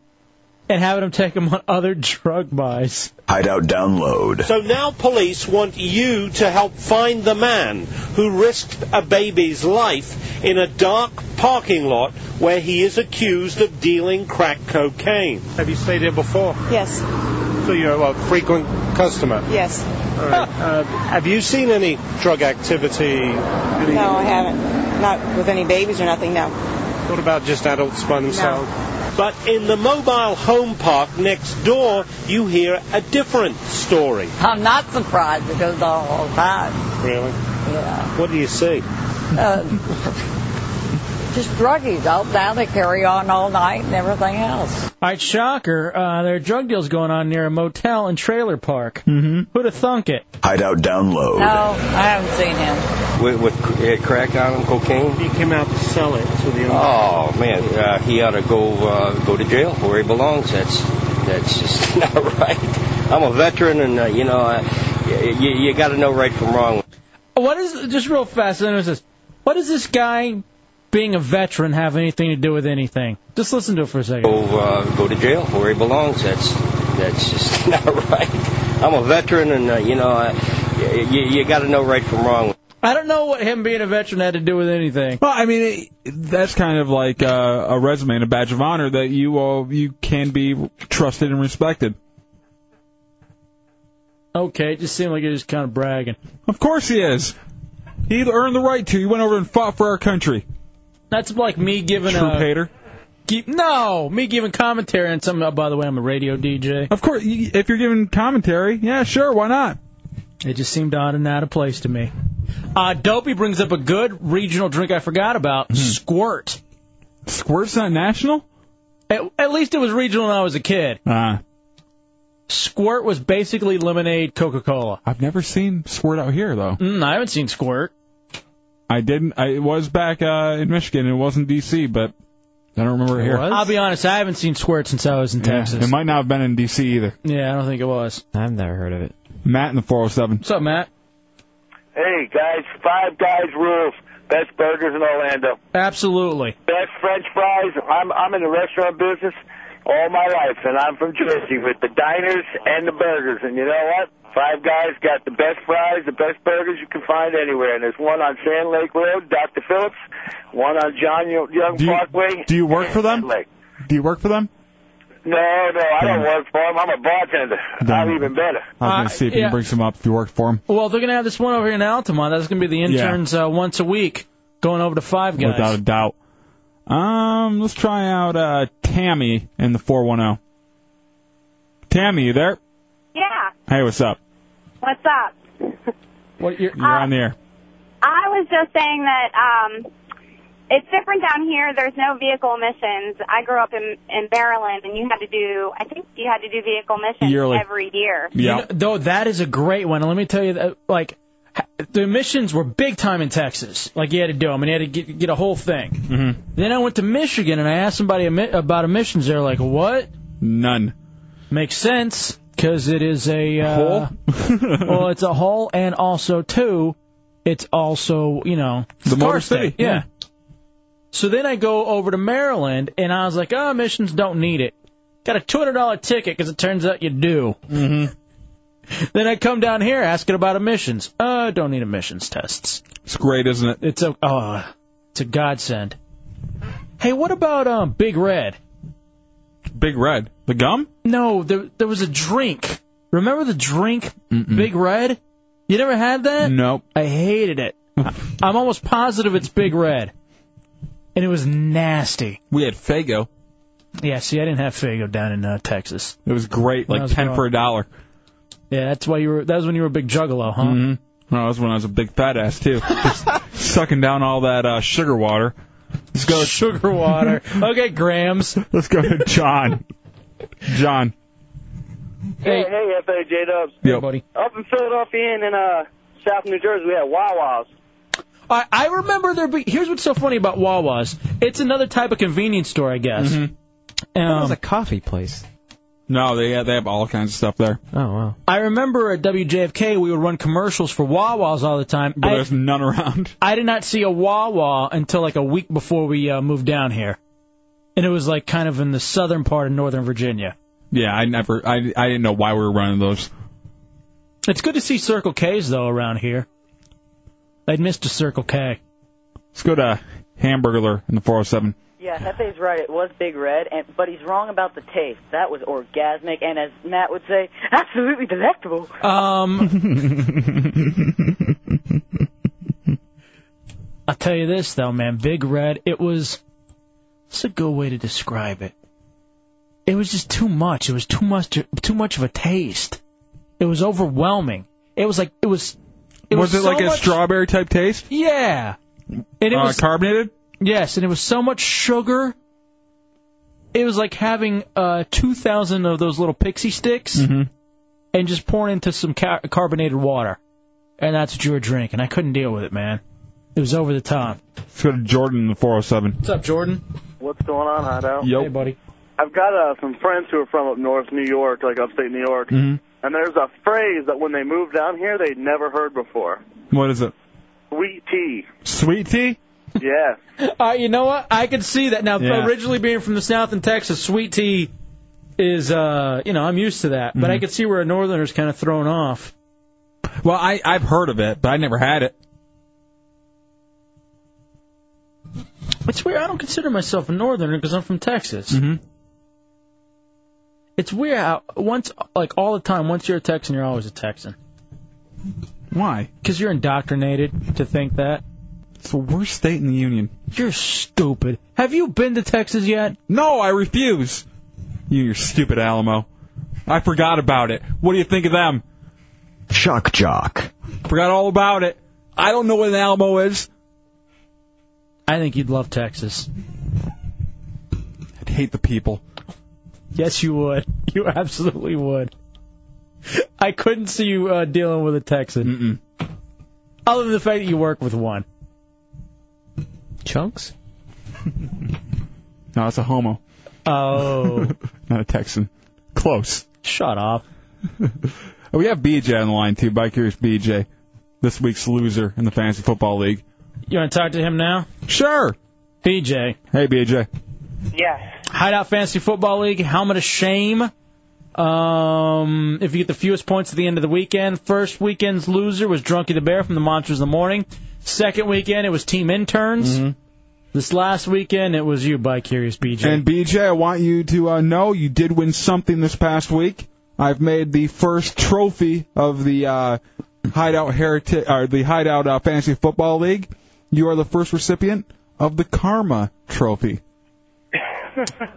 and having him take him on other drug buys.
Hideout download.
So now police want you to help find the man who risked a baby's life in a dark parking lot where he is accused of dealing crack cocaine. Have you stayed here before?
Yes.
So you're a frequent customer?
Yes.
All right. Uh, have you seen any drug activity?
No, I haven't. Not with any babies or nothing. No.
What about just adults by themselves? But in the mobile home park next door, you hear a different story.
I'm not surprised. It goes on all the time.
Really?
Yeah.
What do you see?
Uh, just druggies out there. They carry on all night and everything else.
All right, shocker. Uh, there are drug deals going on near a motel and trailer park. Mm-hmm. Who'd have thunk it?
Hideout download.
No, I haven't seen him.
With, with it had eh, crack on him, cocaine.
He came out to sell it to the.
Oh man, uh, he ought to go uh, go to jail where he belongs. That's that's just not right. I'm a veteran, and uh, you know, uh, y- y- you got to know right from wrong.
What is just real fast? I know this. What does this guy being a veteran have anything to do with anything? Just listen to it for a second.
Go uh, go to jail where he belongs. That's that's just not right. I'm a veteran, and uh, you know, uh, y- y- you got to know right from wrong.
I don't know what him being a veteran had to do with anything.
Well, I mean, it, that's kind of like uh, a resume and a badge of honor that you all you can be trusted and respected.
Okay, it just seemed like he was kind of bragging.
Of course he is. He earned the right to. He went over and fought for our country.
That's like me giving
Troop
a
hater.
Keep, no, me giving commentary on something. Oh, by the way, I'm a radio DJ.
Of course, you- if you're giving commentary, yeah, sure, why not?
It just seemed odd and out of place to me. Uh, Dopey brings up a good regional drink I forgot about, Squirt.
Hmm. Squirt's not national?
At, at least it was regional when I was a kid.
Uh,
Squirt was basically lemonade Coca-Cola.
I've never seen Squirt out here though.
Mm, I haven't seen Squirt.
I didn't. I, it was back uh, in Michigan. It wasn't D.C., but I don't remember here.
I'll be honest, I haven't seen Squirt since I was in
Yeah,
Texas.
it might not have been in D.C. either.
Yeah, I don't think it was.
I've never heard of it. Matt in the 407.
What's up, Matt?
Hey guys, Five Guys rules. Best burgers in Orlando.
Absolutely.
Best French fries. I'm I'm in the restaurant business all my life, and I'm from Jersey with the diners and the burgers. And you know what? Five Guys got the best fries, the best burgers you can find anywhere. And there's one on Sand Lake Road, Dr. Phillips. One on John Young
Do you-
Parkway.
Do you work for them? Do you work for them?
No, no, I don't work for him. I'm a bartender. I'm
Damn.
even better.
I was gonna see if you
Um, Uh, yeah.
can bring some up if you work for them.
Well, they're gonna have this one over here in Altamont. That's gonna be the interns uh, once a week, going over to Five Guys.
Without a doubt. Um, let's try out uh, Tammy in the 410. Tammy, you there?
Yeah.
Hey, what's up?
What's up?
What you're,
You're on the air.
I was just saying that um, it's different down here. There's no vehicle missions. I grew up in in Maryland, and you had to do. I think you had to do vehicle missions
Yearly.
every year.
You know, though that is a great one. And Let me tell you, that, like ha- the emissions were big time in Texas. Like you had to do them, and you had to get, get a whole thing.
Mm-hmm.
Then I went to Michigan, and I asked somebody emi- about emissions. They're like, "What?
None."
Makes sense because it is a uh,
Hole?
well, it's a hole, and also too, it's also you know
The
it's
Motor
car
City,
state. yeah. So then I go over to Maryland, and I was like, "Oh, emissions don't need it." Got a two hundred dollar ticket because it turns out you do.
Mm-hmm.
Then I come down here asking about emissions. Uh, don't need emissions tests.
It's great, isn't it?
It's a oh, it's a godsend. Hey, what about um Big Red?
Big Red, the gum?
No, there there was a drink. Remember the drink Big Red? You never had that?
Nope.
I hated it. I- I'm almost positive it's Big Red, and it was nasty.
We had Fago.
Yeah, see, I didn't have Fago down in uh, Texas.
It was great,
When I
like
was
ten for a
growing-
dollar.
Yeah, that's why you were. That was when you were a big juggalo, huh?
Mm-hmm. No, that was when I was a big fat ass too, just sucking down all that uh, sugar water. Let's go
sugar water. okay, grams.
Let's go to John. John.
Hey, hey, FA J Dubs.
Yeah, buddy.
Up in Philadelphia and in uh, South New Jersey, we have Wawa's.
I, I remember there. Be, here's what's so funny about Wawa's. It's another type of convenience store, I guess.
Mhm.
Um,
was a
coffee place.
No, they yeah, they have all kinds of stuff there.
Oh wow.
I remember at WJFK we would run commercials for Wawa's all the time.
But
I-
there's none around.
I did not see a Wawa until like a week before we uh, moved down here, and it was like kind of in the southern part of Northern Virginia.
Yeah, I never. I, I didn't know why we were running those.
It's good to see Circle K's though around here. I'd missed a Circle K.
Let's go to Hamburglar in the 407.
Yeah, Hefe's right. It was Big Red, and but he's wrong about the taste. That was orgasmic, and as Matt would say, absolutely delectable.
Um, I'll tell you this though, man, Big Red. It was. It's a good way to describe it. It was just too much. It was too much. Too much of a taste. It was overwhelming. It was like it was. It
was,
was,
it
so
like a
much-
strawberry type taste?
Yeah. And it
Uh,
was
carbonated.
Yes, and it was so much sugar. It was like having uh, 2,000 of those little pixie sticks
Mm-hmm.
and just pouring into some ca- carbonated water. And that's what you were drinking. I couldn't deal with it, man. It was over the top.
Let's go to Jordan in the 407.
What's up, Jordan?
What's going on, Hideout?
Yep.
Hey, buddy.
I've got uh, some friends who are from up north New York, like upstate New York,
Mm-hmm.
and there's a phrase that when they moved down here, they'd never heard before.
What is it?
Sweet tea.
Sweet tea?
Yeah.
Uh, you know what? I could see that. Now,
Yeah.
originally being from the South in Texas, sweet tea is, uh, you know, I'm used to that. But I could see where a northerner's kind of thrown off.
Mhm. Well, I I've heard of it, but I never had it.
It's weird. I don't consider myself a northerner because I'm from Texas. Mm-hmm. It's weird how once, like all the time, once you're a Texan, you're always a Texan.
Why?
Because you're indoctrinated to think that.
It's the worst state in the union.
You're stupid. Have you been to Texas yet?
No, I refuse. You, your stupid Alamo. I forgot about it. What do you think of them?
Shock jock.
Forgot all about it. I don't know what an Alamo is.
I think you'd love Texas.
I'd hate the people.
Yes, you would. You absolutely would. I couldn't see you uh, dealing with a Texan. Other than the fact that you work with one.
Chunks?
No, it's a homo.
Oh.
Not a Texan. Close.
Shut up.
we have BJ on the line too. By curious BJ, this week's loser in the fantasy football league.
You want to talk to him now?
Sure.
BJ.
Hey BJ.
Yeah.
Hideout Fantasy Football League, helmet of shame. Um, if you get the fewest points at the end of the weekend, first weekend's loser was Drunky the Bear from the Monsters in the Morning. Second weekend, it was Team Interns. This last weekend, it was you, by Curious BJ.
And BJ, I want you to uh, know you did win something this past week. I've made the first trophy of the uh, Hideout Heritage or the Hideout uh, Fantasy Football League. You are the first recipient of the Karma Trophy.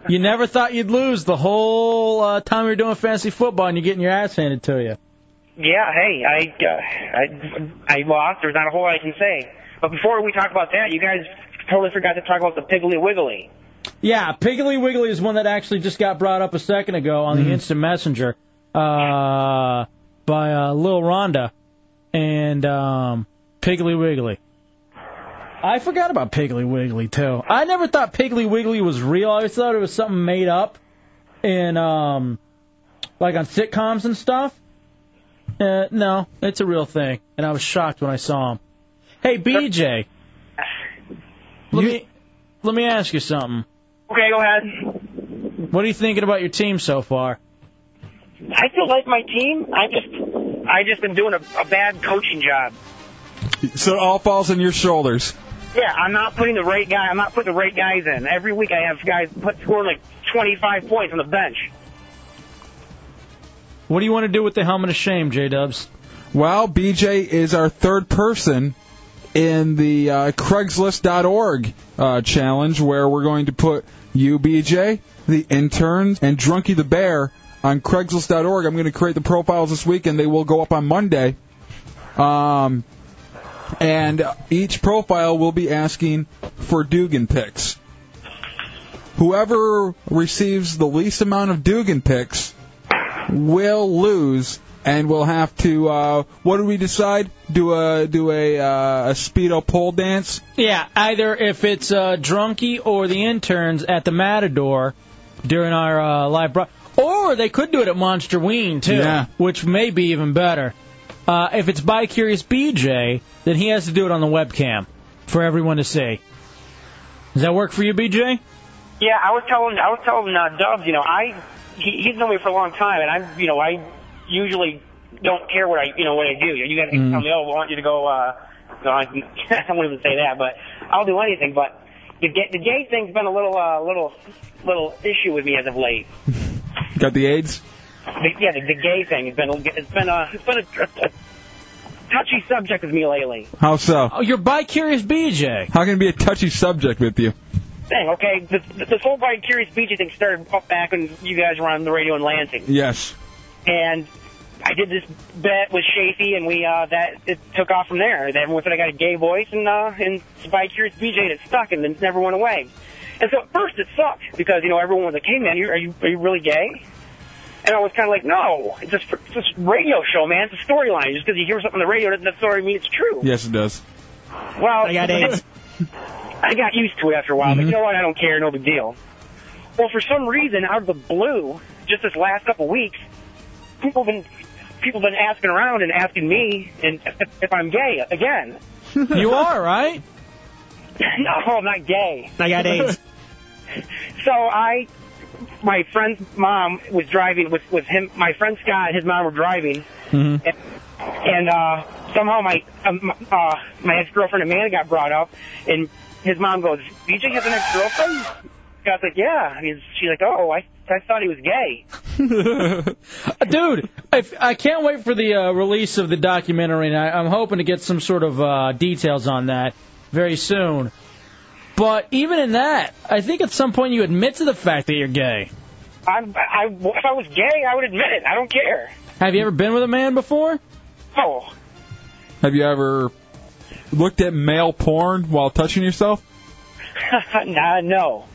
you never thought you'd lose the whole uh, time you're doing fantasy football, and you're getting your ass handed to you.
Yeah, hey, I, uh, I, I lost. There's not a whole lot I can say. But before we talk about that, you guys totally forgot to talk about the Piggly Wiggly.
Yeah, Piggly Wiggly is one that actually just got brought up a second ago on the instant messenger uh, by uh, Lil Rhonda and um, Piggly Wiggly. I forgot about Piggly Wiggly too. I never thought Piggly Wiggly was real. I always thought it was something made up in um, like on sitcoms and stuff. Uh, no, it's a real thing, and I was shocked when I saw him. Hey, BJ, let me let me ask you something.
Okay, go ahead.
What are you thinking about your team so far?
I still like my team. I just, I just been doing a, a bad coaching job.
So it all falls on your shoulders.
Yeah, I'm not putting the right guy. I'm not putting the right guys in. Every week I have guys put score like 25 points on the bench.
What do you want to do with the helmet of shame, J Dubs?
Well, BJ is our third person in the uh, Craigslist.org uh, challenge where we're going to put you, BJ, the interns, and Drunky the Bear on Craigslist.org. I'm going to create the profiles this week, and they will go up on Monday. Um, and each profile will be asking for Dugan picks. Whoever receives the least amount of Dugan picks will lose, and we'll have to. Uh, what did we decide? Do a do a, uh, a speedo pole dance?
Yeah, either if it's uh, Drunky or the interns at the Matador during our uh, live broad, or they could do it at Monster Ween too,
Yeah.
which may be even better. Uh, if it's by Curious BJ, then he has to do it on the webcam for everyone to see. Does that work for you, BJ?
Yeah, I was telling I was telling uh, Dubs, you know, I he, he's known me for a long time, and I'm you know I usually don't care what I you know what I do. You guys can
Mm.
tell me, oh, we want you to go. uh go on. I won't even say that, but I'll do anything. But the gay, the gay thing's been a little uh, little little issue with me as of late.
Got the AIDS?
The, yeah, the, the gay thing has been it's been a it's been a, a touchy subject with me lately.
How so?
Oh, you're bi curious BJ.
How can it be a touchy subject with you?
Thing, okay, this, this whole Brian Curious BJ thing started back when you guys were on the radio in Lansing.
Yes.
and I did this bet with Shafee, and we uh, that it took off from there. Everyone said I got a gay voice, and uh, and by Curious BJ, and it stuck, and then it never went away. And so at first it sucked because you know everyone was like, "Hey man, you, are you are you really gay?" And I was kind of like, "No, it's just it's just radio show, man. It's a storyline. Just because you hear something on the radio doesn't necessarily mean it's true."
Yes, it does.
Well,
I got AIDS. Mm-hmm.
I got used to it after a while. But you know what? I don't care. No big deal. Well, for some reason, out of the blue, just this last couple weeks, people been people been asking around and asking me and if, if I'm gay again.
you are right.
no, I'm not gay.
I got AIDS.
so I, my friend's mom was driving with with him. My friend Scott, and his mom were driving,
Mm-hmm.
and, and uh, somehow my um, uh, my ex girlfriend Amanda got brought up, and his mom goes, "BJ has an ex girlfriend." Scott's like, "Yeah," and he's, she's like, "Oh, I I thought he was gay."
Dude, if, I can't wait for the uh, release of the documentary, and I, I'm hoping to get some sort of uh, details on that very soon. But even in that, I think at some point you admit to the fact that you're gay.
I'm, I, if I was gay, I would admit it. I don't care.
Have you ever been with a man before?
Oh,
Have you ever looked at male porn while touching yourself?
nah, no.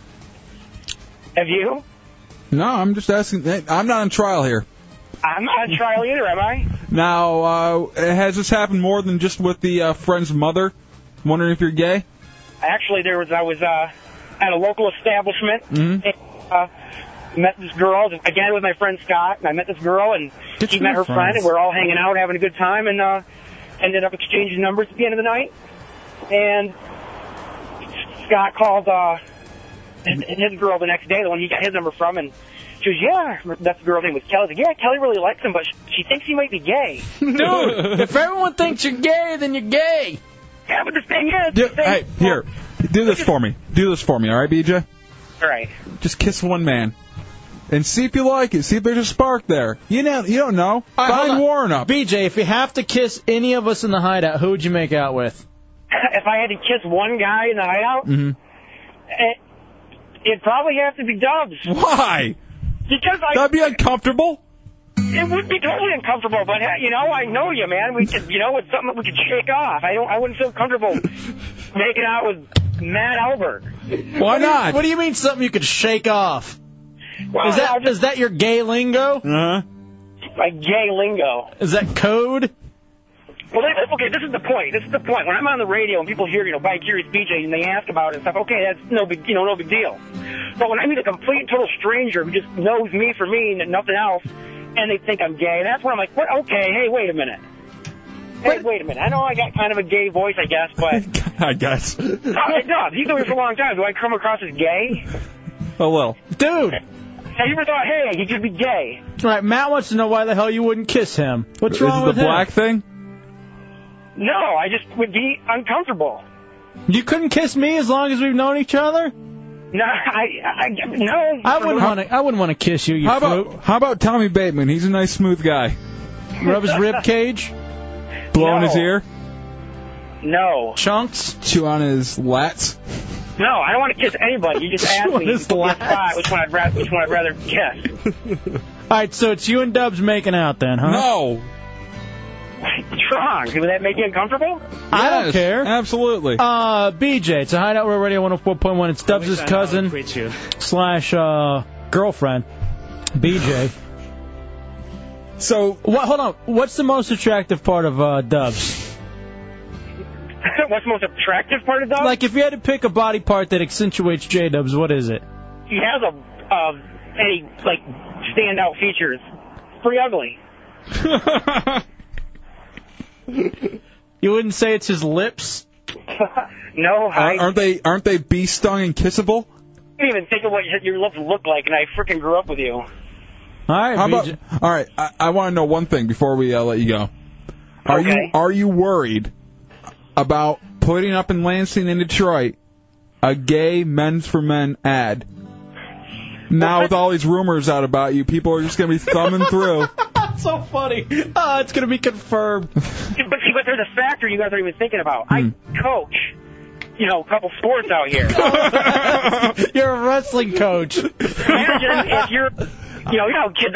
Have you?
No, I'm just asking. I'm not on trial here.
I'm not a trial either, am I?
Now, uh, has this happened more than just with the uh, friend's mother? Wondering if you're gay?
Actually, there was I was uh, at a local establishment.
Mm-hmm.
Mhm.
And, uh, met this girl again with my friend Scott, and I met this girl, and
Get
she
to
met
know
her friend,
friends.
and we're all hanging out, having a good time, and uh, ended up exchanging numbers at the end of the night. And Scott called uh, his, his girl the next day, the one he got his number from, and she was yeah, that's the girl's name was Kelly. I was like, yeah, Kelly really likes him, but she, she thinks he might be gay.
Dude, if everyone thinks you're gay, then you're gay.
Yeah, but the thing is,
Do, hey, here. Do this for me. Do this for me, alright, BJ?
all right.
Just kiss one man. And see if you like it. See if there's a spark there. You know, you don't know. Find Warren up.
BJ, if you have to kiss any of us in the hideout, who would you make out with?
if I had to kiss one guy in the hideout,
Mhm.
it, it'd probably have to be Dubs.
Why?
Because I.
That'd be uncomfortable.
It would be totally uncomfortable, but uh, you know, I know you, man. We could, you know, it's something that we could shake off. I don't, I wouldn't feel comfortable making out with Matt Albert.
Why not? what do you mean something you could shake off?
Well,
is that is that your gay lingo?
Uh huh.
Like gay lingo.
Is that code?
Well, this, okay, this is the point. This is the point. When I'm on the radio and people hear, you know, by Curious BJ and they ask about it and stuff, okay, that's no big, you know, no big deal. But when I meet a complete total stranger who just knows me for me and nothing else, and they think I'm gay, that's when I'm like, what? Okay, hey, wait a minute. Hey, wait a minute. I know I got kind of a gay voice, I guess, but
I guess.
I don't. You've known me for a long time. Do I come across as gay?
Oh, well.
Dude.
Have you ever thought, hey, you could be gay?
All right, Matt wants to know why the hell you wouldn't kiss him. What's
Is
wrong
it
with
the
him?
black thing?
No, I just would be uncomfortable.
You couldn't kiss me as long as we've known each other.
No, I, I no.
I wouldn't want to. I wouldn't want to kiss you. You
How
fruit.
about how about Tommy Bateman? He's a nice, smooth guy.
Rub his rib cage.
Blow in
No.
his ear.
No.
Chunks.
Chew on his lats.
No, I don't want to kiss anybody. You just asked me
Just
You put me on the
laugh.
spot which one I'd rather which one I'd rather kiss.
All right, so it's you and Dubs making out then, huh?
No.
What's wrong? Would that make you uncomfortable?
I don't care.
Absolutely.
Uh, BJ, it's a Hideout Row Radio 104.1. It's Dubs'
I know how to
cousin slash uh, girlfriend, BJ.
So,
what, hold on. What's the most attractive part of uh, Dubs?
What's the most attractive part of Dubs?
Like, if you had to pick a body part that accentuates J Dubs, what is it?
he has a uh, any like standout features. It's pretty ugly.
You wouldn't say it's his lips.
no, I
Aren't they aren't they bee stung and kissable?
can't even think of what your- your lips look like, and I freaking grew up with you.
All right,
How about, all right. I, I want to know one thing before we uh, let you go. Are you are you worried about putting up in Lansing in Detroit a gay Men's for Men ad? Now with all these rumors out about you, people are just gonna be thumbing through.
That's so funny. Ah, it's gonna be confirmed.
But see, but there's a factor you guys aren't even thinking about. I coach, you know, a couple sports out here.
You're a wrestling coach.
Imagine if you're, you know, you know, kids,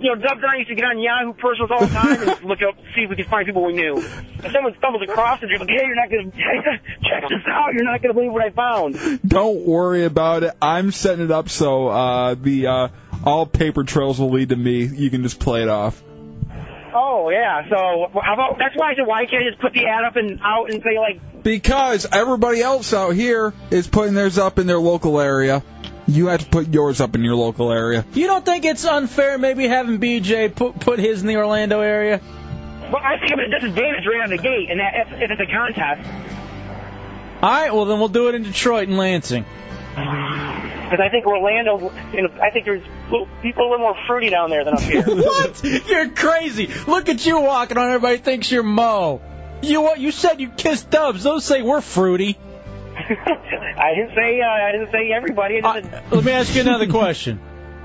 you know, Dubs and I used to get on Yahoo personals all the time and look up, see if we could find people we knew. If someone stumbles across it, you're like, hey, you're not gonna check this out. You're not gonna believe what I found.
Don't worry about it. I'm setting it up so uh, the uh, all paper trails will lead to me. You can just play it off.
Oh yeah, so how about, that's why I said why can't I just put the ad up and out and say like
Because everybody else out here is putting theirs up in their local area. You have to put yours up in your local area.
You don't think it's unfair maybe having BJ put, put his in the Orlando area?
well I think I'm at a disadvantage right on the gate and that if, if it's a contest
All right, well then we'll do it in Detroit and Lansing.
because I think Orlando you know, I think there's little, people a little more fruity down there than up here.
what? You're crazy. Look at you walking on. Everybody thinks you're Mo. You what? You said you kissed Dubs. Those say we're fruity.
I didn't say uh, I didn't say everybody. I didn't,
Let me ask you another question.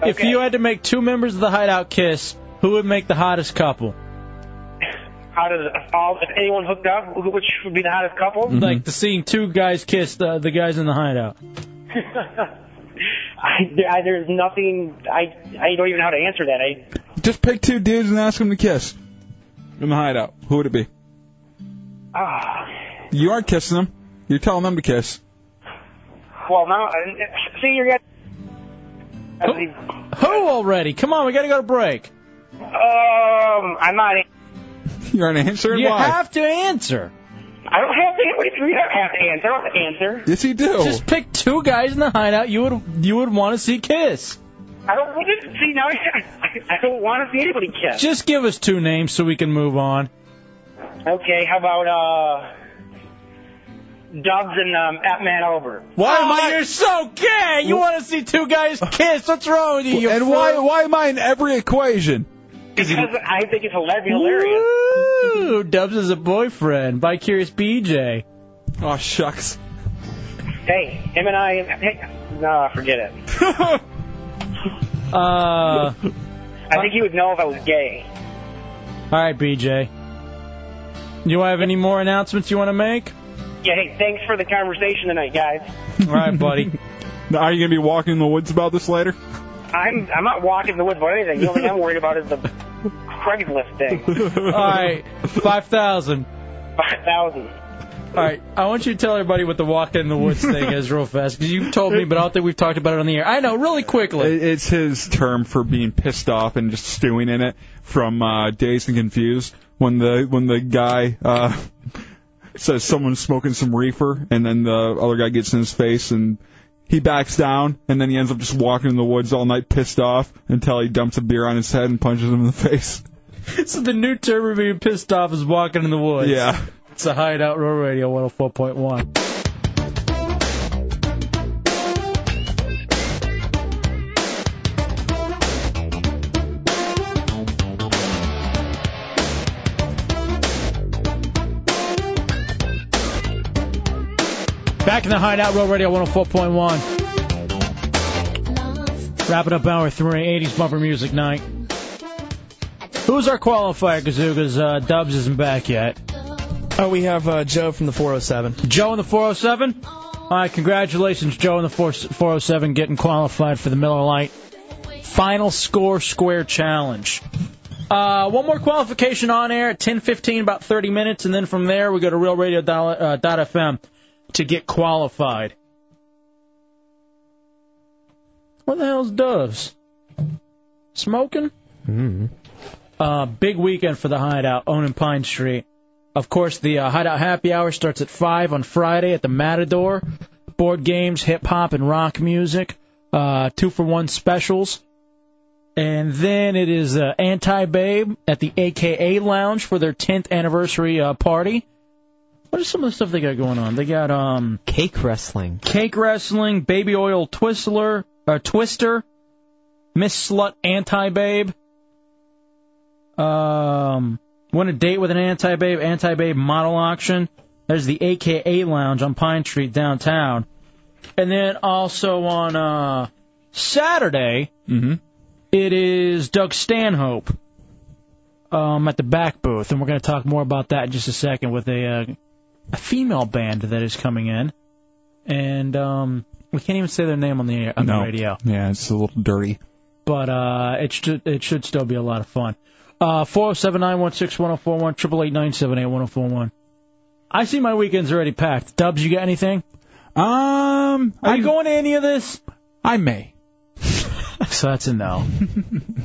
If you had to make two members of the Hideout kiss, who would make the hottest couple? Uh,
how does all if anyone hooked up which would be the hottest couple?
Like to seeing two guys kiss the the guys in the Hideout.
I, there, I, there's nothing. I I don't even know how to answer that. I
Just pick two dudes and ask them to kiss in the hideout. Who would it be?
ah.
You aren't kissing them. You're telling them to kiss.
Well, now, uh, see, you're getting.
Who already? Come on, we gotta go to break.
Um, I'm not.
You're an answer.
You
why?
have to answer.
I don't have to. What do you mean I don't have to answer? I don't have to answer.
Yes, you do.
Just pick two guys in the hideout you would you would want to see kiss.
I don't want to see now. I don't want to see anybody kiss.
Just give us two names so we can move on.
Okay, how about uh, Dubs and um, At Man Over?
Why am I? You're so gay. You want to see two guys kiss? What's wrong with you? you
and why why am I in every equation?
Because I think it's hilarious. hilarious.
Ooh, Dubs is a boyfriend by Curious BJ.
Oh shucks.
Hey, him and I. Hey, nah, forget it.
Uh, all
I think he would know if I was gay.
right, BJ. You have any more announcements you want to make?
Yeah, hey, thanks for the conversation tonight, guys.
All right, buddy.
Now, Are you gonna be walking in the woods about this later?
I'm I'm not walking in the woods about anything. The only thing I'm worried about is the Craigslist thing.
All right, five thousand.
Five thousand.
All right, I want you to tell everybody what the walk in the woods thing is real fast because you told me, but I don't think we've talked about it on the air. I know, really quickly.
It- It's his term for being pissed off and just stewing in it from uh, Dazed and Confused when the when the guy uh, says someone's smoking some reefer and then the other guy gets in his face and he backs down and then he ends up just walking in the woods all night pissed off until he dumps a beer on his head and punches him in the face.
so the new term of being pissed off is walking in the woods.
Yeah.
It's a hideout road radio 104.1. Back in the hideout road radio 104.1. Wrapping up hour three, 80s bumper music night. Who's our qualifier, Kazoo? Because uh, Dubs isn't back yet.
Oh, we have uh, Joe from the 407.
Joe in the 407. All right, congratulations, Joe in the 4- 407, getting qualified for the Miller Lite Final Score Square Challenge. Uh, one more qualification on air at 10:15, about 30 minutes, and then from there we go to uh, RealRadio.fm to get qualified. What the hell's Doves? Smoking?
Mm.
Uh, big weekend for the Hideout, Onan Pine Street. Of course, the uh, Hideout Happy Hour starts at 5 on Friday at the Matador. Board games, hip hop, and rock music. Uh, two for one specials. And then it is uh, Anti Babe at the AKA Lounge for their 10th anniversary uh, party. What is some of the stuff they got going on? They got um
cake wrestling,
cake wrestling, baby oil twistler, uh, twister, Miss Slut Anti Babe. Um, want a date with an anti babe, anti babe model auction. There's the AKA Lounge on Pine Street downtown. And then also on uh, Saturday, it is Doug Stanhope um, at the back booth. And we're going to talk more about that in just a second with a, uh, a female band that is coming in. And um, we can't even say their name on the, air- on the radio
Yeah, it's a little dirty.
but uh, it should it should still be a lot of fun. Uh, four zero seven nine one six one zero four one triple eight nine seven eight one zero four one. I see my weekends already packed. Dubs, you got anything?
Um,
are you going to any of this?
I may.
so that's a no.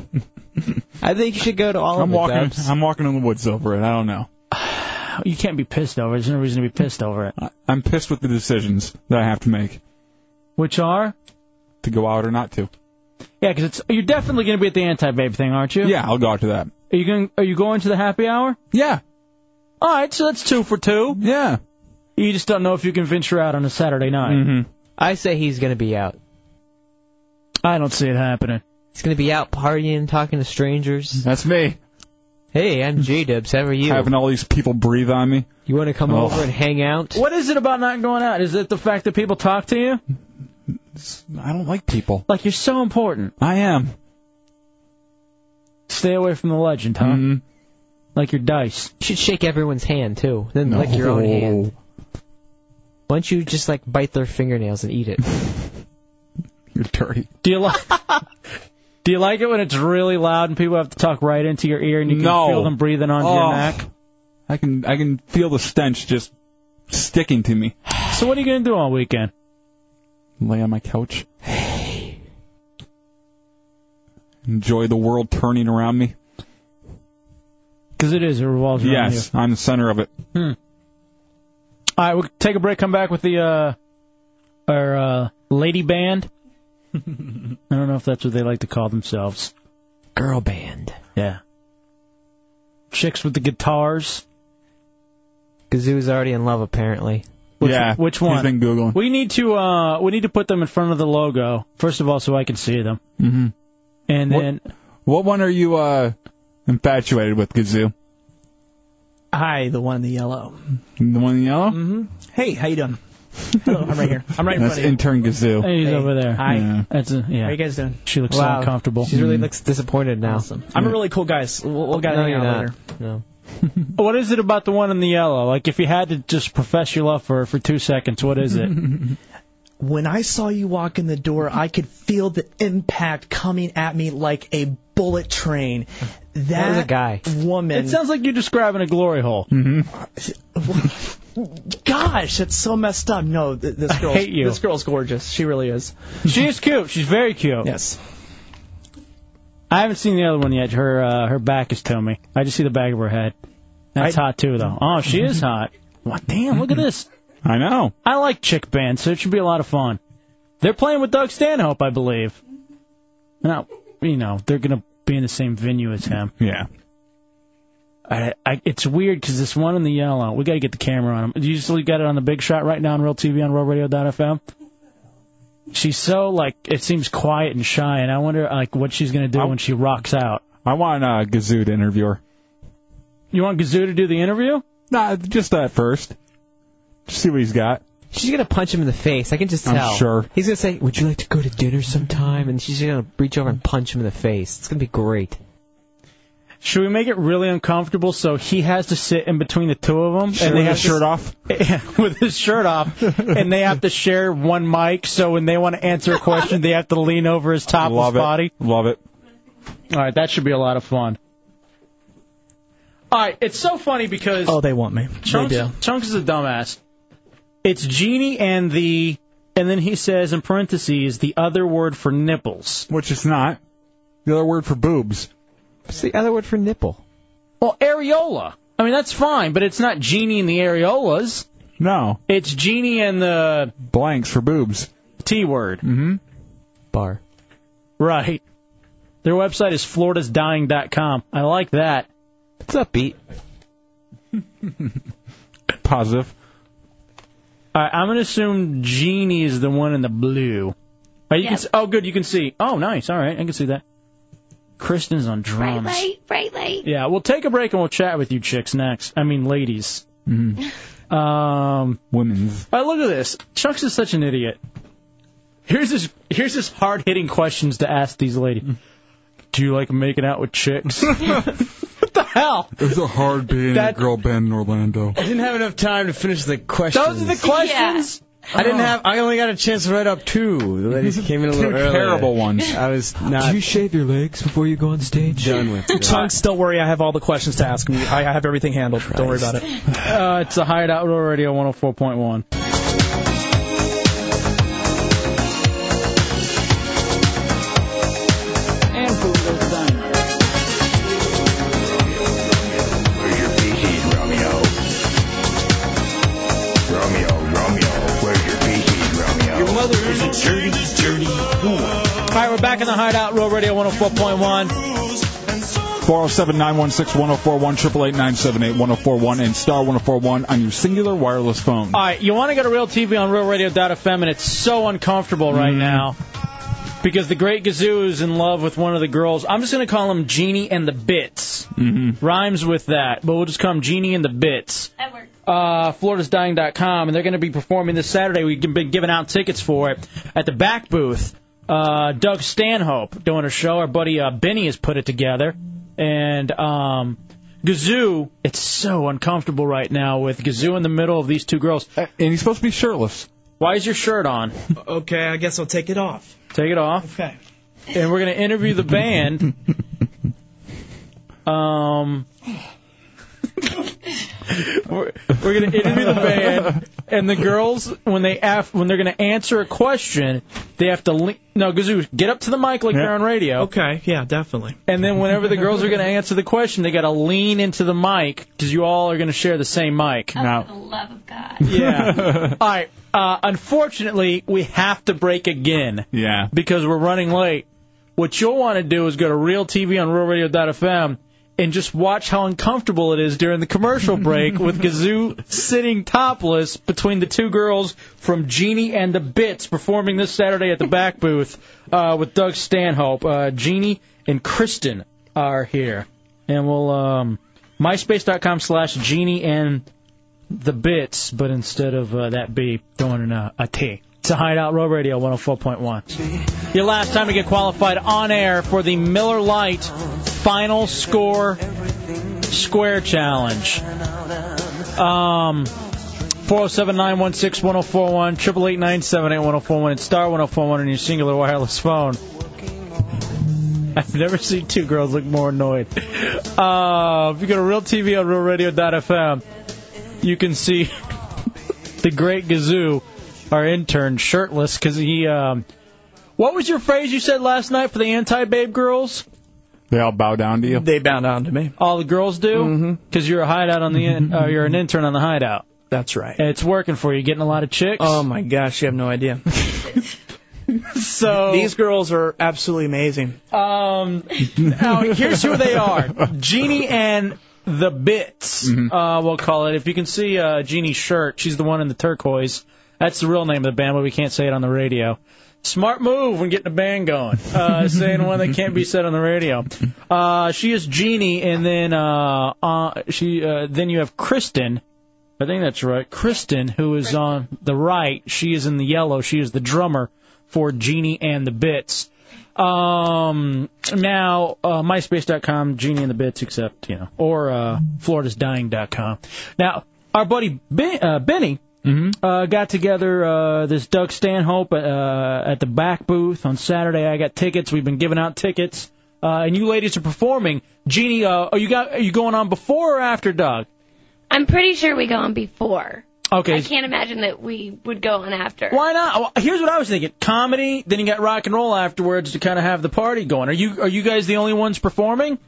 I think you should go to all
I'm
of the
walking.
dubs.
I'm walking in the woods over it. I don't know.
You can't be pissed over. it. There's no reason to be pissed over it.
I'm pissed with the decisions that I have to make.
Which are?
To go out or not to.
Yeah, because it's you're definitely going to be at the anti babe thing, aren't you?
Yeah, I'll go out to that.
Are you going? Are you going to the happy hour?
Yeah.
All right, so that's two for two.
Yeah.
You just don't know if you can venture out on a Saturday night. Mm-hmm.
I say he's going to be out.
I don't see it happening.
He's going to be out partying, talking to strangers.
That's me.
Hey, I'm J Dubs. How are you?
Having all these people breathe on me.
You want to come
Oh.
over and hang out?
What is it about not going out? Is it the fact that people talk to you?
I don't like people.
Like you're so important.
I am.
Stay away from the legend, huh?
Mm-hmm.
Like your dice.
You should shake everyone's hand too, then lick your own hand. Why don't you just like bite their fingernails and eat it?
You're dirty.
Do you like? do you like it when it's really loud and people have to talk right into your ear and you can
No.
feel them breathing onto
Oh.
your neck?
I can I can feel the stench just sticking to me.
So what are you gonna do all weekend?
Lay on my couch. Enjoy the world turning around me.
Because it is it revolves around
Yes, I'm the center of it.
you. Hmm. All right, we'll take a break. Come back with the uh, our uh, lady band. I don't know if that's what they like to call themselves.
Girl band.
Yeah. Chicks with the guitars.
Gazoo's already in love apparently.
Which, which one?
googling.
We need to uh, we need to put them in front of the logo first of all, so I can see them,
Mm-hmm.
and
What-
then
What one are you uh infatuated with, Gazoo?
Hi, the one in the yellow.
The one in yellow?
Mm,
Mm-hmm. Hey, how you doing? Hello, I'm right here. I'm right in
That's
front of you.
intern Gazoo.
Hey, he's
Hey.
over there.
Hi.
Yeah.
That's a, yeah.
How you guys doing?
She looks so
Wow.
uncomfortable.
She
Mm.
really looks disappointed now.
I'm a really cool guy. So we'll, we'll gotta
no,
hang
you're
out
not.
later.
No.
What is it about the one in the yellow? Like, if you had to just profess your love for her for two seconds, what is it?
When I saw you walk in the door, I could feel the impact coming at me like a bullet train. That,
was a guy.
woman.
it sounds like you're describing a glory hole.
Mm-hmm.
gosh, it's so messed up. No, th- this girl.
hate you.
This girl's gorgeous. She really is.
She is cute. She's very cute.
Yes.
I haven't seen the other one yet. Her uh, her back is to me. I just see the back of her head. That's hot too, though. Oh, she is hot. Wow, damn! Look at this.
I know.
I like chick bands, so it should be a lot of fun. They're playing with Doug Stanhope, I believe. Now, you know, they're going to be in the same venue as him.
Yeah.
I, I, it's weird because this one in the yellow, we got to get the camera on him. You usually got it on the big shot right now on Real TV on RealRadio.fm. She's so like it seems quiet and shy, and I wonder like what she's gonna do when she rocks out.
I want uh, Gazoo to interview her.
You want Gazoo to do the interview?
Nah, just uh, that first. Just see what he's got.
She's gonna punch him in the face. I can just
I'm
tell.
sure.
He's gonna say, "Would you like to go to dinner sometime?" And she's gonna reach over and punch him in the face. It's gonna be great.
Should we make it really uncomfortable so he has to sit in between the two of them
Sure, with
have
his
to-
shirt off.
with his shirt off, and they have to share one mic. So when they want to answer a question, they have to lean over his topless
Love it.
body.
Love it.
All right, that should be a lot of fun. All right, it's so funny because
Oh, they want me.
Chunks,
They do.
Chunks is a dumbass. It's genie and the, and then he says in parentheses the other word for nipples.
Which it's not. The other word for boobs.
What's the other word for nipple?
Well, areola. I mean, that's fine, but it's not genie and the areolas.
No.
It's genie and the
blanks for boobs.
T word. Mm-hmm.
Bar.
Right. Their website is floridasdying.com. I like that.
It's upbeat.
Positive.
All right, I'm going to assume Genie is the one in the blue. Oh, you can s oh, good, you can see. Oh, nice. All right, I can see that. Kristen's on drums.
right, right.
Yeah, we'll take a break and we'll chat with you chicks next. I mean, ladies.
Mm-hmm.
Um,
Women's.
All right, look at this. Chuck's is such an idiot. Here's his here's his hard hitting questions to ask these ladies. Do you like making out with chicks? what the hell?
It was a hard being
That-
a girl band in Orlando.
I didn't have enough time to finish the questions.
Those are the questions.
I
Oh.
didn't have. I only got a chance to write up two. The ladies came in a little
Two
earlier.
terrible ones.
I was not. Do you shave your legs before you go on stage? Done with. it.
Chunks, don't worry. I have all the questions to ask me. I I have everything handled. Don't worry about it.
Uh, it's the Hideout Row Radio 104.1.
Where's your feces, Romeo? Romeo, Romeo, where's your feces, Romeo? Your mother is a dirty, dirty whore.
All right, we're back in the Hideout Row Radio 104.1.
407 916 1041 1041 and star 1041 on your singular wireless phone.
All right, you want to go to Real TV on RealRadio.fm, and it's so uncomfortable right now because the Great Gazoo is in love with one of the girls. I'm just going to call him Genie and the Bits. Mm-hmm. Rhymes with that, but we'll just call him Genie and the Bits. That works. Uh, FloridasDying.com, and they're going to be performing this Saturday. We've been giving out tickets for it at the back booth. Uh, Doug Stanhope doing a show. Our buddy uh, Benny has put it together, and um, Gazoo. It's so uncomfortable right now with Gazoo in the middle of these two girls. And
he's supposed to be shirtless.
Why is your shirt on?
Okay, I guess I'll take it off.
Take it off.
Okay.
And we're going to interview the band. Um, we're, we're going to interview the band, and the girls, when they af- when they're going to answer a question, they have to le- no Gazoo, get up to the mic like you're on radio.
Okay, yeah, definitely.
And then whenever the girls are going to answer the question, they got to lean into the mic because you all are going to share the same mic.
Love of God.
Yeah. All right. Uh, unfortunately, we have to break again.
Yeah.
Because we're running late. What you'll want to do is go to Real TV on RealRadio.fm and just watch how uncomfortable it is during the commercial break with Gazoo sitting topless between the two girls from Genie and the Bits performing this Saturday at the back booth uh, with Doug Stanhope. Uh, Genie and Kristen are here. And we'll um, myspace.com slash Genie and the bits, but instead of uh, that B, throwing in a, a T. It's a Hideout Row Radio 104.1. Your last time to get qualified on air for the Miller Lite Final Score Square Challenge. Um, 407 916 1041, 888 978 1041, and star 1041 on your singular wireless phone. I've never seen two girls look more annoyed. Uh, if you go to Real TV on RealRadio.fm, you can see the great Gazoo, our intern, shirtless because he. Um, what was your phrase you said last night for the anti-babe girls?
They all bow down to you.
They bow down to me. Mm-hmm.
All the girls do because you're a hideout on the in, uh, you're an intern on the hideout.
That's right.
And it's working for you, getting a lot of chicks.
Oh my gosh, you have no idea.
so
these girls are absolutely amazing.
Um, now here's who they are: Jeannie and the Bits. Uh, we'll call it. If you can see uh, Jeannie's shirt, she's the one in the turquoise. That's the real name of the band, but we can't say it on the radio. Smart move when getting a band going, uh, saying one that can't be said on the radio. Uh, she is Jeannie, and then uh, uh, she uh, then you have Kristen. I think that's right. Kristen, who is on the right, she is in the yellow. She is the drummer for Genie and the Bits. Um, now, uh, MySpace.com, Genie and the Bits, except, you know, or uh, FloridasDying.com. Now, our buddy ben, uh, Benny uh, got together uh, this Doug Stanhope uh, at the back booth on Saturday. I got tickets. We've been giving out tickets. Uh, and you ladies are performing. Jeannie, uh, are you got are you going on before or after Doug?
I'm pretty sure we go on before.
Okay.
I can't imagine that we would go on after.
Why not? Well, here's what I was thinking: comedy, then you got rock and roll afterwards to kind of have the party going. Are you are you guys the only ones performing?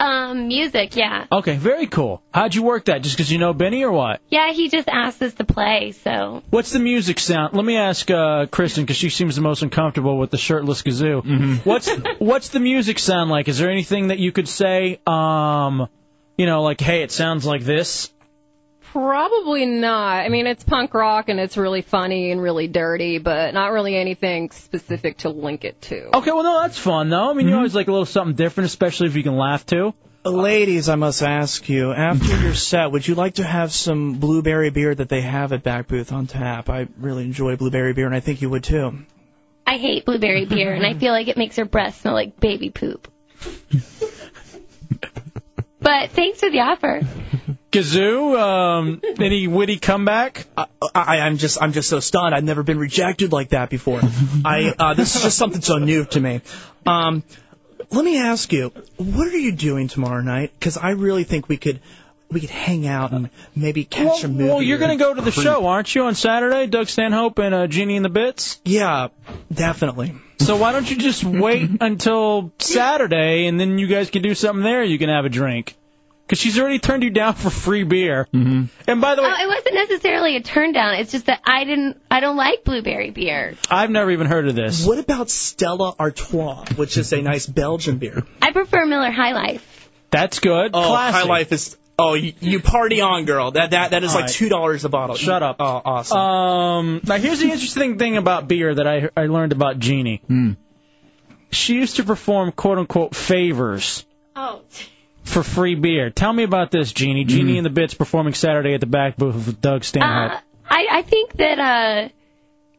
Um, music, yeah.
Okay, very cool. How'd you work that? Just because you know Benny or what?
Yeah, he just asked us to play, so.
What's the music sound? Let me ask uh, Kristen because she seems the most uncomfortable with the shirtless kazoo. What's What's the music sound like? Is there anything that you could say? Um, you know, like, hey, it sounds like this.
Probably not. I mean, it's punk rock and it's really funny and really dirty, but not really anything specific to link it to.
Okay, well, no, that's fun though. I mean, you always like a little something different, especially if you can laugh too.
Uh, Ladies, I must ask you, after your set, would you like to have some blueberry beer that they have at Back Booth on tap? I really enjoy blueberry beer, and I think you would too.
I hate blueberry beer, and I feel like it makes her breath smell like baby poop. but thanks for the offer.
Kazoo, um, any witty comeback?
I, I, I'm just, I'm just so stunned. I've never been rejected like that before. I, uh, this is just something so new to me. Um, let me ask you, what are you doing tomorrow night? Because I really think we could, we could hang out and maybe catch a movie.
Well, you're
or-
going to go to the show, aren't you, on Saturday? Doug Stanhope and uh, Jeannie and the Bits?
Yeah, definitely.
So why don't you just wait until Saturday and then you guys can do something there? You can have a drink. Because she's already turned you down for free beer. Mm-hmm. And by the way,
Oh, it wasn't necessarily a turn down. It's just that I didn't, I don't like blueberry beer.
I've never even heard of this.
What about Stella Artois, which is a nice Belgian beer?
I prefer Miller High Life.
That's good.
Oh,
Classic.
High Life is. Oh, you, you party on, girl. That that that is
All
like
right.
two dollars a bottle.
Shut up.
Oh, awesome.
Um, now here's the interesting thing about beer that I I learned about Jeannie.
Hmm.
She used to perform quote unquote favors
Oh.
for free beer. Tell me about this, Jeannie.
Hmm.
Jeannie and the Bits performing Saturday at the back booth with Doug Stanhope.
Uh, I, I think that uh,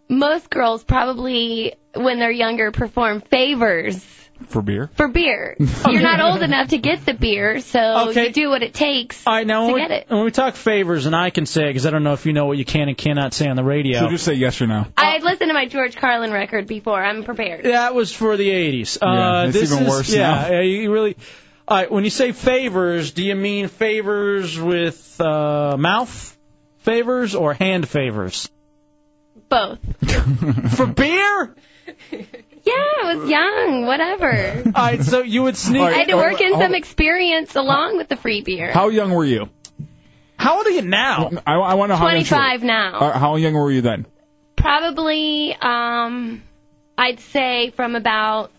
most girls probably, when they're younger, perform favors
for beer.
for beer. You're not old enough to get the beer, so
Okay.
you do what it takes
All right, now
to
when
get
we,
it.
when we talk favors, and I can say it because I don't know if you know what you can and cannot say on the radio.
So just say yes or
Uh,
no.
I had listened to my George Carlin record before. I'm prepared.
That was for the 80s.
Yeah,
uh,
it's
this
even
is,
worse
Yeah,
now.
yeah, you really. All right, when you say favors, do you mean favors with uh, mouth favors or hand favors?
Both.
for beer?
Yeah, I was young. Whatever.
All right, so you would sneak.
I had to work in some experience along with the free beer.
How young were you?
How old are you now?
I, I want to know how young you were.
25 now.
Uh, how young were you then?
Probably, um, I'd say from about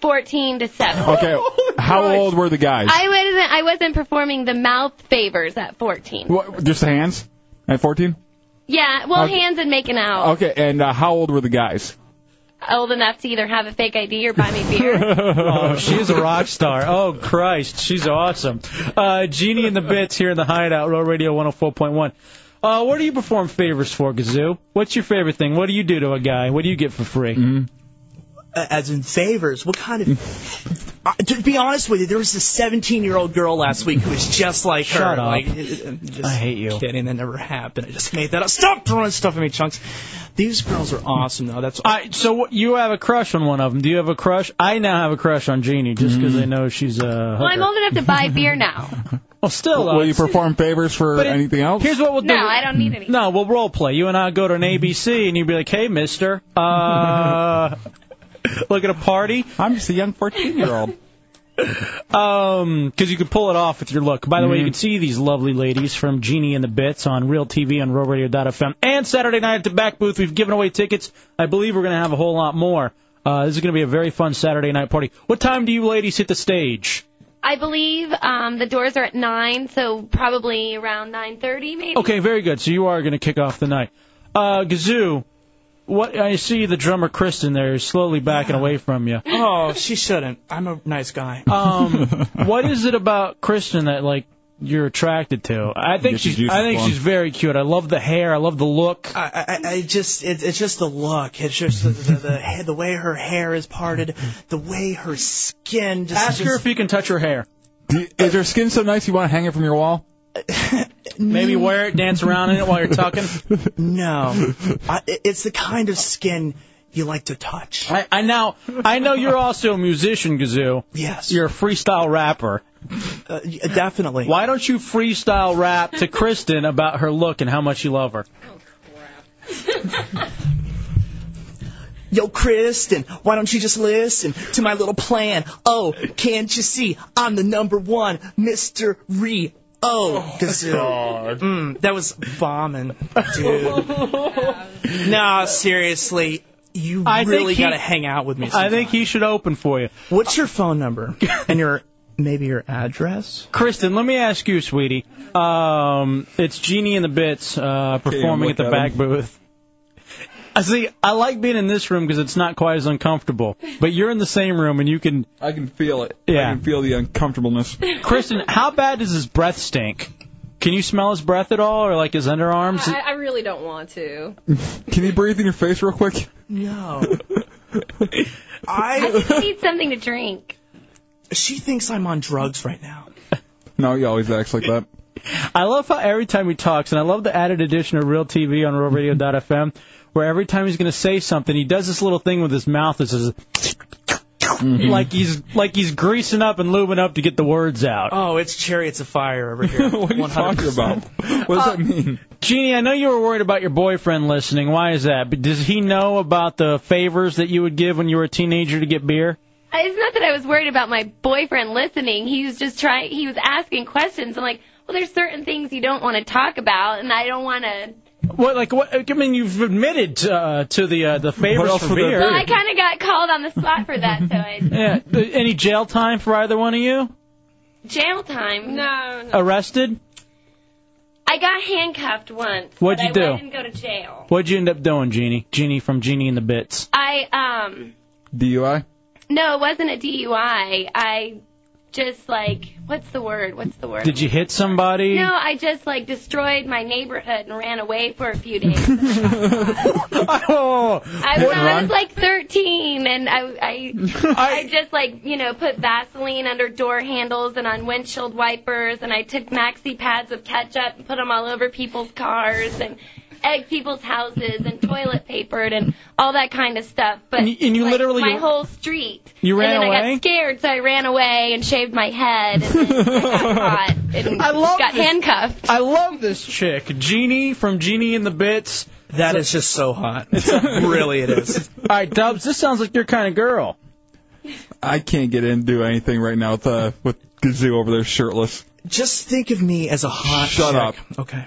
14 to 7.
Oh
Okay. how old were the guys?
I wasn't. I wasn't performing the mouth favors at 14.
What, just hands at 14?
Yeah, well,
Okay.
hands and making out.
Okay, and uh, how old were the guys?
Old enough to either have a fake ID or buy me beer.
oh, she's a rock star. Oh, Christ. She's awesome. Uh, Jeannie and the Bits here in the Hideout, Row Radio 104.1. Uh, what do you perform favors for, Gazoo? What's your favorite thing? What do you do to a guy? What do you get for free?
Mm-hmm.
Uh, As in favors, what kind of? uh, to be honest with you, there was this 17-year-old girl last week who was just like her.
Shut up.
Like, it- it- just
I hate you.
Kidding, that never happened. I just made that up. Stop throwing stuff at me, chunks. These girls are awesome, though. That's
All right, so what, you have a crush on one of them. Do you have a crush? I now have a crush on Jeannie just because I know she's a hooker.
Mm-hmm. well, I'm old enough to buy beer now.
well, still. uh,
Will you perform favors for
But it-
anything else?
Here's what we'll
No,
do.
I don't need any.
No, we'll role play. You and I go to an ABC, and you'd be like, "Hey, Mister, uh, look at a party."
I'm just a young 14 year old.
Um, because you could pull it off with your look. By the
Mm-hmm.
way, you can see these lovely ladies from Genie and the Bits on Real TV on RealRadio.fm and Saturday night at the back booth. We've given away tickets. I believe we're going to have a whole lot more. Uh, this is going to be a very fun Saturday night party. What time do you ladies hit the stage?
I believe um, the doors are at nine, so probably around 9:30, maybe.
Okay, very good. So you are going to kick off the night. Uh, Gazoo, what I see the drummer Kristen there is slowly backing away from you.
oh, she shouldn't. I'm a nice guy.
Um, what is it about Kristen that like you're attracted to? I think
Get your
she's I
juices
think
flowing.
she's very cute. I love the hair. I love the look.
I, I, I just it, it's just the look. It's just the, the, the, ha- the way her hair is parted, the way her skin. Just,
Ask her
just-
if you can touch her hair.
Do you- is your skin so nice you want to hang it from your wall?
Maybe wear it, dance around in it while you're tucking.
no, I, it- it's the kind of skin you like to touch.
I, I now I know you're also a musician, Gazoo.
Yes,
You're a freestyle rapper.
uh, y- definitely.
Why don't you freestyle rap to Kristen about her look and how much you love her?
Yo, Kristen, why don't you just listen to my little plan? Oh, can't you see? I'm the number one, Mr. Re. Oh, this is- Mm, that was bombing, dude. nah, seriously, you
I think
really
he-
gotta hang out with me.
I think he should open for you.
What's your phone number and your maybe your address?
Kristen, let me ask you, sweetie. Um, it's Genie and the Bits uh, performing at
look
the
at
back
him.
booth. I see. I like being in this room because it's not quite as uncomfortable. But you're in the same room and you can.
I can feel it.
Yeah.
I can feel the uncomfortableness.
Kristen, how bad does his breath stink? Can you smell his breath at all, or like his underarms?
I, I really don't want to.
Can you breathe in your face real quick?
No.
I
I
think I need something to drink.
she thinks I'm on drugs right now.
No, he always acts like that.
I love how every time he talks, and I love the added addition of Real TV on RealRadio.fm, where every time he's going to say something, he does this little thing with his mouth that says,
Mm-hmm.
like he's like he's greasing up and lubing up to get the words out.
Oh, it's chariots of fire over here.
What are you talking about?
What does that mean?
Uh, Jeannie, I know you were worried about your boyfriend listening. Why is that? But does he know about the favors that you would give when you were a teenager to get beer?
I- It's not that I was worried about my boyfriend listening. He was just trying. He was asking questions. I'm like, well, there's certain things you don't want to talk about, and I don't want to.
What like what? I mean, you've admitted uh, to the uh, the favors
What else
for
would there
beer.
Well, I kind of got called on the spot for that, so I
Yeah. Uh, Any jail time for either one of you?
jail time. No,
Arrested?
I got handcuffed once.
What'd
but
you do?
I didn't go to jail.
What'd you end up doing, Jeannie? Jeannie from Jeannie and the Bits.
I um
DUI?
no, it wasn't a DUI. I just like what's the word? What's the word?
Did you hit somebody?
No, I just like destroyed my neighborhood and ran away for a few days.
oh,
I was, I was like 13, and I, I, I just like you know put Vaseline under door handles and on windshield wipers, and I took maxi pads of ketchup and put them all over people's cars and egg people's houses and toilet papered and all that kind of stuff. But
And you- and you
like,
literally-
my whole street.
You ran
and then I
away?
got scared, so I ran away and shaved my head and then I got caught and got handcuffed.
I love this chick, Jeannie from Jeannie and the Bits.
That is just so hot. really, it is.
All right, Dubs, this sounds like your kind of girl.
I can't get in and do anything right now with uh, with Gazoo over there shirtless.
Just think of me as a hot.
Shut up.
Okay.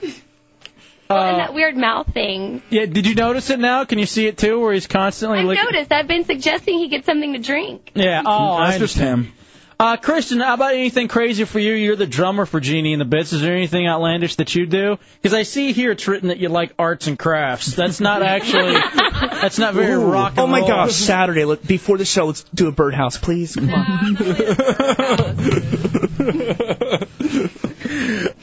Oh, and that weird mouth thing.
Uh, Yeah, did you notice it now? Can you see it too, where he's constantly
I've
looking?
noticed. I've been suggesting he get something to drink.
Yeah, oh,
That's
I
just him.
Uh, Kristen, how about anything crazy for you? You're the drummer for Genie and the Bits. Is there anything outlandish that you do? Because I see here it's written that you like arts and crafts. That's not actually, that's not very
Ooh.
rock and
oh my
roll.
gosh, Saturday. Look, before the show, let's do a birdhouse, please. Come on.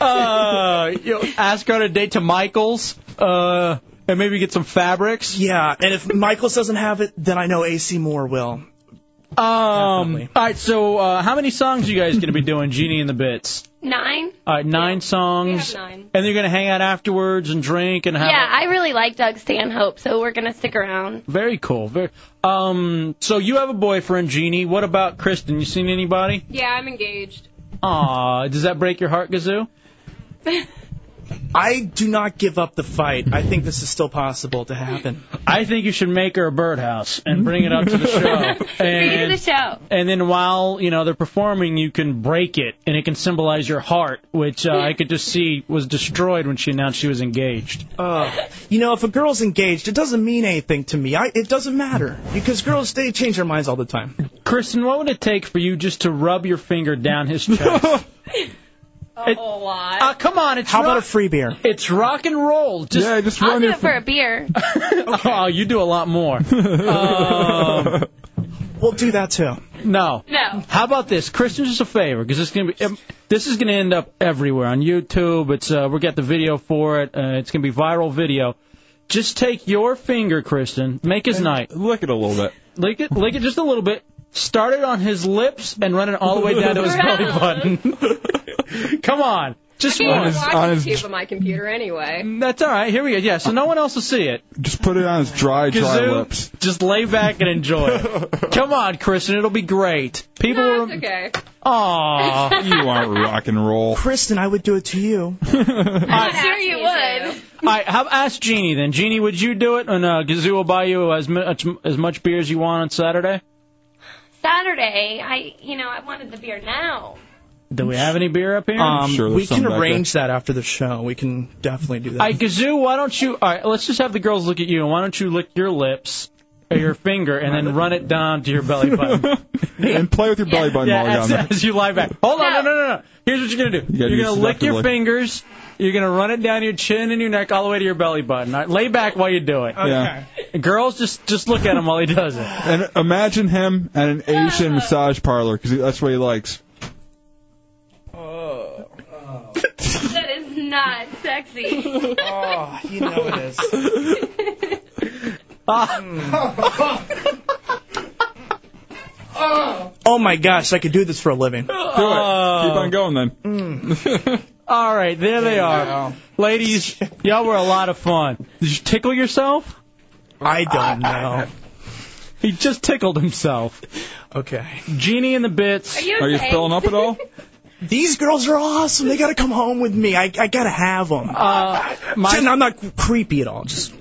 Uh, you know, ask her on a date to Michaels, uh, and maybe get some fabrics.
Yeah, and if Michaels doesn't have it, then I know AC Moore will.
Um, all right, so uh, how many songs you guys gonna be doing, Genie and the Bits?
Nine.
All right, nine songs,
nine.
and they're gonna hang out afterwards and drink and have.
Yeah, I really like Doug Stanhope, so we're gonna stick around.
Very cool. Very. Um, so you have a boyfriend, Genie. What about Kristen? You seen anybody?
Yeah, I'm engaged.
Aw, does that break your heart, Gazoo?
I do not give up the fight. I think this is still possible to happen.
I think you should make her a birdhouse and bring it up to the show.
Bring it to
and,
the show.
and then while you know they're performing, you can break it, and it can symbolize your heart, which uh, I could just see was destroyed when she announced she was engaged.
Uh, you know, if a girl's engaged, it doesn't mean anything to me. I, it doesn't matter because girls they change their minds all the time.
Kristen, what would it take for you just to rub your finger down his chest?
A
Oh,
whole lot.
uh, come on, it's
How about a
rock-
free beer?
it's rock and roll. Just,
yeah, just
I'll
run
do
your
it for a beer.
oh, you do a lot more. Um,
We'll do that too.
no.
No.
How about this, Kristen? Just a favor, because it's gonna be em- this is gonna end up everywhere on YouTube. It's uh, we got the video for it. Uh, it's gonna be viral video. Just take your finger, Kristen. Make his night.
Lick it a little bit.
Lick it, lick it just a little bit. Start it on his lips and run it all the way down to his belly button. Come on, just
I
one.
can't even watch
honest-
YouTube on my computer anyway.
That's all right. Here we go. Yeah, so no one else will see it.
Just put it on his dry, dry
Kazoo,
lips.
just lay back and enjoy it. Come on, Kristen, it'll be great. People
No,
will
it's okay.
Aw.
you aren't rock and roll.
Kristen, I would do it to you.
I'm sure you would.
All right, how, ask Jeannie then. Jeannie, would you do it? And uh, Gazoo will buy you as much as much beer as you want on Saturday.
Saturday, I, you know, I wanted the beer now.
Do we have any beer up here?
Um, we can arrange that after the show. We can Mm, definitely do that.
All right, Gazoo, why don't you? All right, let's just have the girls look at you, and why don't you lick your lips or your finger, and then run it down to your belly button.
and play with your belly button
yeah,
while you're on
as,
there.
as you lie back. Hold on, no, no, no, no. Here's what you're gonna do.
gotta
You are
do
gonna
it
lick your
selectively.
fingers. You're gonna run it down your chin and your neck all the way to your belly button. All right, lay back while you do it.
Yeah.
And girls, just just look at him while he does it.
And imagine him at an Asian massage parlor because that's what he likes.
That is not sexy.
oh, you know it is.
Ah.
Oh my gosh, I could do this for a living. Mm.
Do it. Keep on going then.
All right, there they are, ladies. Y'all were a lot of fun. Did you tickle yourself?
I don't know.
He just tickled himself.
Okay.
Genie in the bits.
Are you Are you okay? filling up at all? These girls are awesome. They got to come home with me. I, I got to have them.
Uh,
I'm not creepy at all. Just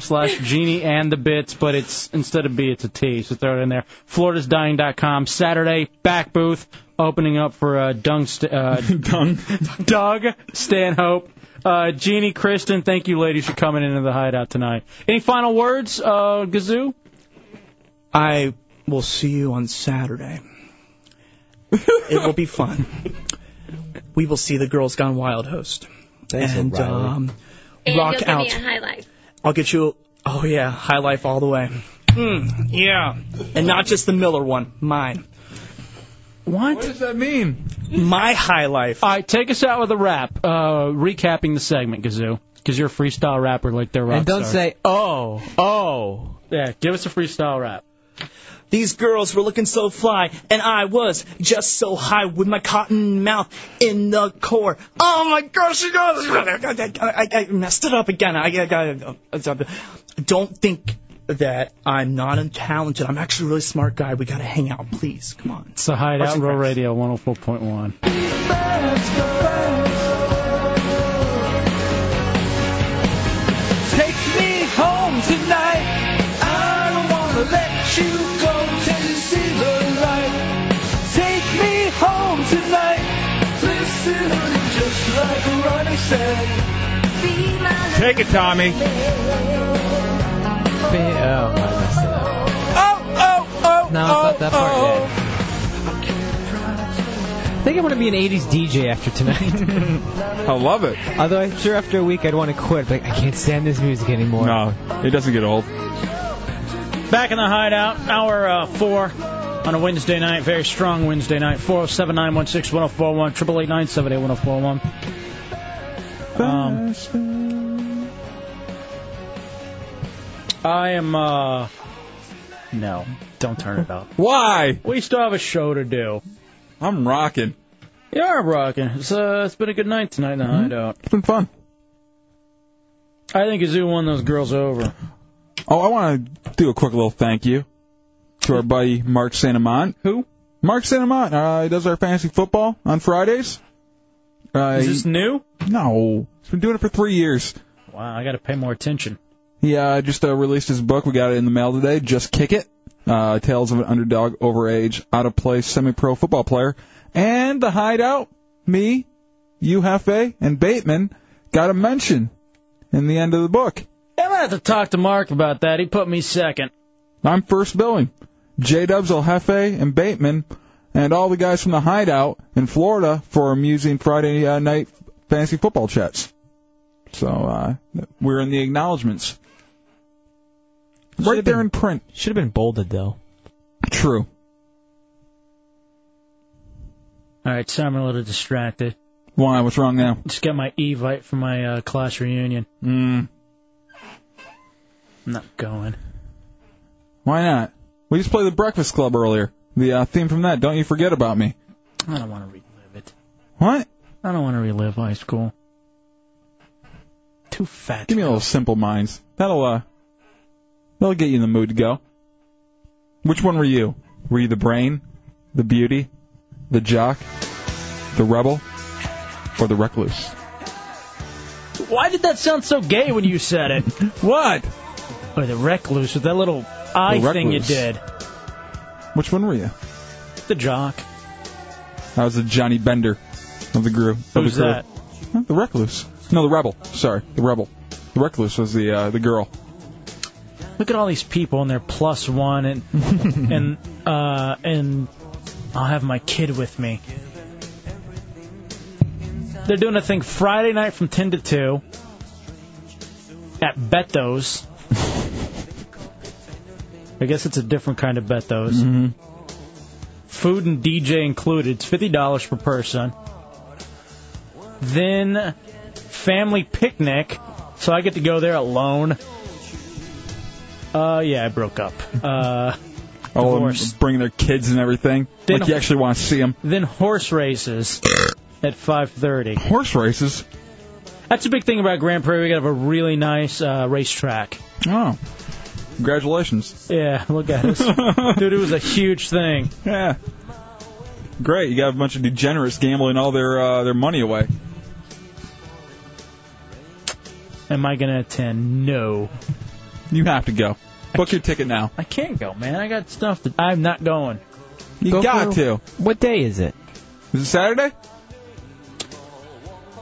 slash genie and the bits, but it's instead of B, it's a T, so throw it in there. Floridasdying.com Saturday back booth opening up for uh, Dung St- uh,
Dung
Doug Stanhope. Uh, Jeannie, Kristen, thank you, ladies, for coming into the hideout tonight. Any final words, uh, Gazoo?
I will see you on Saturday. it will be fun. We will see the Girls Gone Wild host.
Thanks,
and
O'Reilly.
um,
And
rock
you'll give
out.
me a high life.
I'll get you. Oh yeah, high life all the way. Mm, yeah, and not just the Miller one, mine.
What?
does that mean?
My high life.
All right, take us out with a rap, uh, recapping the segment, Gazoo, because you're a freestyle rapper like they're rock
And don't
stars.
say, oh, oh.
Yeah, give us a freestyle rap.
These girls were looking so fly, and I was just so high with my cotton mouth in the core. Oh my gosh, you guys! I, I, I messed it up again. I, I, I, I don't think that I'm not talented. I'm actually a really smart guy. We gotta hang out, please. Come on.
It's the Hideout Row Radio 104.1.
Take me home tonight. I don't wanna let you go till you see the light. Take me home tonight. Listen, honey, just like Ronnie said.
Take it, Tommy.
Oh, I messed it up.
Oh,
No,
oh,
it's not that part yet. I think I'm going to be an 80s DJ after tonight.
I love it.
Although I'm sure after a week I'd want to quit. Like, I can't stand this music anymore.
No, it doesn't get old.
Back in the hideout, hour uh, four on a Wednesday night, very strong Wednesday night. 407 916 1041, 888 978 1041. Um, I am, uh. No, don't turn it up.
Why?
We still have a show to do.
I'm rocking.
You are rocking. It's, uh, it's been a good night tonight in the hideout. It's
Mm-hmm. been fun.
I think Azu won those girls over.
Oh, I want to do a quick little thank you to our buddy Mark Santamont.
Who?
Mark Santamont. Uh, he does our fantasy football on Fridays. Uh,
Is this
he-
new?
No, he's been doing it for three years.
Wow, I got to pay more attention.
He uh, just uh, released his book. We got it in the mail today. Just kick it. Uh, Tales of an underdog, overage, out of place, semi-pro football player, and the hideout. Me, you, Hefe, and Bateman got a mention in the end of the book.
I'm gonna have to talk to Mark about that. He put me second.
I'm first billing. J Dubs, El Jefe, and Bateman, and all the guys from the hideout in Florida for amusing Friday uh, night fantasy football chats. So uh, we're in the acknowledgments. Right there in print.
Should have been bolded, though.
True.
All right, so I'm a little distracted.
Why? What's wrong now?
Just got my Evite for my uh, class reunion.
Mm.
I'm not going.
Why not? We just played the Breakfast Club earlier. The uh, theme from that. Don't you forget about me.
I don't want to relive it.
What?
I don't want to relive high school. Too fat.
Give me a little Simple Minds. That'll uh, that'll get you in the mood to go. Which one were you? Were you the brain, the beauty, the jock, the rebel, or the recluse?
Why did that sound so gay when you said it?
what?
Or the recluse with that little eye
The
thing you
recluse.
did.
Which one were you?
The jock.
I was the Johnny Bender of the group. Of
Who's
the crew.
that?
Huh, The recluse. No, the rebel. Sorry, the rebel. The recluse was the uh, the girl.
Look at all these people and they're plus one and and uh and I'll have my kid with me. They're doing a thing Friday night from ten to two at Beto's. I guess it's a different kind of Beto's.
Mm-hmm.
Food and DJ included. It's fifty dollars per person. Then family picnic, so I get to go there alone. Uh, yeah, I broke up. Uh,
Oh, and
divorced.
bringing their kids and everything.
Then-
like you actually want to see them.
Then horse races at 5:30.
Horse races.
That's a big thing about Grand Prairie. We got to have a really nice uh, racetrack.
Oh, congratulations!
Yeah, look at us, dude. It was a huge thing.
Yeah. Great, you got a bunch of degenerates gambling all their uh, their money away.
Am I gonna attend? No.
You have to go. Book your ticket now.
I can't go, man. I got stuff that I'm not going.
You
Go
got
for-
to.
What day is it?
Is it Saturday?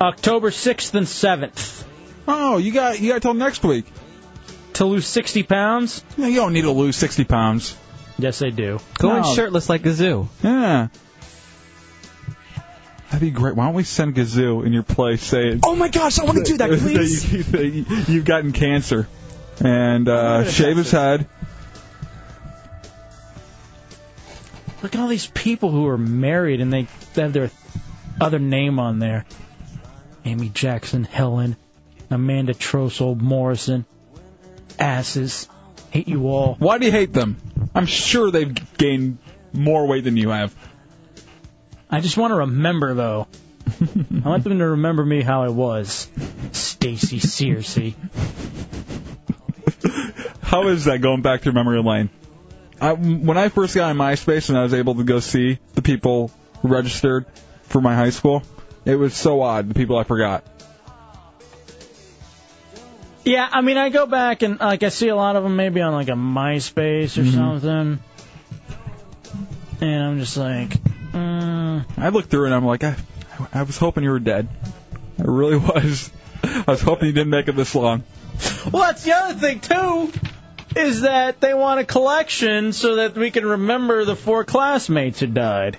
October 6th and 7th.
Oh, you got you got till next week.
To lose 60 pounds?
No, you don't need to lose 60 pounds.
Yes, I do.
Going
No.
shirtless like a zoo.
Yeah. That'd be great. Why don't we send Gazoo in your place saying,
Oh my gosh, I want to do that, please.
you, have gotten cancer. And uh, shave his head.
Look at all these people who are married and they they have their other name on there. Amy Jackson, Helen, Amanda Trosel, Morrison, asses. Hate you all.
Why do you hate them? I'm sure they've gained more weight than you have.
I just want to remember though. I want them to remember me how I was. Stacy Searcy.
How is that going back through memory lane? I, when I first got on MySpace and I was able to go see the people who registered for my high school, it was so odd, the people I forgot.
Yeah, I mean, I go back and like I see a lot of them maybe on like a MySpace or
Mhm.
something, and I'm just like, mm,
I looked through and I'm like, I, I was hoping you were dead. I really was. I was hoping you didn't make it this long.
well, that's the other thing too, is that they want a collection so that we can remember the four classmates who died.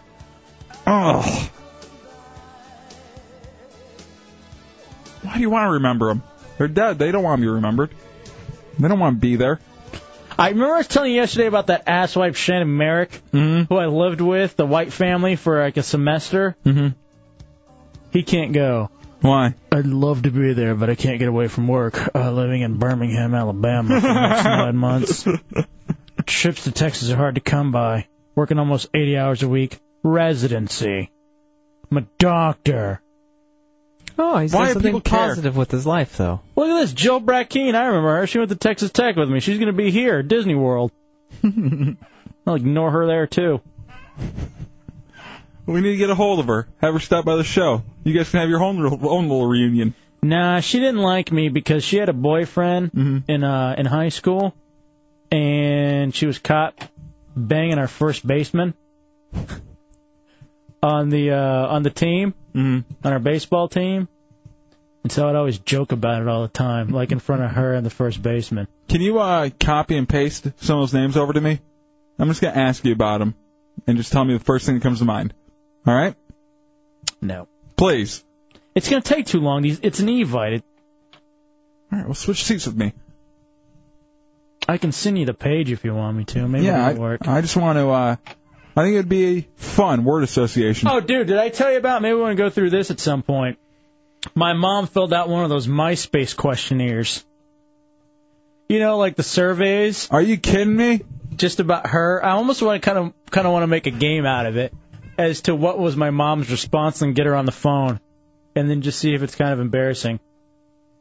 Oh. Why do you want to remember them? They're dead. They don't want to be remembered. They don't want to be there.
I remember I was telling you yesterday about that asswipe Shannon Merrick, who I lived with, the white family for like a semester.
Mm-hmm.
He can't go.
Why?
I'd love to be there, but I can't get away from work. Uh, living in Birmingham, Alabama for the next nine months. Trips to Texas are hard to come by. Working almost 80 hours a week. Residency. I'm a doctor.
Oh, he's
Why
doing
do
something
people care?
positive with his life, though.
Look at this, Jill Brackeen. I remember her. She went to Texas Tech with me. She's going to be here at Disney World. I'll ignore her there, too.
We need to get a hold of her. Have her stop by the show. You guys can have your own, own little reunion.
Nah, she didn't like me because she had a boyfriend
Mm-hmm.
in uh in high school, and she was caught banging our first baseman on the uh on the team
Mm-hmm.
on our baseball team, and so I'd always joke about it all the time, like in front of her and the first baseman.
Can you uh, copy and paste some of those names over to me? I'm just gonna ask you about them, and just tell me the first thing that comes to mind. All right?
No,
Please.
it's gonna take too long. These it's an Evite. It,
All right. Well, switch seats with me.
I can send you the page if you want me to. Maybe
yeah.
it'll work.
I, I just want to. Uh, I think it'd be a fun word association.
Oh, dude, did I tell you about? Maybe we want to go through this at some point. My mom filled out one of those MySpace questionnaires. You know, like the surveys.
Are you kidding me?
Just about her. I almost want to kind of kind of want to make a game out of it as to what was my mom's response and get her on the phone, and then just see if it's kind of embarrassing.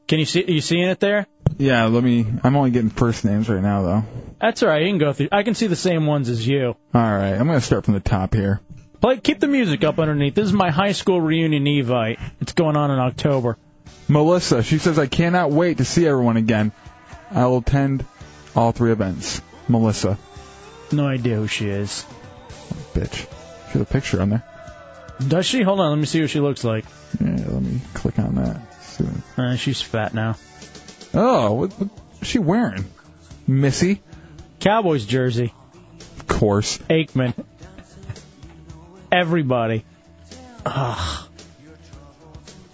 Can you see? Are you seeing it there?
Yeah. Let me. I'm only getting first names right now, though.
That's all right. You can go through. I can see the same ones as you.
All right. I'm gonna start from the top here.
Play, keep the music up underneath. This is my high school reunion Evite. It's going on in October.
Melissa, she says, I cannot wait to see everyone again. I will attend all three events. Melissa.
No idea who she is.
Bitch. She has a picture on there.
Does she? Hold on, let me see what she looks like.
Yeah, let me click on that. Soon.
Uh, she's fat now.
Oh, what, what is she wearing? Missy?
Cowboys jersey.
Of course.
Aikman. Everybody. Ugh.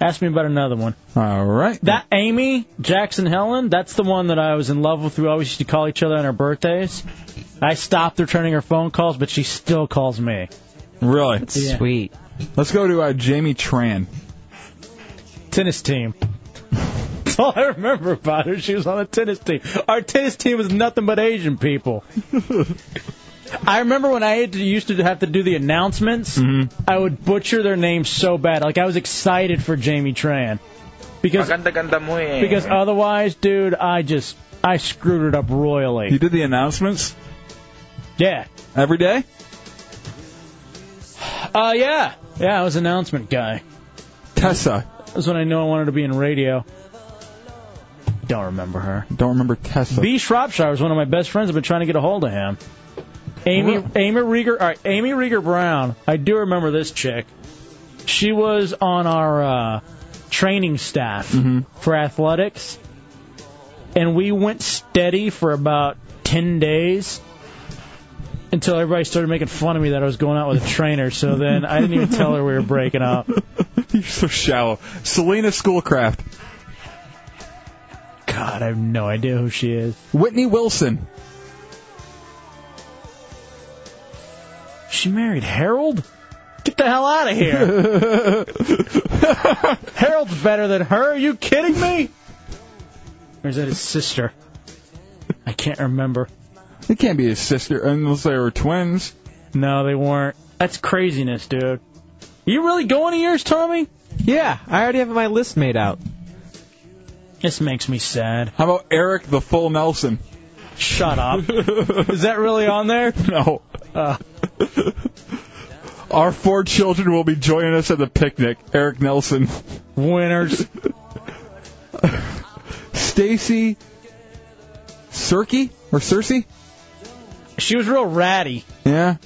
Ask me about another one.
All right.
That Amy Jackson Helen, that's the one that I was in love with. We always used to call each other on our birthdays. I stopped returning her phone calls, but she still calls me.
Really?
Yeah.
Sweet.
Let's go to uh, Jamie Tran.
Tennis team. That's all I remember about her. She was on a tennis team. Our tennis team was nothing but Asian people. I remember when I had to- used to have to do the announcements, I would butcher their names so bad. Like I was excited for Jamie Tran because because otherwise, dude, I just I screwed it up royally.
You did the announcements?
Yeah.
Every day?
Uh, yeah, yeah. I was an announcement guy.
Tessa.
That's when I know I wanted to be in radio. Don't remember her.
Don't remember Tessa.
B. Shropshire was one of my best friends. I've been trying to get a hold of him. Amy Amy Rieger, all right, Amy Rieger Brown. I do remember this chick. She was on our uh, training staff for athletics, and we went steady for about ten days until everybody started making fun of me that I was going out with a trainer. So then I didn't even tell her we were breaking up.
You're so shallow. Selena Schoolcraft.
God, I have no idea who she is.
Whitney Wilson.
She married Harold? Get the hell out of here. Harold's better than her. Are you kidding me? Or is that his sister? I can't remember.
It can't be his sister unless they were twins.
No, they weren't. That's craziness, dude. You really going to yours, Tommy?
Yeah, I already have my list made out.
This makes me sad.
How about Eric the Full Nelson?
Shut up. Is that really on there? Uh.
No. Our four children will be joining us at the picnic. Eric Nelson.
Winners.
Stacy Cirky or Cersei?
She was real ratty.
Yeah.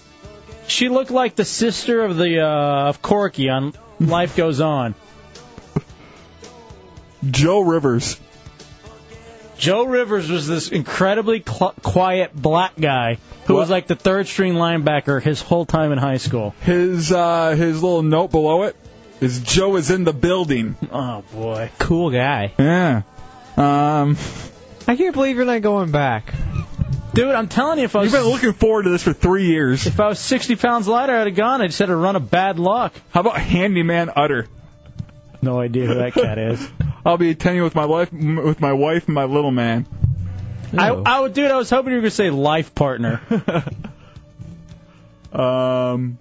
She looked like the sister of the uh, of Corky on Life Goes On.
Joe Rivers.
Joe Rivers was this incredibly cl- quiet black guy who was like the third string linebacker his whole time in high school.
His uh, his little note below it is Joe is in the building.
Oh boy.
Cool guy.
Yeah. Um.
I can't believe you're not going back.
Dude, I'm telling you, if I was
You've been looking forward to this for three years.
if I was 60 pounds lighter, I'd have gone. I just had a run of bad luck.
How about Handyman Utter?
No idea who that cat is.
I'll be attending with my life with my wife and my little man.
I, I would, dude. I was hoping you were gonna say life partner.
Um,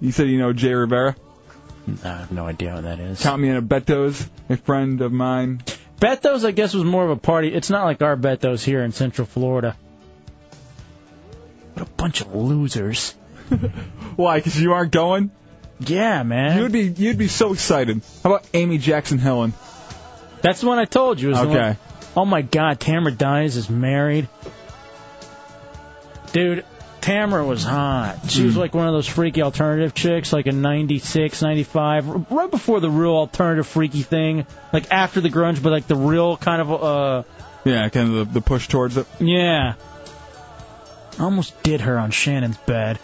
you said you know Jay Rivera.
I have no idea what that is.
Tommy and Beto's, a friend of mine.
Beto's, I guess, was more of a party. It's not like our Beto's here in Central Florida. What a bunch of losers.
Why? Because you aren't going?
Yeah, man.
You'd be you'd be so excited. How about Amy Jackson Helen?
That's the one I told you. Is the
Okay.
one- oh my God, Tamara Dyes is married. Dude, Tamara was hot. She was like one of those freaky alternative chicks, like in '96, '95, right before the real alternative freaky thing, like after the grunge, but like the real kind of uh,
Yeah, kind of the, the push towards it.
yeah. I almost did her on Shannon's bed.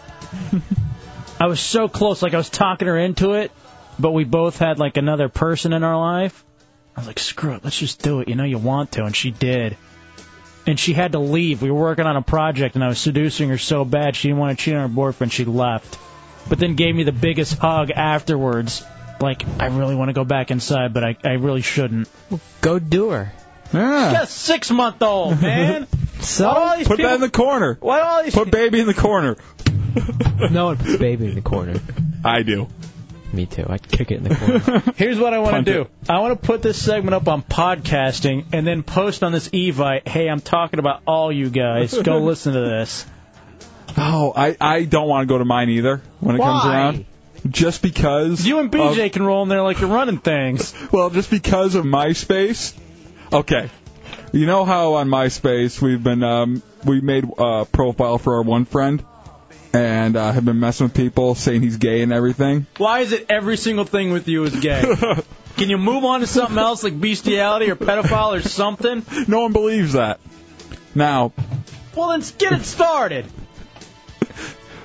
I was so close, like I was talking her into it, but we both had like another person in our life. I was like, screw it, let's just do it. You know, you want to, and she did. And she had to leave. We were working on a project, and I was seducing her so bad she didn't want to cheat on her boyfriend. She left, but then gave me the biggest hug afterwards. Like, I really want to go back inside, but I, I really shouldn't.
Go do her.
She got a six month old, man. so all these
Put
people-
that in the corner.
Why all these
Put baby in the corner.
no one puts baby in the corner.
I do.
Me too. I'd kick it in the corner.
Here's what I want
Punt
to do. I want to put this segment up on podcasting and then post on this Evite. Hey, I'm talking about all you guys. Go listen to this.
Oh, I, I don't want to go to mine either when it comes
Why?
around. just because you and
BJ can roll in there like you're running things.
well, just because of MySpace. Okay, you know how on MySpace we've been um, we made a profile for our one friend and uh, have been messing with people saying he's gay and everything.
Why is it every single thing with you is gay? Can you move on to something else like bestiality or pedophile or something?
No one believes that. Now,
Well, then get it started.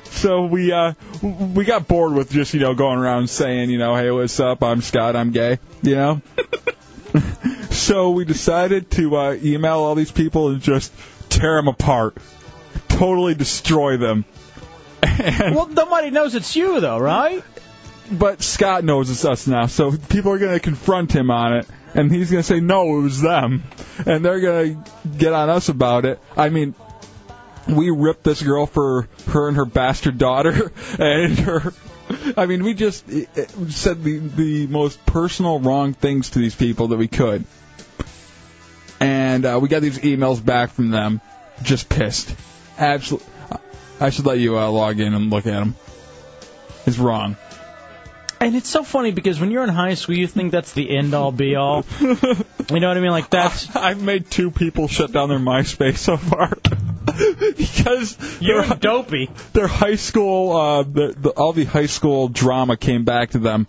so we uh we got bored with just you know going around saying you know hey what's up I'm Scott I'm gay you know. so we decided to uh, email all these people and just tear them apart, totally destroy them.
well, nobody knows it's you though, right?
But Scott knows it's us now, so people are going to confront him on it, and he's going to say no it was them, and they're going to get on us about it. I mean. We ripped this girl for her and her bastard daughter, and her I mean, we just eh, eh, said the the most personal wrong things to these people that we could, and uh, we got these emails back from them, just pissed. Absolutely, I should let you uh, log in and look at them. It's wrong.
And it's so funny because when you're in high school, you think that's the end all be all. you know what I mean? Like that's.
I've made two people shut down their MySpace so far. because
you're dopey.
Their high school, uh, the, the, all the high school drama came back to them,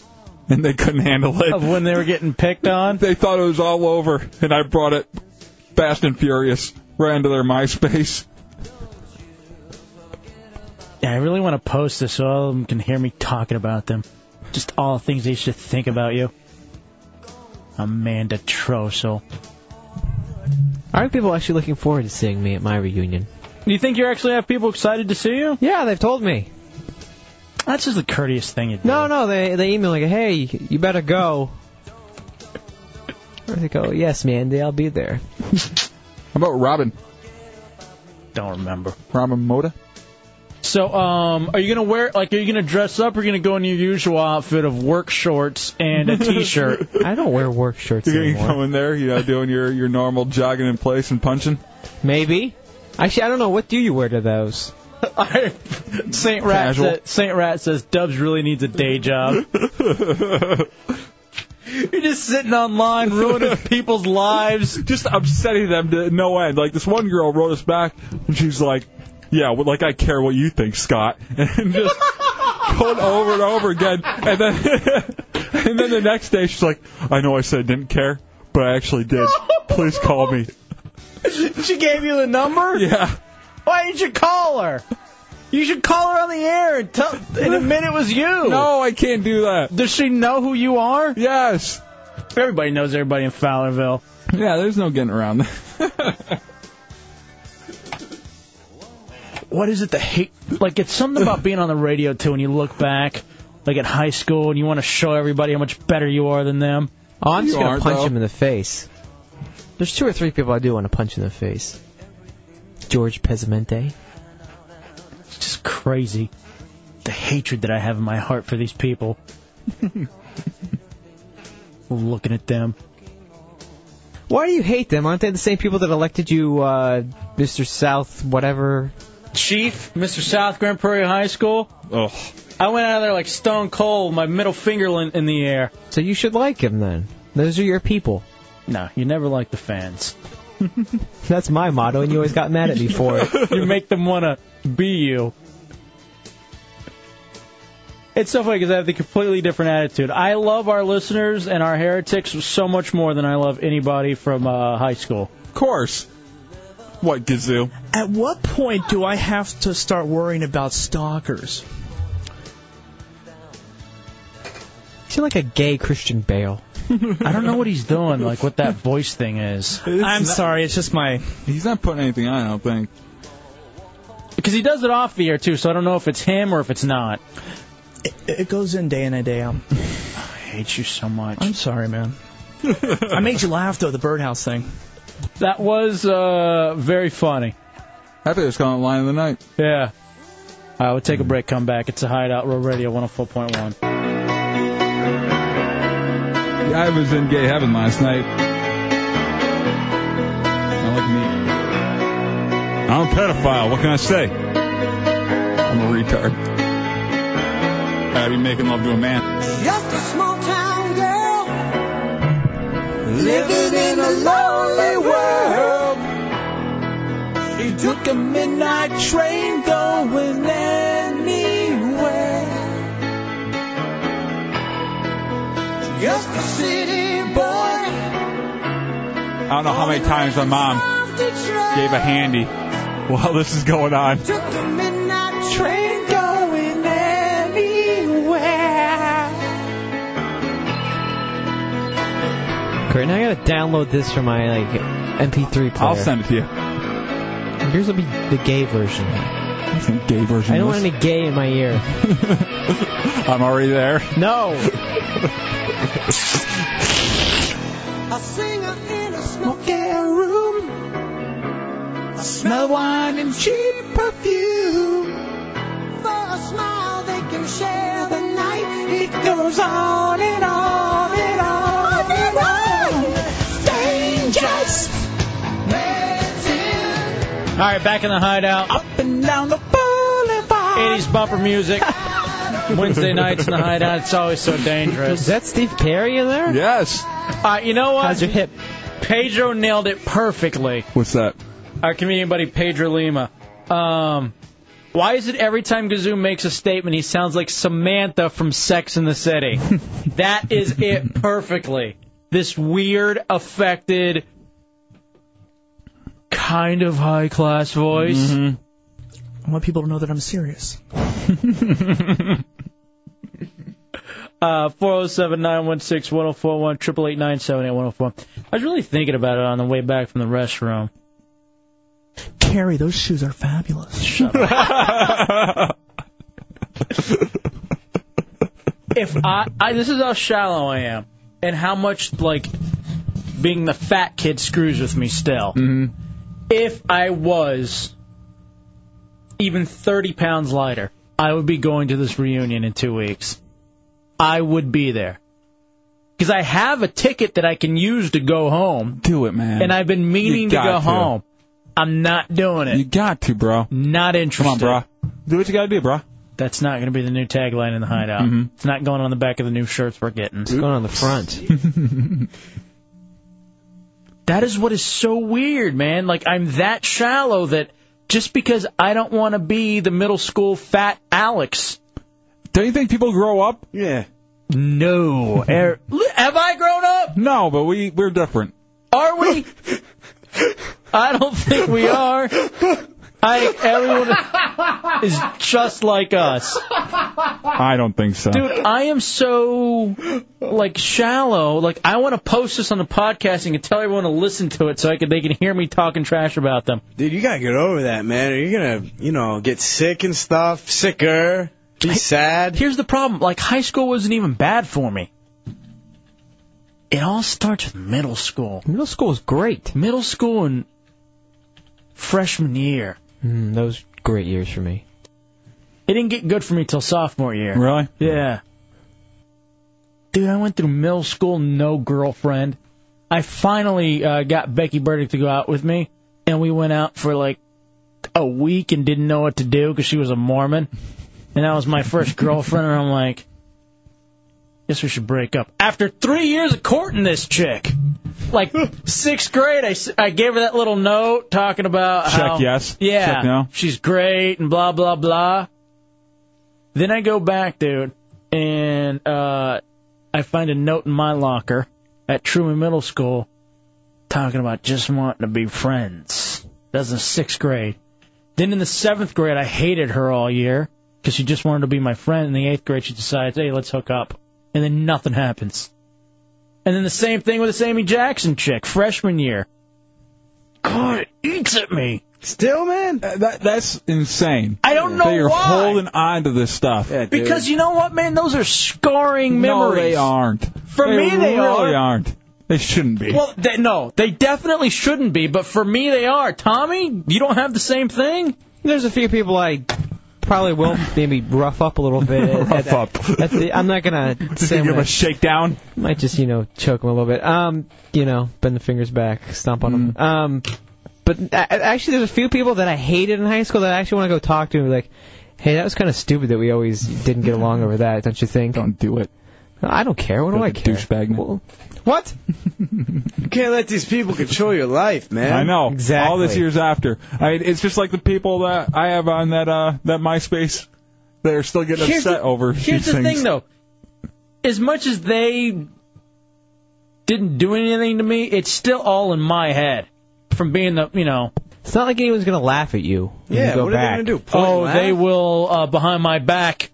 and they couldn't handle it.
Of when they were getting picked on.
they thought it was all over, and I brought it fast and furious right into their MySpace.
Yeah, I really want to post this so all of them can hear me talking about them. Just all the things they should think about you. Amanda
Oh,
Trosel.
Aren't people actually looking forward to seeing me at my reunion?
Do you think you actually have people excited to see you?
Yeah, they've told me.
That's just the courteous thing you do.
No, no, they they email like, hey, you better go. I go, yes, Mandy, I'll be there.
How about Robin?
Don't remember.
Robin Moda?
So, um, are you gonna wear like? Are you gonna dress up? Or are you gonna go in your usual outfit of work shorts and a t-shirt?
I don't wear work shirts
You're gonna
anymore.
come in there, you know, doing your your normal jogging in place and punching.
Maybe. Actually, I don't know. What do you wear to those?
Saint Rat,
Casual.
sa- Saint Rat says Dubs really needs a day job. You're just sitting online ruining people's lives,
just upsetting them to no end. Like this one girl wrote us back, and she's like, "Yeah, well, like I care what you think, Scott," and just going over and over again. And then, and then the next day, she's like, "I know I said I didn't care, but I actually did. Please call me."
she gave you the number?
Yeah.
Why didn't you call her? You should call her on the air and, tell, and admit it was you.
No, I can't do that.
Does she know who you are?
Yes.
Everybody knows everybody in Fowlerville.
Yeah, there's no getting around that.
what is it the hate like it's something about being on the radio too when you look back like at high school and you want to show everybody how much better you are than them
Oh, I'm just gonna punch him in the face. There's two or three people I do want to punch in the face. George Pesamente.
it's just crazy the hatred that i have in my heart for these people looking at them
Why do you hate them? Aren't they the same people that elected you, uh, Mr. South, whatever?
chief mr south grand prairie high school
Ugh.
i went out of there like stone cold with my middle finger in, in the air
So you should like him then. Those are your people.
No, you never like the fans.
That's my motto, and you always got mad at me for it.
you make them want to be you. It's so funny because I have the completely different attitude. I love our listeners and our heretics so much more than I love anybody from uh, high school. Of
course. What gazoo?
At what point do I have to start worrying about stalkers?
You're like a gay Christian Bale.
I don't know what he's doing, like what that voice thing is.
I'm sorry, it's just my.
He's not putting anything on. I don't think.
Because he does it off the air too, so I don't know if it's him or if it's not.
It, it goes in day in and day out.
I hate you so much.
I'm sorry, man. I made you laugh though the birdhouse thing.
That was uh, very funny.
I think it's going line of the night.
Yeah. All right, we'll take a break. Come back. It's a hideout. Road Radio 104.1.
I was in gay heaven last night. Not like me. I'm a pedophile. What can I say? I'm a retard. I'd be making love to a man.
Just a small town girl living in a lonely world. She took a midnight train going anywhere. Just a city boy
I don't know how many times my mom gave a handy while this is going on.
took a midnight train going anywhere.
Great. Now I gotta download this from my like MP3 player.
I'll send it to you.
Yours will be the gay version.
Gay version.
I don't
of
want
this.
any gay in my ear.
I'm already there.
No.
A singer in a smoky room. I smell wine and cheap perfume. For a smile, they can share the night. It goes on and on and on and on. Dangerous.
All right, back in the hideout. Up
and down the boulevard.
80s bumper music. Wednesday nights in the hideout. It's always so dangerous.
Is that Steve Carey in there?
Yes.
Uh, you know what? How's your hip? Pedro nailed it perfectly.
What's that?
Our comedian buddy Pedro Lima. Um, why is it every time Gazoo makes a statement, he sounds like Samantha from Sex in the City? that is it perfectly. This weird, affected, kind of high class voice.
Mm-hmm. I want people to know that I'm serious.
Uh, 407-916-1041, 888 oh I was really thinking about it on the way back from the restroom.
Carrie, those shoes are fabulous. Shut
if I, I, this is how shallow I am, and how much like being the fat kid screws with me still. Mm-hmm. If I was even 30 pounds lighter, I would be going to this reunion in two weeks. I would be there. Because I have a ticket that I can use to go home.
Do it, man.
And I've been meaning
You
to
got
go home. I'm not doing it.
You got to, bro.
Not interested.
Come on, bro. Do what you gotta do, bro. Mm-hmm.
That's not going to be the new tagline in the hideout. It's not going on the back of the new shirts we're getting. It's
going on the front.
that is what is so weird, man. Like I'm that shallow that just because I don't want to be the middle school fat Alex.
Don't you think people grow up?
Yeah. No. Er- Have I grown up?
No, but we we're different.
Are we? I don't think we are. I think everyone is just like us.
I don't think so.
Dude, I am so like shallow. Like I want to post this on the podcasting and tell everyone to listen to it so I can they can hear me talking trash about them.
Dude, you gotta get over that, man. Or you're gonna, you know, get sick and stuff, sicker, be sad.
Here's the problem. Like high school wasn't even bad for me. It all starts with middle school.
Middle school was great.
Middle school and freshman year.
Mm, those great years for me.
It didn't get good for me till sophomore year.
Really?
Yeah. Dude, I went through middle school, no girlfriend. I finally uh, got Becky Burdick to go out with me, and we went out for like a week and didn't know what to do because she was a Mormon. And that was my first girlfriend, and I'm like, guess we should break up. After three years of courting this chick, like sixth grade, I, s- I gave her that little note talking about
Check
how,
yes.
yeah,
Check no.
she's great and blah blah blah. Then I go back, dude, and uh, I find a note in my locker at Truman Middle School talking about just wanting to be friends. That's in sixth grade. Then in the seventh grade, I hated her all year because she just wanted to be my friend. In the eighth grade, she decides, hey, let's hook up. And then nothing happens. And then the same thing with this Amy Jackson chick, freshman year. God, it eats at me. Uh,
Still, man.
that that's insane.
I don't know
They are
why.
holding on to this stuff.
Because you know what, man? Those are scarring
no,
memories.
they aren't.
For me, they
really
are.
aren't. They shouldn't be.
Well, they, no, they definitely shouldn't be, but for me, they are. Tommy, you don't have the same thing?
There's a few people I probably will maybe rough up a little bit.
Rough
at- at-
up.
at the- I'm not gonna say
give
I'm
him
gonna-
a shakedown.
Might just you know choke him a little bit. Um, you know, bend the fingers back, stomp on
Mm.
him. Um, but a- actually, there's a few people that I hated in high school that I actually want to go talk to and be like, Hey, that was kind of stupid that we always didn't get along over that, don't you think? Don't
do it.
I don't care. What do I care?
Douchebag.
What?
You can't let these people control your life, man.
I know.
Exactly.
All this years after. I mean, it's just like the people that I have on that uh that MySpace that are still getting
Here's
upset
the-
over
Here's
these
the
things.
thing, though. As much as they didn't do anything to me, it's still all in my head from being the, you know.
It's not like anyone's gonna laugh at you. when you go back.
oh, they will uh, behind my back.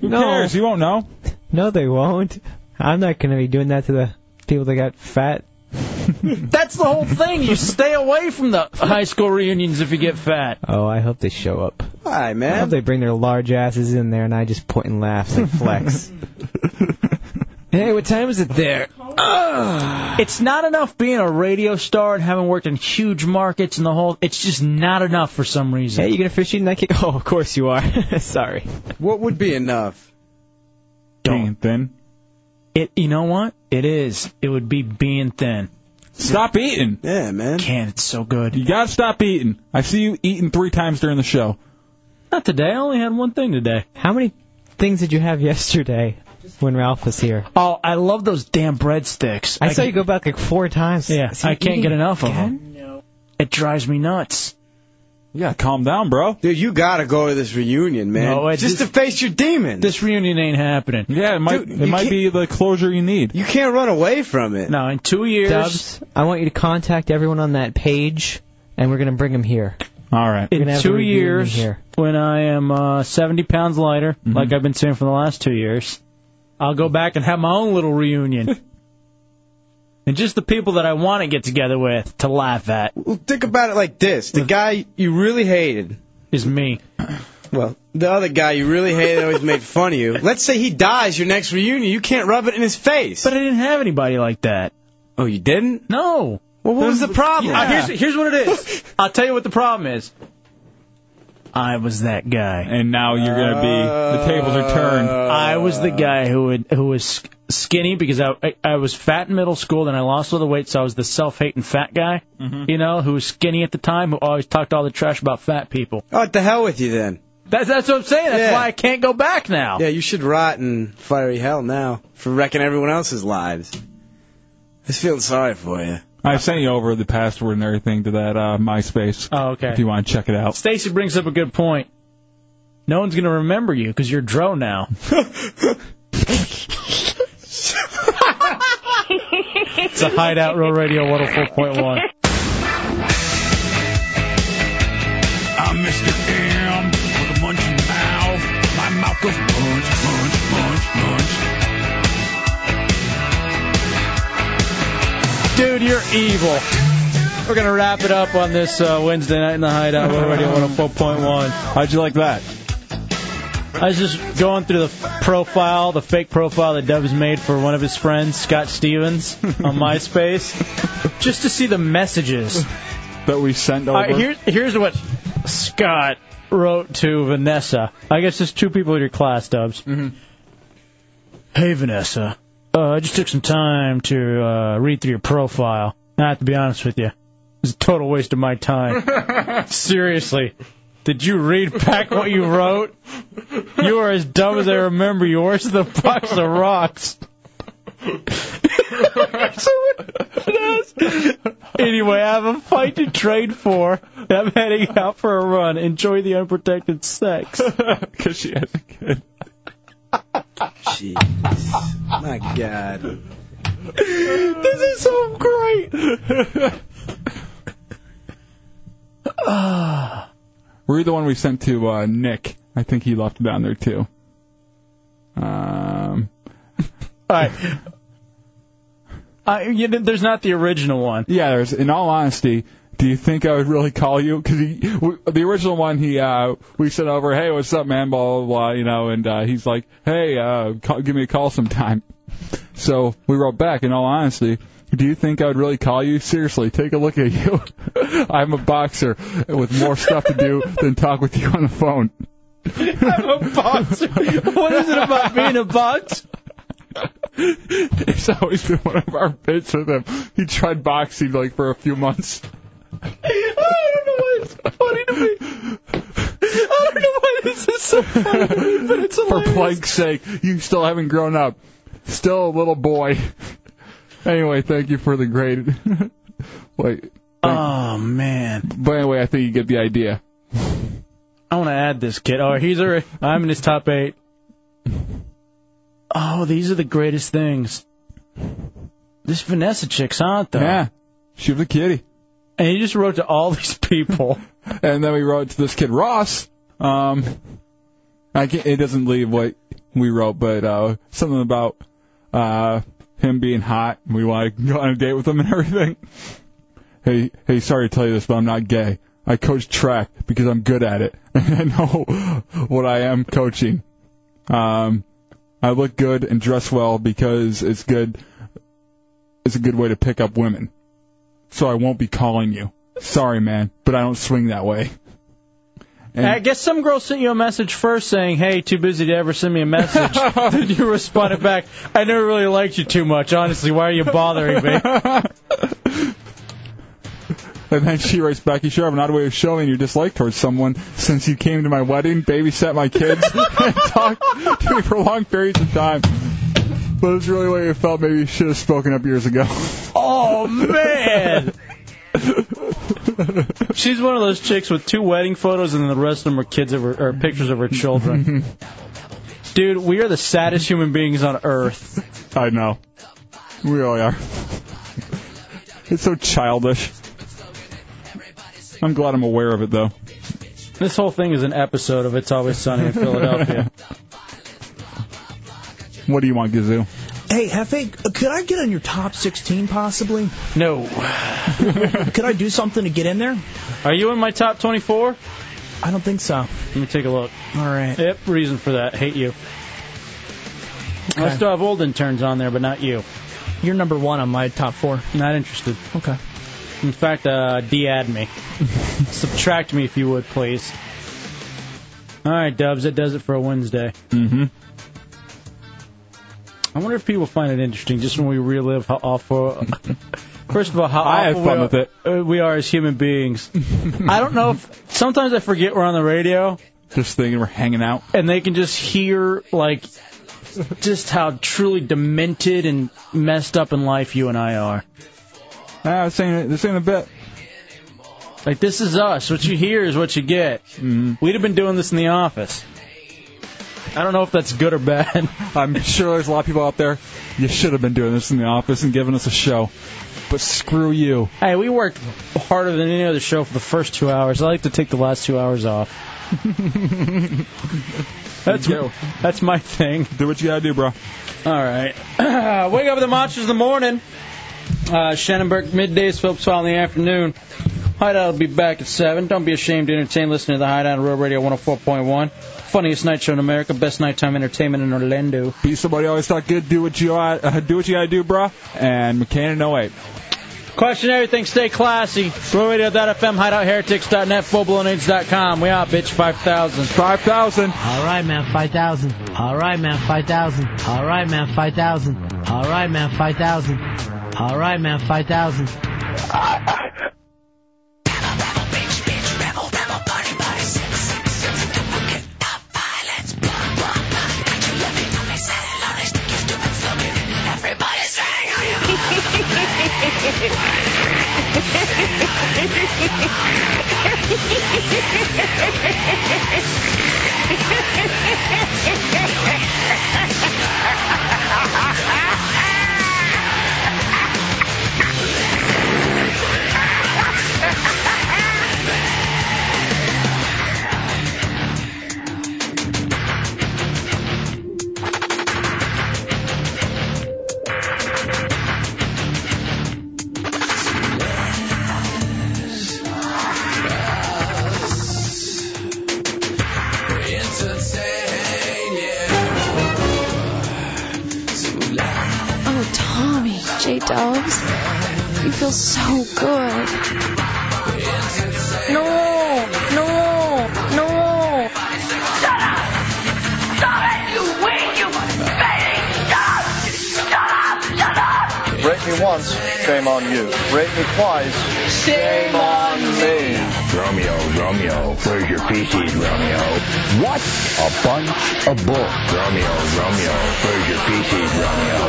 Who cares? You won't know.
No, they won't. I'm not gonna be doing that to the people that got fat.
That's the whole thing. You stay away from the high school reunions if you get fat.
Oh, I hope they show up.
Hi, man.
I hope they bring their large asses in there and I just point and laugh and flex. hey, what time is it there?
It's not enough being a radio star and having worked in huge markets and the whole. It's just not enough for some reason.
Hey, you gonna fish eat that cake? Oh, of course you are. Sorry.
What would be enough?
Being thin.
It. You know what? It is. It would be being thin.
Stop eating.
Yeah, man.
Can it's so good.
You gotta stop eating. I see you eating three times during the show.
Not today. I only had one thing today.
How many things did you have yesterday when Ralph was here?
Oh, I love those damn breadsticks.
I saw you go back like four times.
Yeah,
Is he
I can't get
eating
enough of
again?
them. It drives me nuts.
Yeah, calm down, bro.
Dude, you gotta go to this reunion, man.
No, it-
just
this-
to face your demons.
This reunion ain't happening.
Yeah, it might
Dude,
it
you
might
can't-
be the closure you need.
You can't run away from it.
No, in two years.
Dubs, I want you to contact everyone on that page, and we're gonna bring them here.
All right.
We're gonna
In
have a
two
reunion
years,
here.
when I am uh, 70 pounds lighter,
Mm-hmm.
like I've been saying for the last two years, I'll go back and have my own little reunion. and just the people that I want to get together with to laugh at
Well, think about it like this: the guy you really hated.
is me.
Well, the other guy you really hated always made fun of you. Let's say he dies your next reunion, you can't rub it in his face.
But I didn't have anybody like that.
Oh, you didn't?
No.
Well, what was the problem?
Uh, here's, here's what it is. I'll tell you what the problem is. I was that guy.
And now you're gonna be the tables are turned.
I was the guy who would, who was sk- skinny because I, I I was fat in middle school, then I lost all the weight, so I was the self-hating fat guy,
Mm-hmm.
you know, who was skinny at the time, who always talked all the trash about fat people.
Oh, what the hell with you then?
That's that's what I'm saying. That's
Yeah.
why I can't go back now.
Yeah, you should rot in fiery hell now for wrecking everyone else's lives. I was feeling sorry for you.
I sent you over the password and everything to that uh, MySpace.
Oh, okay.
If you want to check it out.
Stacy brings up a good point. No one's gonna remember you because you're Dro now. it's a hideout, Real Radio 104.1.
I'm Mr. M with a munching mouth. My mouth goes munch, munch, munch, munch.
Dude, you're evil. We're going to wrap it up on this uh, Wednesday night in the Hideout. We're already on 104.1.
How'd you like that?
I was just going through the profile, the fake profile that Dubs made for one of his friends, Scott Stevens, on MySpace, just to see the messages.
That we sent over.
All right, here, here's what Scott wrote to Vanessa. I guess there's two people in your class, Dubs.
Mm-hmm.
Hey, Vanessa. Uh, I just took some time to uh, read through your profile. I have to be honest with you. It was a total waste of my time. Seriously. Did you read back what you wrote? You are as dumb as I remember you. Worse than a box of rocks. anyway, I have a fight to trade for. and I'm heading out for a run. Enjoy the unprotected sex.
Because she has a kid.
Jeez. My God.
this is so great.
Read the one we sent to uh, Nick. I think he left it down there too. Um,
All right. I, you know, there's not the original one.
yeah, there's, in all honesty, do you think I would really call you? Because the original one, he uh, we sent over, hey, what's up, man, blah, blah, blah, you know, and uh, he's like, hey, uh, call, give me a call sometime. So we wrote back, in all honesty, do you think I would really call you? Seriously, take a look at you. I'm a boxer with more stuff to do than talk with you on the phone.
I'm a boxer. What is it about being a box?
It's always been one of our bits with him. He tried boxing like for a few months.
I don't know why it's funny to me. I don't know why this
This is so funny to me, but it's
For Blake's sake, you still haven't grown up. Still a little boy. anyway, thank you for the grade. Wait.
Oh man.
But anyway, I think you get the idea.
I want to add this kid. Oh, he's already. I'm in his top eight. Oh, these are the greatest things. This Vanessa chick's hot though. Yeah,
she was a kitty.
And he just wrote to all these people.
and then we wrote to this kid Ross. Um, I can't, it doesn't leave what we wrote, but uh, something about uh, him being hot. and We want to go on a date with him and everything. Hey, hey, sorry to tell you this, but I'm not gay. I coach track because I'm good at it, and I know what I am coaching. Um, I look good and dress well because it's good. It's a good way to pick up women. So I won't be calling you. Sorry, man, but I don't swing that way. And-
I guess some girl sent you a message first saying, "Hey, too busy to ever send me a message." then you responded back, "I never really liked you too much, honestly. Why are you bothering me?"
And then she writes back, you should have an odd way of showing your dislike towards someone since you came to my wedding, babysat my kids, and talked to me for long periods of time. But it's really what you felt. Maybe you should have spoken up years ago.
Oh man. She's one of those chicks with two wedding photos and then the rest of them are kids of her, or pictures of her children. Dude, we are the saddest human beings on earth.
I know. We really are. It's so childish. I'm glad I'm aware of it, though.
This whole thing is an episode of It's Always Sunny in Philadelphia.
What do you want, Gazoo?
Hey, Hefe, could I get on your top 16 possibly?
No.
could I do something to get in there?
Are you in my top 24?
I don't think so.
Let me take a look.
All right.
Yep, reason for that. Hate you. I still have old interns on there, but not you.
You're number one on my top four.
Not interested.
Okay.
In fact, uh, de-add me. Subtract me if you would, please. All right, Dubs, that does it for a Wednesday.
Mm-hmm.
I wonder if people find it interesting just when we relive how awful. First of all, how
I have fun
awful we, are,
with it.
uh, we are as human beings. I don't know if sometimes I forget we're on the radio
Just thinking we're hanging out.
and they can just hear like just how truly demented and messed up in life you and I are.
Ah, this ain't, this ain't a bit.
Like this is us. What you hear is what you get.
Mm-hmm.
We'd have been doing this in the office. I don't know if that's good or bad.
I'm sure there's a lot of people out there. You should have been doing this in the office and giving us a show. But screw you.
Hey, we worked harder than any other show for the first two hours. I like to take the last two hours off. that's that's my thing.
Do what you gotta do, bro. All
right. Wake up with the monsters in the morning. Uh, Shannonburg middays, Phillips Hall in the afternoon. Hideout will be back at 7. Don't be ashamed to entertain. Listen to the Hideout on Road Radio 104.1. Funniest night show in America. Best nighttime entertainment in Orlando.
Be somebody always thought good. Do what you ought- uh, do what you gotta do, bro. And McCann in 08.
Question everything. Stay classy. RoadRadio.fm, HideoutHeretics.net, FullBlownAids.com. We out, bitch. 5,000.
5,000.
All right, man, 5,000. All right, man, 5,000. All right, man, 5,000. All right, man, 5,000. All right, man, 5,000.
Oh, Tommy, J Dubs, you feel so good. No, no, no. Shut up! Stop it, you wig, you fading! Stop! Shut up! Shut up!
Rick me once, shame on you. Rate me twice, shame on me.
Romeo, Romeo, where's your feces, Romeo? What a bunch of bull. Romeo, Romeo, where's your feces, Romeo?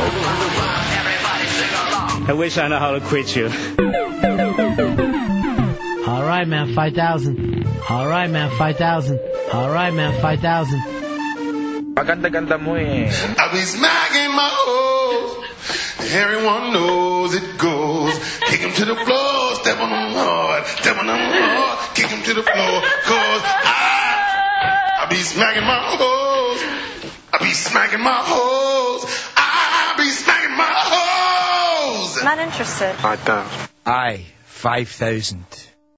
I wish I know how to quit you.
All right, man, 5,000. All right, man, 5,000. All right, man, 5,000.
Maganda ganda mo eh.
I be smacking my hoes. Everyone knows it goes. Kick 'em to the floor, step on 'em hard, step on 'em hard, kick 'em to the floor, cause I, I be smacking my hoes. I be smacking my hoes. I be smacking my hoes.
Not interested.
Aye, 5,000.